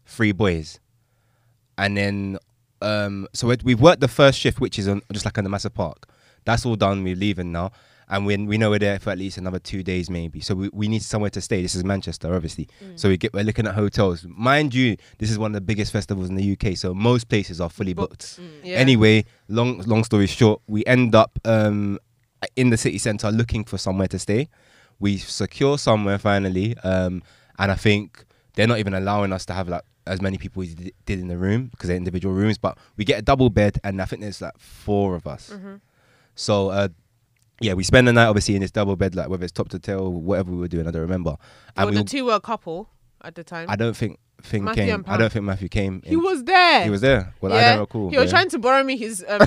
three boys, and then um, so we- we've worked the first shift, which is on, just like on the massive park. That's all done. We're leaving now, and we we know we're there for at least another two days, maybe. So we, we need somewhere to stay. This is Manchester, obviously. So we get we're looking at hotels. Mind you, this is one of the biggest festivals in the UK. So most places are fully booked. yeah. Anyway, long long story short, we end up um, in the city centre looking for somewhere to stay. We secure somewhere finally, um, and I think they're not even allowing us to have like as many people as d- did in the room because they're individual rooms. But we get a double bed, and I think there's like four of us. Mm-hmm. So uh, yeah, we spend the night obviously in this double bed, like whether it's top to tail, whatever we were doing, I don't remember. well, And the we, two were a couple at the time. I don't think thing Matthew came. and I Pam. don't think Matthew came. he in- was there. He was there. Well, I don't recall. He was but- trying to borrow me his um,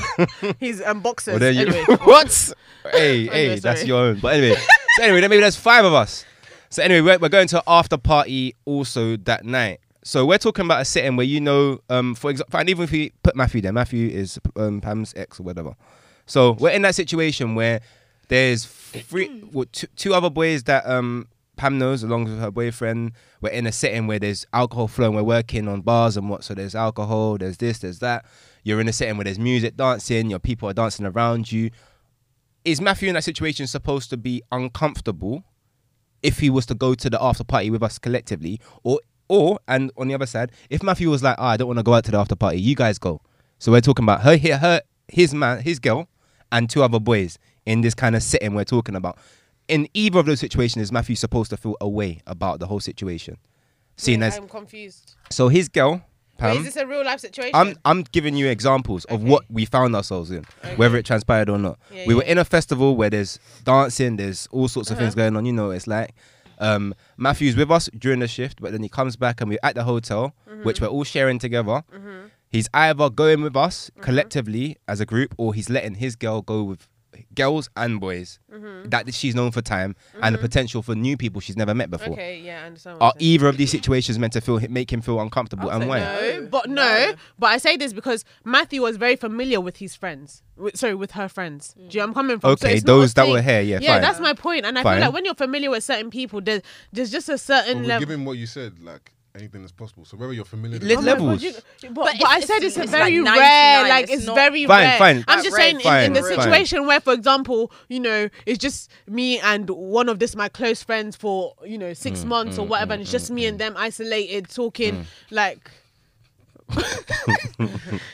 his um, boxes. Well, there you- anyway, what? Hey, Anyway, hey, that's sorry. your own. But anyway, so anyway, then maybe there's five of us. So anyway, we're, we're going to after party also that night. So we're talking about a setting where you know, um, for example, and even if we put Matthew there, Matthew is um, Pam's ex or whatever. So we're in that situation where there's three, well, two, two other boys that um, Pam knows along with her boyfriend. We're in a setting where there's alcohol flowing. We're working on bars and what. So there's alcohol, there's this, there's that. You're in a setting where there's music, dancing. Your people are dancing around you is Matthew in that situation supposed to be uncomfortable if he was to go to the after party with us collectively, or or and on the other side, if Matthew was like, "Ah, I don't want to go out to the after party, you guys go. So we're talking about her, her, her his man, his girl, and two other boys in this kind of setting we're talking about. In either of those situations, is Matthew supposed to feel away about the whole situation? Seeing as I'm confused. so his girl, Pam. Wait, is this a real life situation? Um, I'm I'm giving you examples of what we found ourselves in, whether it transpired or not. Yeah, we were yeah. Uh-huh. in a festival where there's dancing, there's all sorts of things going on. You know, it's like um, Matthew's with us during the shift, but then he comes back and we're at the hotel, Mm-hmm. which we're all sharing together. He's either going with us Mm-hmm. collectively as a group, or he's letting his girl go with girls and boys Mm-hmm. that she's known for time and the potential for new people she's never met before. okay, yeah, I understand. what Are you're saying. either of these situations meant to feel make him feel uncomfortable, and say why? No, No, but no, no. but I say this because Matthew was very familiar with his friends. With, sorry, with her friends. Do you know where I'm coming from? Okay, it's not a those that thing- were here, yeah, yeah, fine. that's my point. And I Fine. feel like when you're familiar with certain people, there's there's just a certain But we're level. giving what you said, like anything is possible. So whether you're familiar, Oh Let- with my let- God, levels. you- but, but it's- I said it's- it's, it's very like rare. 99, Like it's it's not- very Fine, rare. fine. I'm just That saying rare, in, in the fine, fine. situation where, for example, you know, it's just me and one of this my close friends for you know six Mm, months or whatever, and it's just me and them isolated talking like.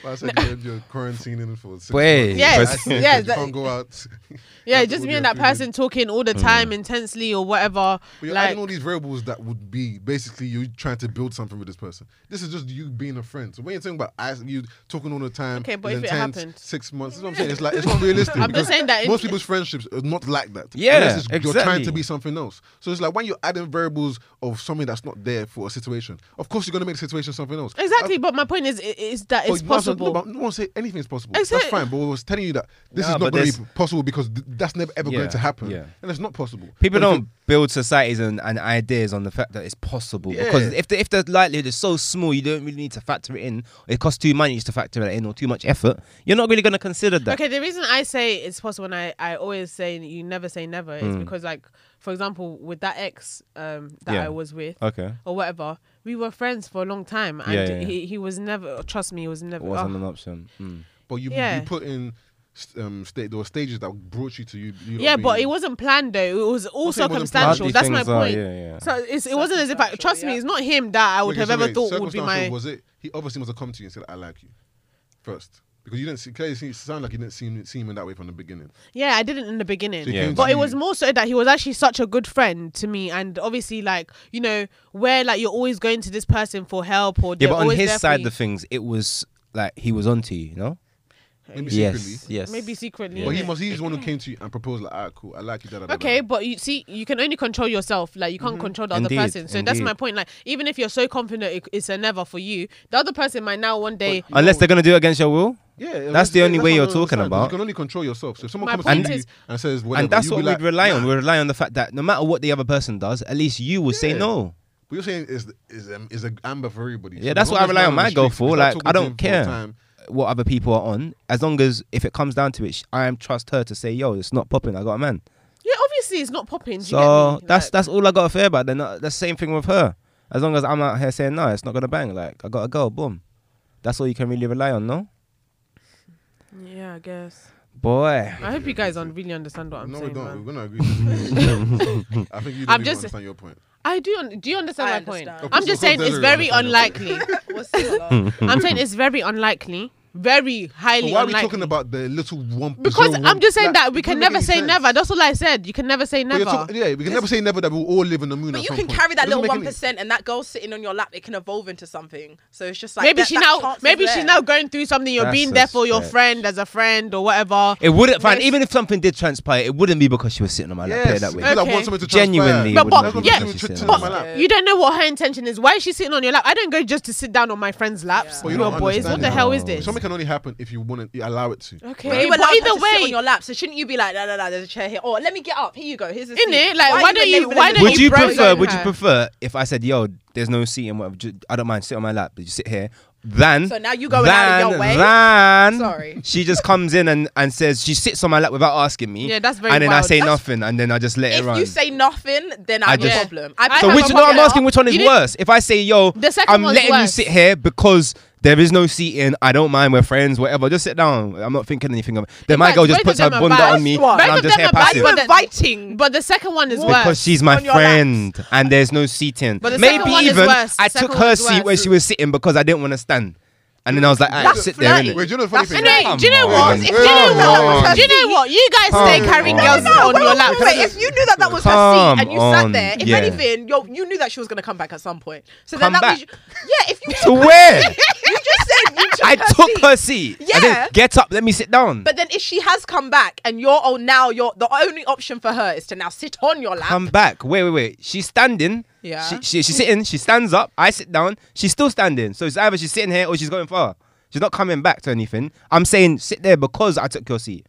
I said you're, you're quarantining for six Wait. months. Yes, I said yes, You that- can't go out. Yeah, That's just all me you're and that feeling. person talking all the time intensely or whatever. Mm. But you're like, adding all these variables that would be basically you trying to build something with this person. This is just you being a friend. So when you're talking about I, you talking all the time, Okay, but it's if it intense, happened- six months, that's what I'm saying. It's like it's not realistic. I'm just because saying that it- most people's friendships are not like that. Yeah, Unless it's- You're trying exactly. to be something else. So it's like when you're adding variables of something that's not there for a situation. Of course, you're gonna make the situation something else. exactly, Uh, but my point is, i- is that but it's you might as well- possible. No, but no one say anything's possible. Exact- That's fine. But I was telling you that this Nah, is but not going to be there's- possible because th- that's never ever Yeah, going to happen. yeah. And it's not possible. People But if don't build societies and, and ideas on the fact that it's possible Yeah. because if the if the likelihood is so small, you don't really need to factor it in. It costs too money to factor it in or too much effort. You're not really going to consider that. Okay, the reason I say it's possible and I, I always say you never say never Mm. is because, like, for example, with that ex um, that Yeah. I was with Okay. or whatever, we were friends for a long time and Yeah, yeah, yeah. He, he was never, trust me, he was never. It wasn't oh. an option. Mm. But you, Yeah. you put in st- um, state there were stages that brought you to you. you lot Yeah, but being- it wasn't planned though. It was all saying it wasn't planned. circumstantial. That's my Hardly things are, point. yeah, yeah. So it's, it wasn't as if I trust me. Circumstantial, It's not him that I would Wait, have so ever wait, thought would be circumstantial my. Was it? He obviously must have come to you and said, "I like you," first. Because you didn't see, clearly see- sound like you didn't see him, see him in that way from the beginning. Yeah, I didn't in the beginning. So he Yeah. came to But it you. was more so that he was actually such a good friend to me, and obviously, like you know, where like you're always going to this person for help or Yeah, they're but on always his there for side you. of things, it was like he was onto you, you know? maybe secretly. Yes, yes. maybe secretly. But he innit? must, he's the one who came to you and proposed, like, ah, cool, I like you, da da da. da." Okay, but you see, you can only control yourself. Like you can't control the Mm-hmm. Indeed, other person. So that's indeed. my point. Like even if you're so confident, it, it's a never for you. The other person might now one day. Unless they're gonna do it against your will. Yeah, and That's the only what way I you're don't talking understand, 'cause about. You can only control yourself. So if someone My comes up point to you is- and says whatever, and that's you'll what be we like, rely on. "Nah." We rely on the fact that no matter what the other person does, at least you will say Yeah. no. But you're saying is is um, is an amber for everybody. Yeah, that's what I rely on my girl for. Like, I don't care Time, what other people are on, as long as if it comes down to it, sh- I am trust her to say, "Yo, it's not popping. I got a man." Yeah, obviously it's not popping. do you So get me? that's Like, that's all I got to fear about. Then uh, that's the same thing with her. As long as I'm out here saying no, it's not gonna bang. Like I got a girl, boom. That's all you can really rely on, no? yeah, I guess. Boy, I hope you guys un- really understand what I'm no, we saying. don't. man. We're gonna agree. disagree. I think you don't I'm even just- understand your point. I do. Un- do you understand I my understand. point? I'm just saying it's very unlikely. We're still alone. I'm saying it's very unlikely. Very But highly why are we unlikely. talking about the little one? because I'm just saying that we can never say never. That's That's all I said. You can never say never. yeah, we can never say never that we'll all live in the moon. But at you some can point. carry that It doesn't little one make any- percent, and that girl sitting on your lap, it can evolve into something. So it's just like maybe that- she that now chance is maybe there. she's now going through something you're That's being a there for your stretch. friend as a friend or whatever it wouldn't. Fine, Yes. even if something did transpire, it wouldn't be because she was sitting on my lap. put it Yes, that way. because I Okay. want someone to Genuinely, But- transpire. it but- wouldn't be yeah, because she's but- sitting on but my lap. you don't know what her intention is why is she sitting on your lap i don't go just to sit down on my friend's laps Well, you no don't boys what understand the it. hell is No. this Something can only happen if you want to allow it to. But okay you but allowed her either to sit on way your lap, so shouldn't you be like, no, no, no, there's a chair here. Oh, let me get up. Here you go. Here's a seat. Innit? Like, why don't even you- labeling why it? don't Would you you bro prefer? zone Would you her. prefer if I said, "Yo, there's no seat and whatever. ju- I don't mind sit on my lap, but you sit here." Than So now you going out of your way? Than Sorry. she just comes in and, and says she sits on my lap without asking me. Yeah, that's very And then I wild. say That's- nothing, and then I just let it If run. you say nothing, then I I have a just- problem. I so have which a no, I'm problem. asking which one is You didn't- worse. If I say, "Yo, The second I'm one's letting you worse. sit here because." There is no seating. I don't mind. We're friends. Whatever. Just sit down. I'm not thinking anything of it. Then my fact, girl just both puts her of them are bunda bad. on me, Both and I'm of just them here are bad. Why are passive you But the- inviting? but the second one is worse because she's my uh, on your friend and there's no seating. But the Maybe second one is even worse. The I took second her one's seat where worse. she was sitting because I didn't want to stand. And then I was like, I That's sit there flirty. innit? Wait, do you know the funny That's thing? Anyway, Come do you know what? on. If you know Come what? on. Do you know what? You guys stay Come carrying on. girls No, on your lap. Wait, if you knew that that was her Come seat and you sat on, there, if yeah. anything, yo, you knew that she was gonna come back at some point. So Come then that back? was yeah. If you to where? you just said you took I her took seat. her seat. I Yeah. didn't get up. Let me sit down. But then if she has come back and you're oh now you're the only option for her is to now sit on your lap. Come back. Wait, wait, wait. She's standing. Yeah. She, she, she's sitting. She stands up. I sit down. She's still standing. So it's either she's sitting here or she's going far. She's not coming back to anything. I'm saying sit there because I took your seat.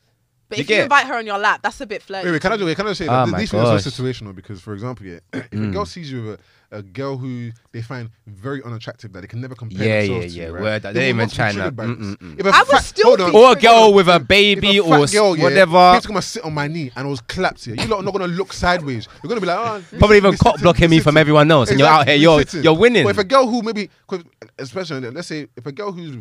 but you if you get- invite her on your lap, that's a bit flirty. Wait, wait, can I, do- wait, can I say that? Ah, Th- my These things are so gosh. Mm. situational because, for example, yeah, if a girl sees you with a, a girl who they find very unattractive that they can never compare Yeah, themselves yeah, to, yeah, right? word, that- they they will ain't not be even trying triggered that. by this. Mm, mm, If a I would fat- still hold on, think Or a Triggered. girl with a if baby a or fat s- girl, yeah, whatever. came to come and sit on my knee and I was clapped here. You're not, going to look sideways. You're going to be like, oh, this- Probably even this cock sitting, blocking this me from sitting. everyone else, and you're out here, Exactly, you're- this sitting. you're winning. But if a girl who maybe, 'cause especially let's say, if a girl who's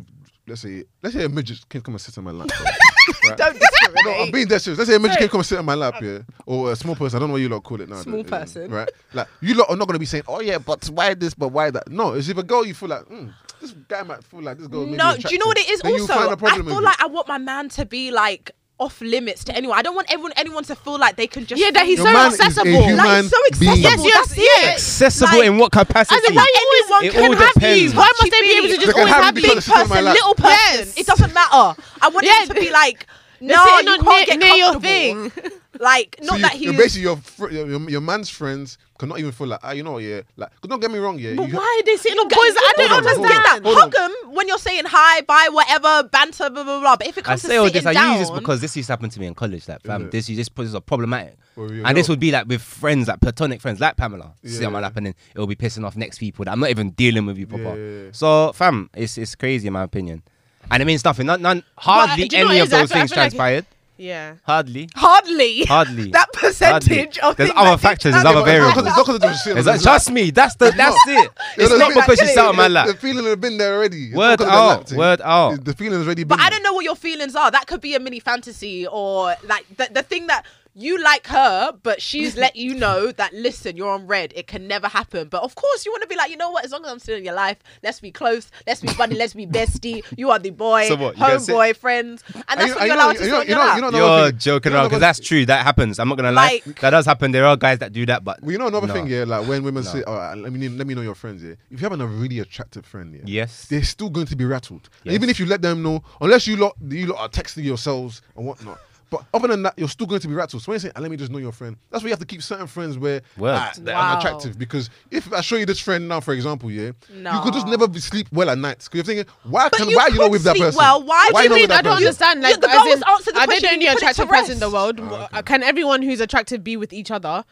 let's say, let's say a midget can come and sit on my lap. right? Don't No, I'm discriminate. being dead serious. Let's say a midget came come and sit on my lap, yeah, or a small person. I don't know what you lot call it now. Small though, person. right? Like you lot are not gonna be saying, "Oh yeah, but why this? But why that?" No, it's if a girl you feel like mm, this guy might feel like this girl. may No, be do you know what it is? attractive, then you'll also, find a I problem with feel it. like I want my man to be like off limits to anyone. I don't want everyone anyone to feel like they can just Yeah, that feel- he's Your so man is a accessible. human Like, like so being. Yes, accessible. yes, that's yeah. it. accessible Like, in what capacity? As in, why you Anyone always can can have have you? you. Why must She they be able to be- just They can always have have you you? big Because it's on my person, lap. little person. Yes. It doesn't matter. I want Yeah. it to be like, no, They're sitting you on can't near- get near your comfortable. thing. Like, So not you, that you're he's. basically your, fr- your your your man's friends cannot even feel like ah, you know what, yeah, like 'cause don't get me wrong, yeah. But you- why are they sitting on boys? Boys, I don't Hold on, hold on. understand. that. Hold Hug on. him when you're saying hi, bye, whatever, banter, blah blah blah. But if I it comes say to all sitting this. I down, use this because this used to happen to me in college. Like, fam, Innit? this you just put this is problematic. Well, you And this know. would be like with friends, like platonic friends, like Pamela, sit Yeah. on my lap, and then it'll be pissing off next people that I'm not even dealing with you proper. Yeah. So, fam, it's it's crazy in my opinion, and it means nothing. None, none hardly do you know any what it of is? I those feel- I things feel like- transpired. Yeah. Hardly, hardly, hardly. that percentage Hardly. of There's things other that did factors, there's happen. other variables. Because it's not because they were sitting Is on that his lap. just me? That's the that's it. You It's know what I not mean? because she sat on my The- lap. The feeling has been there already. It's not Word 'cause of the lap out, thing. word out. The feeling has already been. But I there. don't know what your feelings are. That could be a mini fantasy or like the, the thing that you like her, but she's let you know that listen, you're on red. It can never happen. But of course, you want to be like, you know what? As long as I'm still in your life, let's be close, let's be buddy, let's be bestie. You are the boy, So what, you gonna sit- homeboy, friends, and you- that's what are you're you not- allowed you to do not- on you your not- life. you not- another You're thing- joking you know around because another- that's true. That happens. I'm not gonna lie. Like- that does happen. There are guys that do that, but Well, you know another No. thing, yeah. Like when women say, "All right, let me let me know your friends," yeah. If you have a really attractive friend, yeah, Yes. they're still going to be rattled. And Even Yes. if you let them know, unless you lot you lot are texting yourselves and whatnot. But other than that, you're still going to be rattled. So when you say, "Ah, "Let me just know your friend," that's why you have to keep certain friends where Word. ah, that Wow. are attractive. Because if I show you this friend now, for example, yeah, you could just No. never be, sleep well at night. Because you're thinking, why But can you why you could not with that sleep person? well. Why do are you not mean with that I don't person? understand. Yeah, Like, the as girls in, answered the are they question, the only put it to attractive person in the rest. world? Oh, Can everyone who's attractive be with each other?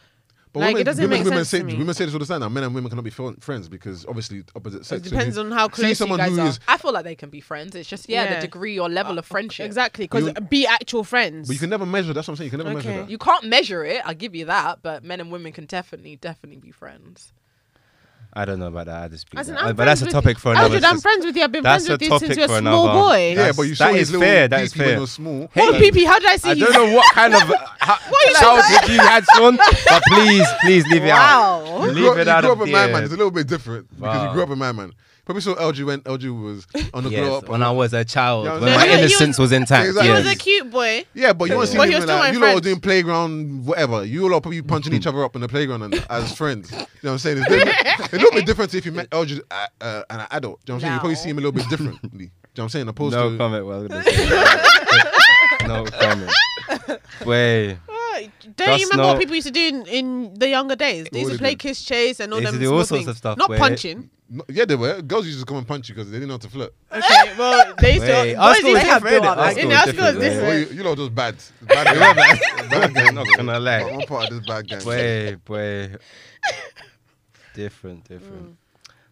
But like, women, it doesn't women, make women sense say, to me. Women say this all the time. Now, men and women cannot be fri- friends because obviously opposite sex. So if depends you on how see close you someone guys who are. is- I feel like they can be friends. It's just yeah, Yeah. Uh, the degree or level of friendship. Exactly, because You- be actual friends. But you can never measure. That's what I'm saying. You can never Okay. measure that. You can't measure it. I give you that, but men and women can definitely, definitely be friends. I don't know about that. I just As in, that. I'm but that's a friends topic with- for another. Aldred, I'm s- friends with you. I've been that's friends a with you topic since you were for a small another- boy. yeah, but you saw That his is little fair, that is peepee when fair. he was small. What a peepee! How did I see I you? don't know what kind of uh, how, you childhood you had, son. But please, please leave it Wow. out. You Leave grew up, it you out grew of up a man, man. It's a the little bit different because you Wow. grew up a man, man. Probably saw LG when LG was on the grow Yes, up. when I was a child, Yeah, I was when like- my Yeah, he was- innocence was, intact. Exactly. He He yes. was a cute boy. yeah, but you won't see But he him was in still my that. You lot were friend. doing playground, whatever. You lot probably punching each other up in the playground and, as friends. You know what I'm saying? It's a little bit- it's a little bit different if you met LG uh, uh, and an adult. You know what I'm saying? You probably No. see him a little bit differently. Do you know what I'm saying? Opposed No to comment. Well, I was gonna say. no comment. Wait. Oh, don't That's you remember what not- people used to do in, in the younger days? What They used to did play they- kiss chase and all They used them to do all small sorts of things. stuff Not where- punching. No, yeah, they were. Girls used to come and punch you because they didn't know how to flirt. Okay, well they used Wait, to. our boys school used was to different. have innit? to- Our school In was our different, school yeah. was different. Well, you, you lot just bad. Bad gang. bad I'm gang. not gonna lie. One part of this bad gang. Way, way. different, different.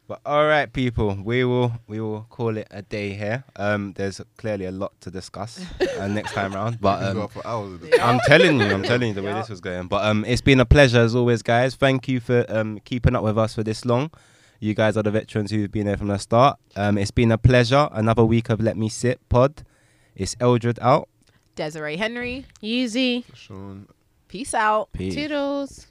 But all right, people, we will we will call it a day here. Um, there's clearly a lot to discuss uh, next time round, but You go um, out for hours. with this. Yeah. I'm telling you, I'm telling you the way Yeah. this was going. But um, it's been a pleasure as always, guys. Thank you for um keeping up with us for this long. You guys are the veterans who've been there from the start. Um, it's been a pleasure. Another week of Let Me Sit Pod. It's Eldred out. Desiree Henry, Yeezy, Sean, peace out. Peace. toodles.